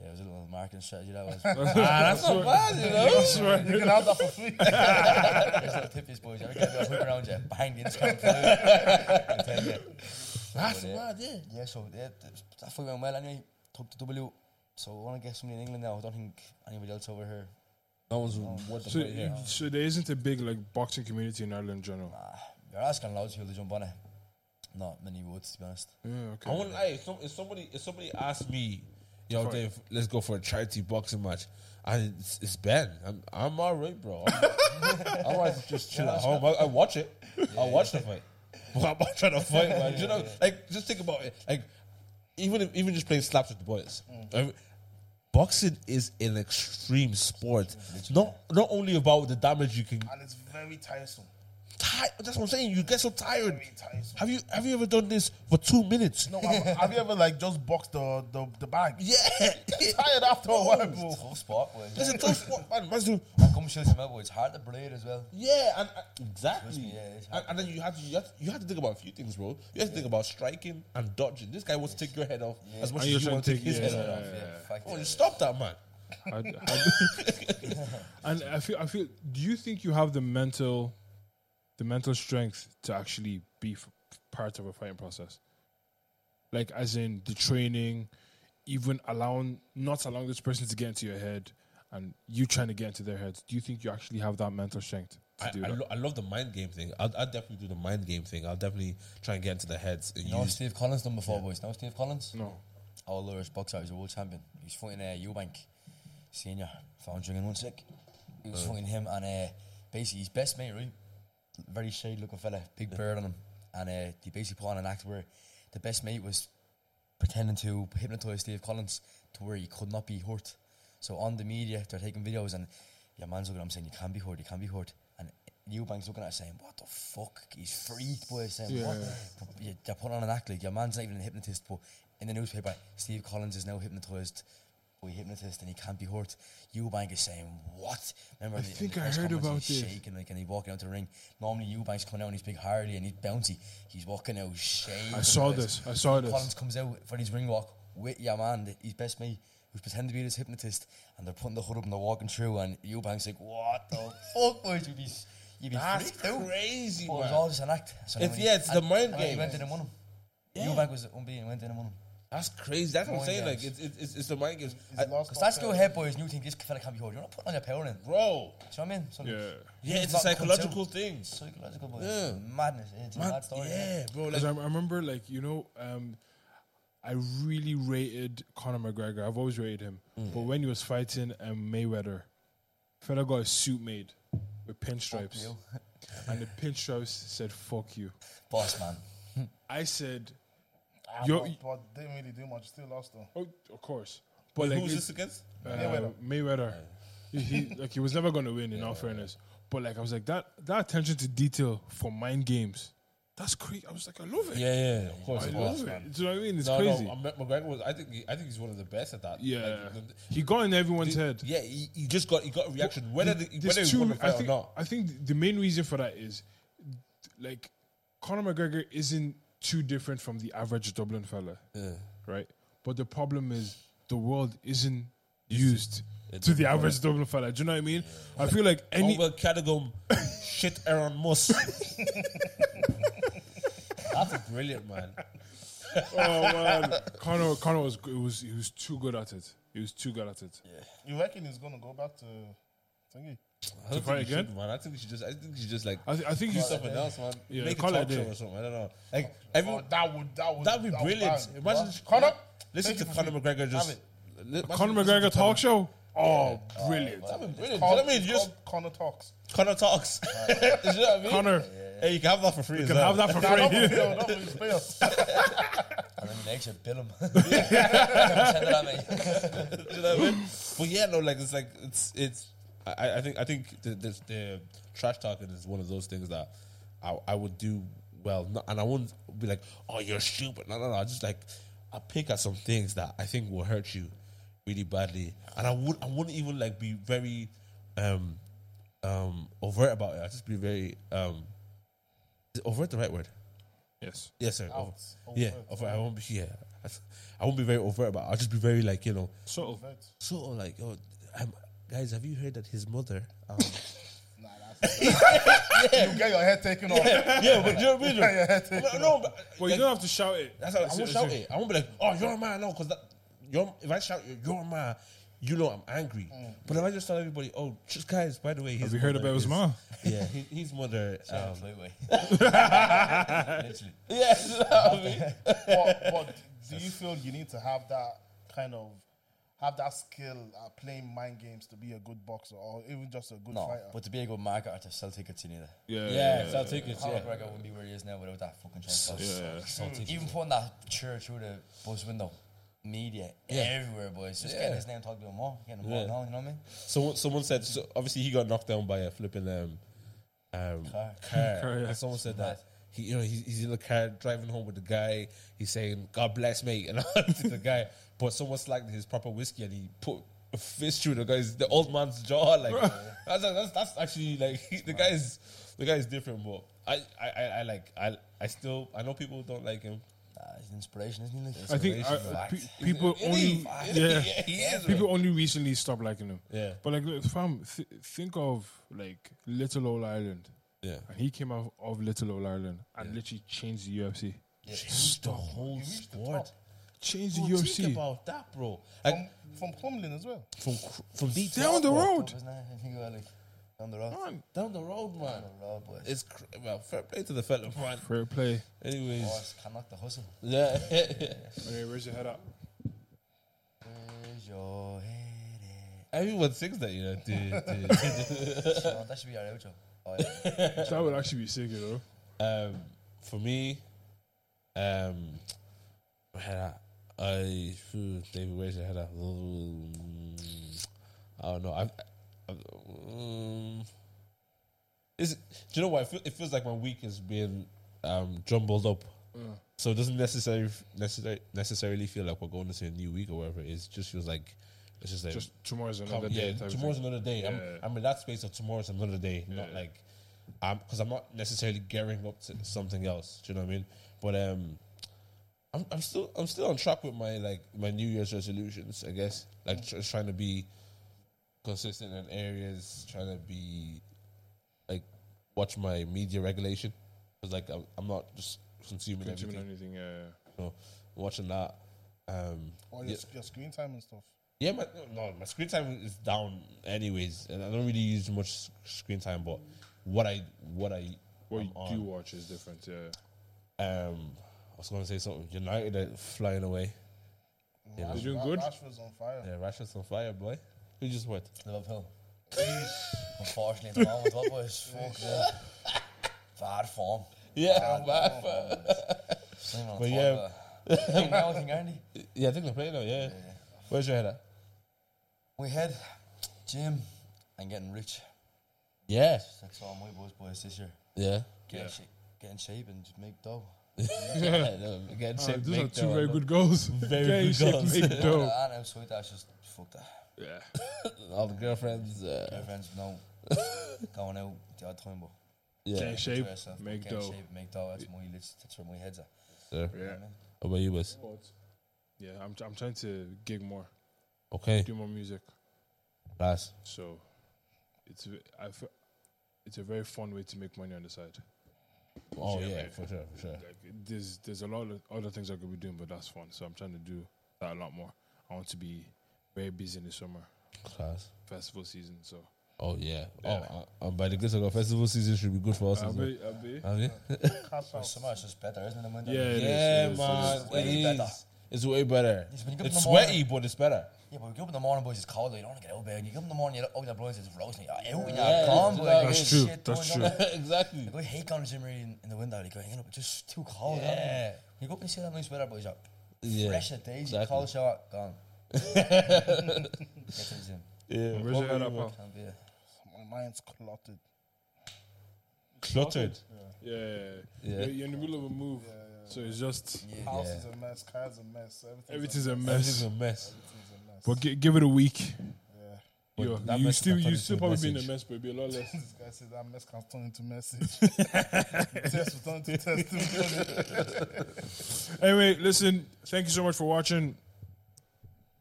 Speaker 5: Yeah, it was a little marketing strategy that was.
Speaker 1: Ah, that's not bad, you know? That's right.
Speaker 3: You can have that for free.
Speaker 5: There's little tip this boys. You ever get a bit of whip around you, bang the Instagram on private. I tell you.
Speaker 2: That's
Speaker 5: But, uh,
Speaker 2: mad, yeah.
Speaker 5: Yeah, so yeah, th- that fight went well anyway. Took the W. So I want to get somebody in England now. I don't think anybody else over here
Speaker 2: No one's worth the
Speaker 1: Um, So,
Speaker 2: fight. Yeah.
Speaker 1: you- so there isn't a big like boxing community in Ireland in general.
Speaker 2: Ah.
Speaker 5: Nah, Ah, you're asking loads of people to jump on it. Not many would, to be honest.
Speaker 1: Yeah,
Speaker 2: I
Speaker 1: okay.
Speaker 2: won't lie. If, some, if somebody if somebody asked me, yo,
Speaker 1: Fight.
Speaker 2: Dave, let's go for a charity boxing match, and it's, it's Ben, I'm I'm all right, bro. I'm, I'm all right to just chill at home. I, I watch it. I watch the fight. But I'm not trying to fight, man. you know, like just think about it. Like even if, even just playing slaps with the boys. I- Boxing is an extreme sport. Not not only about the damage you can.
Speaker 3: and it's very tiresome.
Speaker 2: Ti- that's what I'm saying. You get so tired.
Speaker 3: Very tiresome.
Speaker 2: Have you have you ever done this for two minutes?
Speaker 3: No, have, have you ever like just boxed the the, the bag?
Speaker 2: Yeah.
Speaker 3: Tired after a
Speaker 2: Oh,
Speaker 3: while, bro.
Speaker 5: Tough spot, boy.
Speaker 2: It's a tough sport, man. Man's doing,
Speaker 5: Come show some elbow. It's hard to breathe as well.
Speaker 2: yeah, and and- exactly.
Speaker 5: me, yeah, it's
Speaker 2: and, and then you have to you have, you have to think about a few things, bro. You have to think about striking and dodging. This guy wants to take your head off as
Speaker 1: And
Speaker 2: much as
Speaker 1: you're
Speaker 2: you
Speaker 1: trying
Speaker 2: want
Speaker 1: to
Speaker 2: to take
Speaker 1: take-
Speaker 2: his
Speaker 1: yeah,
Speaker 2: head off.
Speaker 5: Yeah, fact,
Speaker 2: Come on,
Speaker 5: yeah.
Speaker 2: stop that, man.
Speaker 1: I'd, I'd- and I feel, I feel. Do you think you have the mental, the mental strength to actually be f- part of a fighting process? Like, as in the training, even allowing not allowing this person to get into your head, and you trying to get into their heads. Do you think you actually have that mental strength to
Speaker 2: I,
Speaker 1: do
Speaker 2: I,
Speaker 1: that?
Speaker 2: lo- I love the mind game thing. I'll, I'll definitely do the mind game thing. I'll definitely try and get into the heads and
Speaker 5: You know
Speaker 2: use.
Speaker 5: Steve Collins done before, boys? Know Steve Collins?
Speaker 1: no.
Speaker 5: All Irish boxer. He's a world champion. He's fighting uh, Eubank, senior. Found you in one sec. He was fighting him and uh, basically his best mate, right? Very shade looking fella, big bird on him. And uh, they basically put on an act where the best mate was pretending to hypnotize Steve Collins to where he could not be hurt. So on the media, they're taking videos and your man's looking at him saying, You can't be hurt, you can't be hurt. And Eubank's looking at it saying, What the fuck? He's freaked, boy. Saying, what? But you- they're putting on an act like your man's not even a hypnotist, but in the newspaper, Steve Collins is now hypnotized we hypnotist and he can't be hurt. Eubank is saying, What? Remember,
Speaker 1: I
Speaker 5: in the- in
Speaker 1: think
Speaker 5: the
Speaker 1: I
Speaker 5: press
Speaker 1: heard
Speaker 5: conference,
Speaker 1: about
Speaker 5: he's
Speaker 1: this.
Speaker 5: shaking like, and he's walking out to the ring. Normally, Eubank's coming out and he's big Harley and he's bouncy. He's walking out shaking.
Speaker 1: I saw
Speaker 5: like
Speaker 1: this. I saw
Speaker 5: Collins
Speaker 1: this.
Speaker 5: comes out for his ring walk with your man, th- his best mate, who's pretending to be this hypnotist, and they're putting the hood up and they're walking through, and Eubank's like, "What the fuck would you be? s- You be
Speaker 2: That's
Speaker 5: freaked out."
Speaker 2: crazy,
Speaker 5: But it was
Speaker 2: man.
Speaker 5: all just an act. So then
Speaker 2: It's-
Speaker 5: when he-
Speaker 2: yeah, it's the
Speaker 5: and-
Speaker 2: mind
Speaker 5: and then He
Speaker 2: game.
Speaker 5: went in and won him.
Speaker 2: Yeah.
Speaker 5: Eubank was unbeaten, went in and won him.
Speaker 2: That's crazy. That's what I'm
Speaker 5: Mind
Speaker 2: saying. Like,
Speaker 5: games.
Speaker 2: it's, it's, it's, it's the mind games.
Speaker 3: He's
Speaker 2: I-
Speaker 3: lost
Speaker 5: Because that's
Speaker 3: confidence.
Speaker 5: no head boys new thing. This fella can't be hurt. You're not putting on your power in. Do you know
Speaker 2: bro.
Speaker 5: what I mean? So
Speaker 1: Yeah.
Speaker 2: Yeah,
Speaker 5: he's
Speaker 2: it's a
Speaker 5: not comes out.
Speaker 2: psychological thing.
Speaker 5: Psychological, boy.
Speaker 2: Yeah.
Speaker 5: Madness. It's a
Speaker 2: Man,
Speaker 5: mad story.
Speaker 2: yeah, bro. Like,
Speaker 1: Because I, I remember, like, you know, um, I really rated Conor McGregor. I've always rated him.
Speaker 2: Mm.
Speaker 1: But when he was fighting um, Mayweather, fella got a suit made with pinstripes.
Speaker 5: you.
Speaker 1: and the pinstripes said, fuck you.
Speaker 5: Boss man.
Speaker 1: I said,
Speaker 3: Ah,
Speaker 1: Yo-
Speaker 3: but, but didn't really do much. Still lost though.
Speaker 1: oh, of course. But like,
Speaker 2: who was
Speaker 1: it-
Speaker 2: this against?
Speaker 1: uh,
Speaker 3: Mayweather.
Speaker 1: Mayweather. He, he- like he was never going to win. In all fairness, but like I was like that that attention to detail for mind games, that's crazy. I was like, I love it.
Speaker 2: Yeah, yeah, of course.
Speaker 1: I
Speaker 2: of
Speaker 1: love
Speaker 2: course,
Speaker 1: it.
Speaker 2: man.
Speaker 1: Do you know what I mean? It's
Speaker 2: no,
Speaker 1: crazy.
Speaker 2: no, I'm- McGregor was. I think. He, I think he's one of the best at that.
Speaker 1: yeah,
Speaker 2: Like, the-
Speaker 1: he got in everyone's head.
Speaker 2: yeah. He, he just got. He got a reaction. Whether the,
Speaker 1: There's
Speaker 2: whether he won the
Speaker 1: I
Speaker 2: fight or
Speaker 1: think,
Speaker 2: not.
Speaker 1: I think the main reason for that is, like, Conor McGregor isn't too different from the average Dublin fella, right? But the problem is the world isn't used to the average Dublin fella. Do you know what I mean? I feel like any
Speaker 2: Over Cadogan, shit Aaron Moss. That's brilliant, man.
Speaker 1: Oh man, Connor, Connor was it was he was too good at it. He was too good at it.
Speaker 3: You reckon he's gonna go back to thingy?
Speaker 2: I don't
Speaker 1: fight
Speaker 2: think he
Speaker 1: again?
Speaker 2: should, man. I think we should just. I think we should just like
Speaker 1: I, th- I think
Speaker 2: do
Speaker 1: you
Speaker 2: something else, man.
Speaker 1: Yeah,
Speaker 2: Make a
Speaker 1: call it a
Speaker 2: talk show
Speaker 1: day.
Speaker 2: or something. I don't know. Like
Speaker 3: Oh,
Speaker 2: everyone.
Speaker 3: that would that would
Speaker 2: That'd be
Speaker 3: that would
Speaker 2: brilliant.
Speaker 3: bang.
Speaker 2: Imagine
Speaker 3: What?
Speaker 2: Conor.
Speaker 3: Connor.
Speaker 2: Listen
Speaker 3: Thank
Speaker 2: to
Speaker 3: you for
Speaker 2: Conor
Speaker 3: free-
Speaker 2: McGregor
Speaker 3: Have
Speaker 2: just.
Speaker 3: it.
Speaker 2: li-
Speaker 1: Conor
Speaker 2: imagine listening to
Speaker 1: McGregor talk show. Oh, brilliant,
Speaker 2: That'd be brilliant.
Speaker 3: Called-
Speaker 2: You know what I mean?
Speaker 3: it's
Speaker 2: Just
Speaker 3: called Connor talks.
Speaker 2: Connor talks. you know what I mean?
Speaker 1: Connor.
Speaker 2: Hey, you can have that for free.
Speaker 1: You can have that for
Speaker 3: Nah, not for
Speaker 1: free.
Speaker 3: real, not for his players.
Speaker 5: And then he makes you bill him. Send it at me.
Speaker 2: you know what I mean? But yeah, no, like it's like it's it's. I- I, I think I think the, the, the trash talking is one of those things that I, I would do well, not, and I wouldn't be like, oh, you're stupid. No, no, no. I just like I pick at some things that I think will hurt you really badly, and I would I wouldn't even like be very um um overt about it. I just be very um is overt the right word.
Speaker 1: Yes,
Speaker 2: Yes, sir.
Speaker 3: Out.
Speaker 2: Overt. Yeah,
Speaker 3: Overt.
Speaker 2: overt. I won't be. Yeah, I won't be very overt about. it. I'll just be very like you know
Speaker 1: sort of.
Speaker 3: But-
Speaker 2: sort of like, oh, um, guys, have you heard that his mother? Um,
Speaker 3: Nah, that's You get your head taken off.
Speaker 2: yeah, but you know what I mean?
Speaker 3: Yeah, yeah, take
Speaker 2: no, no, but
Speaker 1: But you don't have to shout it.
Speaker 2: that's how, I
Speaker 1: It's-
Speaker 2: won't
Speaker 1: it's-
Speaker 2: shout it. I won't be like, oh, you're a man, no, because you're if I shout you, you're a man, you know I'm angry. But if I just tell everybody, oh, just guys, by the way, his
Speaker 1: Have you heard
Speaker 2: mother
Speaker 1: about his
Speaker 2: is-
Speaker 1: mom?
Speaker 2: Yeah, his, his mother. Um,
Speaker 5: Absolutely. Literally.
Speaker 2: yeah, you know what I mean?
Speaker 3: but, but do you feel you need to have that kind of have that skill at playing mind games to be a good boxer or even just a good
Speaker 5: No,
Speaker 3: fighter?
Speaker 5: but to be a good market artist, sell tickets, you need it.
Speaker 1: Yeah,
Speaker 2: yeah, so I'll take it.
Speaker 5: Conor McGregor wouldn't be where he is now without that fucking chance.
Speaker 1: yeah.
Speaker 2: Mm.
Speaker 5: Even putting that shirt through the bus window, media everywhere, boys. Just
Speaker 2: Yeah.
Speaker 5: getting his name talked about more, getting him
Speaker 2: Yeah.
Speaker 5: more known, you know what I mean?
Speaker 2: Someone, someone said. So obviously, he got knocked down by a flipping um, um, car.
Speaker 5: Car.
Speaker 1: Car, yeah.
Speaker 2: And someone said that he, you know, he's, he's in the car driving home with the guy. He's saying, "God bless me," and on to the guy. But someone slacked his proper whiskey, and he put a fist through the guy's the old man's jaw. Like that's, that's that's actually like he, the guy's the guy's different. But I I, I, I like I I still I know people don't like him.
Speaker 5: Nah, he's an inspiration, isn't he? Like?
Speaker 1: I think
Speaker 5: Inspiration,
Speaker 1: uh,
Speaker 5: like,
Speaker 1: pe- people only yeah
Speaker 2: he is.
Speaker 1: people only recently stopped liking him.
Speaker 2: Yeah.
Speaker 1: but like, look, fam, th- think of like Little Old Ireland,
Speaker 2: Yeah.
Speaker 1: and he came out of Little Old Ireland and literally changed the UFC.
Speaker 2: The whole squad.
Speaker 1: Changed the
Speaker 2: Bro, Think
Speaker 1: UFC.
Speaker 2: about that, bro. Like,
Speaker 3: from, from Plumlin as well.
Speaker 2: from from deep
Speaker 1: Down the road,
Speaker 5: Isn't it? I think about like down the road.
Speaker 1: man.
Speaker 2: down the road, man.
Speaker 5: Down the road, boys.
Speaker 2: It's cr- well, fair play to the fella, man.
Speaker 1: Fair play.
Speaker 2: Anyways,
Speaker 5: Boys, can't knock the hustle.
Speaker 2: yeah,
Speaker 1: Okay, where's your head up?
Speaker 5: Where's your head
Speaker 2: everyone sings that, you know. Dude, dude.
Speaker 5: at? Oh, that should be our outro. Oh, yeah.
Speaker 1: That would actually be sick, you know.
Speaker 2: um, for me, um, my head out. I phew, David, where's your head out? I don't know. I, I um, is it, do you know what? It, feel, it feels like my week is being um jumbled up. So it doesn't necessarily necessarily necessarily feel like we're going into a new week or whatever. It just feels like It's just like
Speaker 1: Just tomorrow's another
Speaker 2: come,
Speaker 1: day.
Speaker 2: yeah,
Speaker 1: type of
Speaker 2: tomorrow's
Speaker 1: thing.
Speaker 2: another day. I'm,
Speaker 1: Yeah.
Speaker 2: I'm in that space of tomorrow's another day, not like, I'm because I'm not necessarily gearing up to something else. Do you know what I mean? But um, I'm, I'm still I'm still on track with my like my New Year's resolutions. I guess like tr- trying to be consistent in areas, trying to be like watch my media regulation because like I'm, I'm not just consuming,
Speaker 1: Consuming anything,
Speaker 2: everything.
Speaker 1: yeah.
Speaker 2: So watching that. Um,
Speaker 3: Or your,
Speaker 2: yeah.
Speaker 3: your screen time and stuff.
Speaker 2: Yeah, but no, no, my screen time is down anyways, and I don't really use much s- screen time. But what I what I
Speaker 1: What
Speaker 2: I'm
Speaker 1: you do watch is different, yeah.
Speaker 2: um, I was gonna say something. United are flying away. Yeah,
Speaker 3: Rash-
Speaker 1: You're doing
Speaker 3: Ra-
Speaker 1: good?
Speaker 3: Rashford's on fire.
Speaker 2: yeah Rashford's on fire, boy. Who just what?
Speaker 5: Liverpool. Unfortunately, at the moment, what was fuck yeah. Bad form.
Speaker 2: Yeah,
Speaker 5: Bad form. Same on
Speaker 2: But
Speaker 5: top
Speaker 2: yeah.
Speaker 5: of that. Hey, now I think Andy.
Speaker 2: yeah. I think they're playing now. Yeah. Where's your head at?
Speaker 5: We had Jim and getting rich.
Speaker 2: Yeah,
Speaker 5: That's all my boys, boys this year.
Speaker 2: yeah.
Speaker 5: Get, in shape, get in shape and just make dough.
Speaker 2: no, again,
Speaker 1: Ah,
Speaker 2: same
Speaker 1: those are
Speaker 2: make
Speaker 1: two
Speaker 2: though,
Speaker 1: very
Speaker 2: I
Speaker 1: good goals.
Speaker 2: Very
Speaker 1: Yeah,
Speaker 2: good
Speaker 1: you should
Speaker 2: goals.
Speaker 1: make dough.
Speaker 5: I know, sweet, that's just fuck that.
Speaker 1: Yeah.
Speaker 2: know. All the girlfriends.
Speaker 5: My
Speaker 2: Uh,
Speaker 5: friends know going out the odd time, but
Speaker 1: Get in
Speaker 2: yeah.
Speaker 1: shape,
Speaker 5: dress up,
Speaker 1: make
Speaker 5: get in
Speaker 1: dough.
Speaker 5: shape, make dough. That's my list. That's where my heads are.
Speaker 2: So,
Speaker 1: Yeah.
Speaker 2: How about you, boys?
Speaker 1: Yeah, I'm, I'm trying to gig more,
Speaker 2: Okay,
Speaker 1: do more music.
Speaker 2: nice.
Speaker 1: So it's a- I fe- it's a very fun way to make money on the side.
Speaker 2: Oh
Speaker 1: Yeah,
Speaker 2: yeah,
Speaker 1: mate.
Speaker 2: for sure, for sure.
Speaker 1: Like there's there's a lot of other things I could be doing, but that's fun. So I'm trying to do that a lot more. I want to be very busy in the summer,
Speaker 2: Class.
Speaker 1: festival season. So
Speaker 2: Oh yeah.
Speaker 1: Yeah.
Speaker 2: Oh, uh, uh, by the grace of God, festival season should be good for us.
Speaker 1: I'll
Speaker 2: as well.
Speaker 1: be, I'll be.
Speaker 2: Have you?
Speaker 3: Cast
Speaker 5: But
Speaker 3: out.
Speaker 5: summer is just better, isn't it? in winter?
Speaker 1: Yeah, it is,
Speaker 2: Yeah,
Speaker 1: it is, it
Speaker 2: man.
Speaker 1: is.
Speaker 5: Way
Speaker 2: It
Speaker 5: better.
Speaker 2: is. It's way better.
Speaker 5: Yes, when you get up in
Speaker 2: It's
Speaker 5: the morning-
Speaker 2: sweaty, but it's better.
Speaker 5: Yeah, but we get up in the morning, boys, it's cold. though, You don't want to get out bed. You get up in the morning, you open the blinds, it's roasting. You're out, and you're
Speaker 2: Yeah,
Speaker 5: gone,
Speaker 2: it's
Speaker 5: boy.
Speaker 2: like-
Speaker 5: There's
Speaker 1: That's true,
Speaker 5: shit
Speaker 1: that's
Speaker 5: going on.
Speaker 2: exactly.
Speaker 5: Like, I hate going to the gym really in, in the window. Like, you know, it's just too cold. out,
Speaker 2: Yeah.
Speaker 5: man. You go up and see that nice weather, boys. Like,
Speaker 2: Yeah.
Speaker 5: Fresh of days,
Speaker 2: exactly.
Speaker 5: cold shower, gone. get to the gym.
Speaker 2: Yeah.
Speaker 1: Where's your head up? pal?
Speaker 5: Can't be a-
Speaker 3: My mind's clotted.
Speaker 2: Cluttered.
Speaker 1: Yeah, yeah, yeah.
Speaker 2: Yeah.
Speaker 1: You're- You're in the middle of a move,
Speaker 3: Yeah, yeah.
Speaker 1: so it's just
Speaker 5: Yeah.
Speaker 3: House
Speaker 2: Yeah.
Speaker 3: is a mess. Car's a mess.
Speaker 1: everything's
Speaker 3: Everything's,
Speaker 1: a
Speaker 2: Everything's
Speaker 1: mess.
Speaker 2: a mess.
Speaker 3: everything's a mess.
Speaker 1: But gi- give it a week.
Speaker 3: yeah.
Speaker 2: But
Speaker 1: You're-
Speaker 2: that
Speaker 1: you
Speaker 2: mess
Speaker 1: still
Speaker 2: can turn
Speaker 1: you still
Speaker 2: into a
Speaker 1: probably be in a
Speaker 2: message.
Speaker 1: mess, but it'd be a lot less.
Speaker 3: This guy says that mess can turn into message. test will turn into testimony.
Speaker 1: Anyway, listen, thank you so much for watching.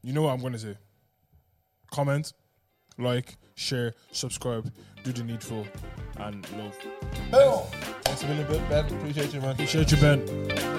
Speaker 1: You know what I'm going to say. Comment, like, share, subscribe, do the needful, and love.
Speaker 5: Boom!
Speaker 2: Thanks a million, Ben. Appreciate you, man.
Speaker 1: Appreciate you, Ben.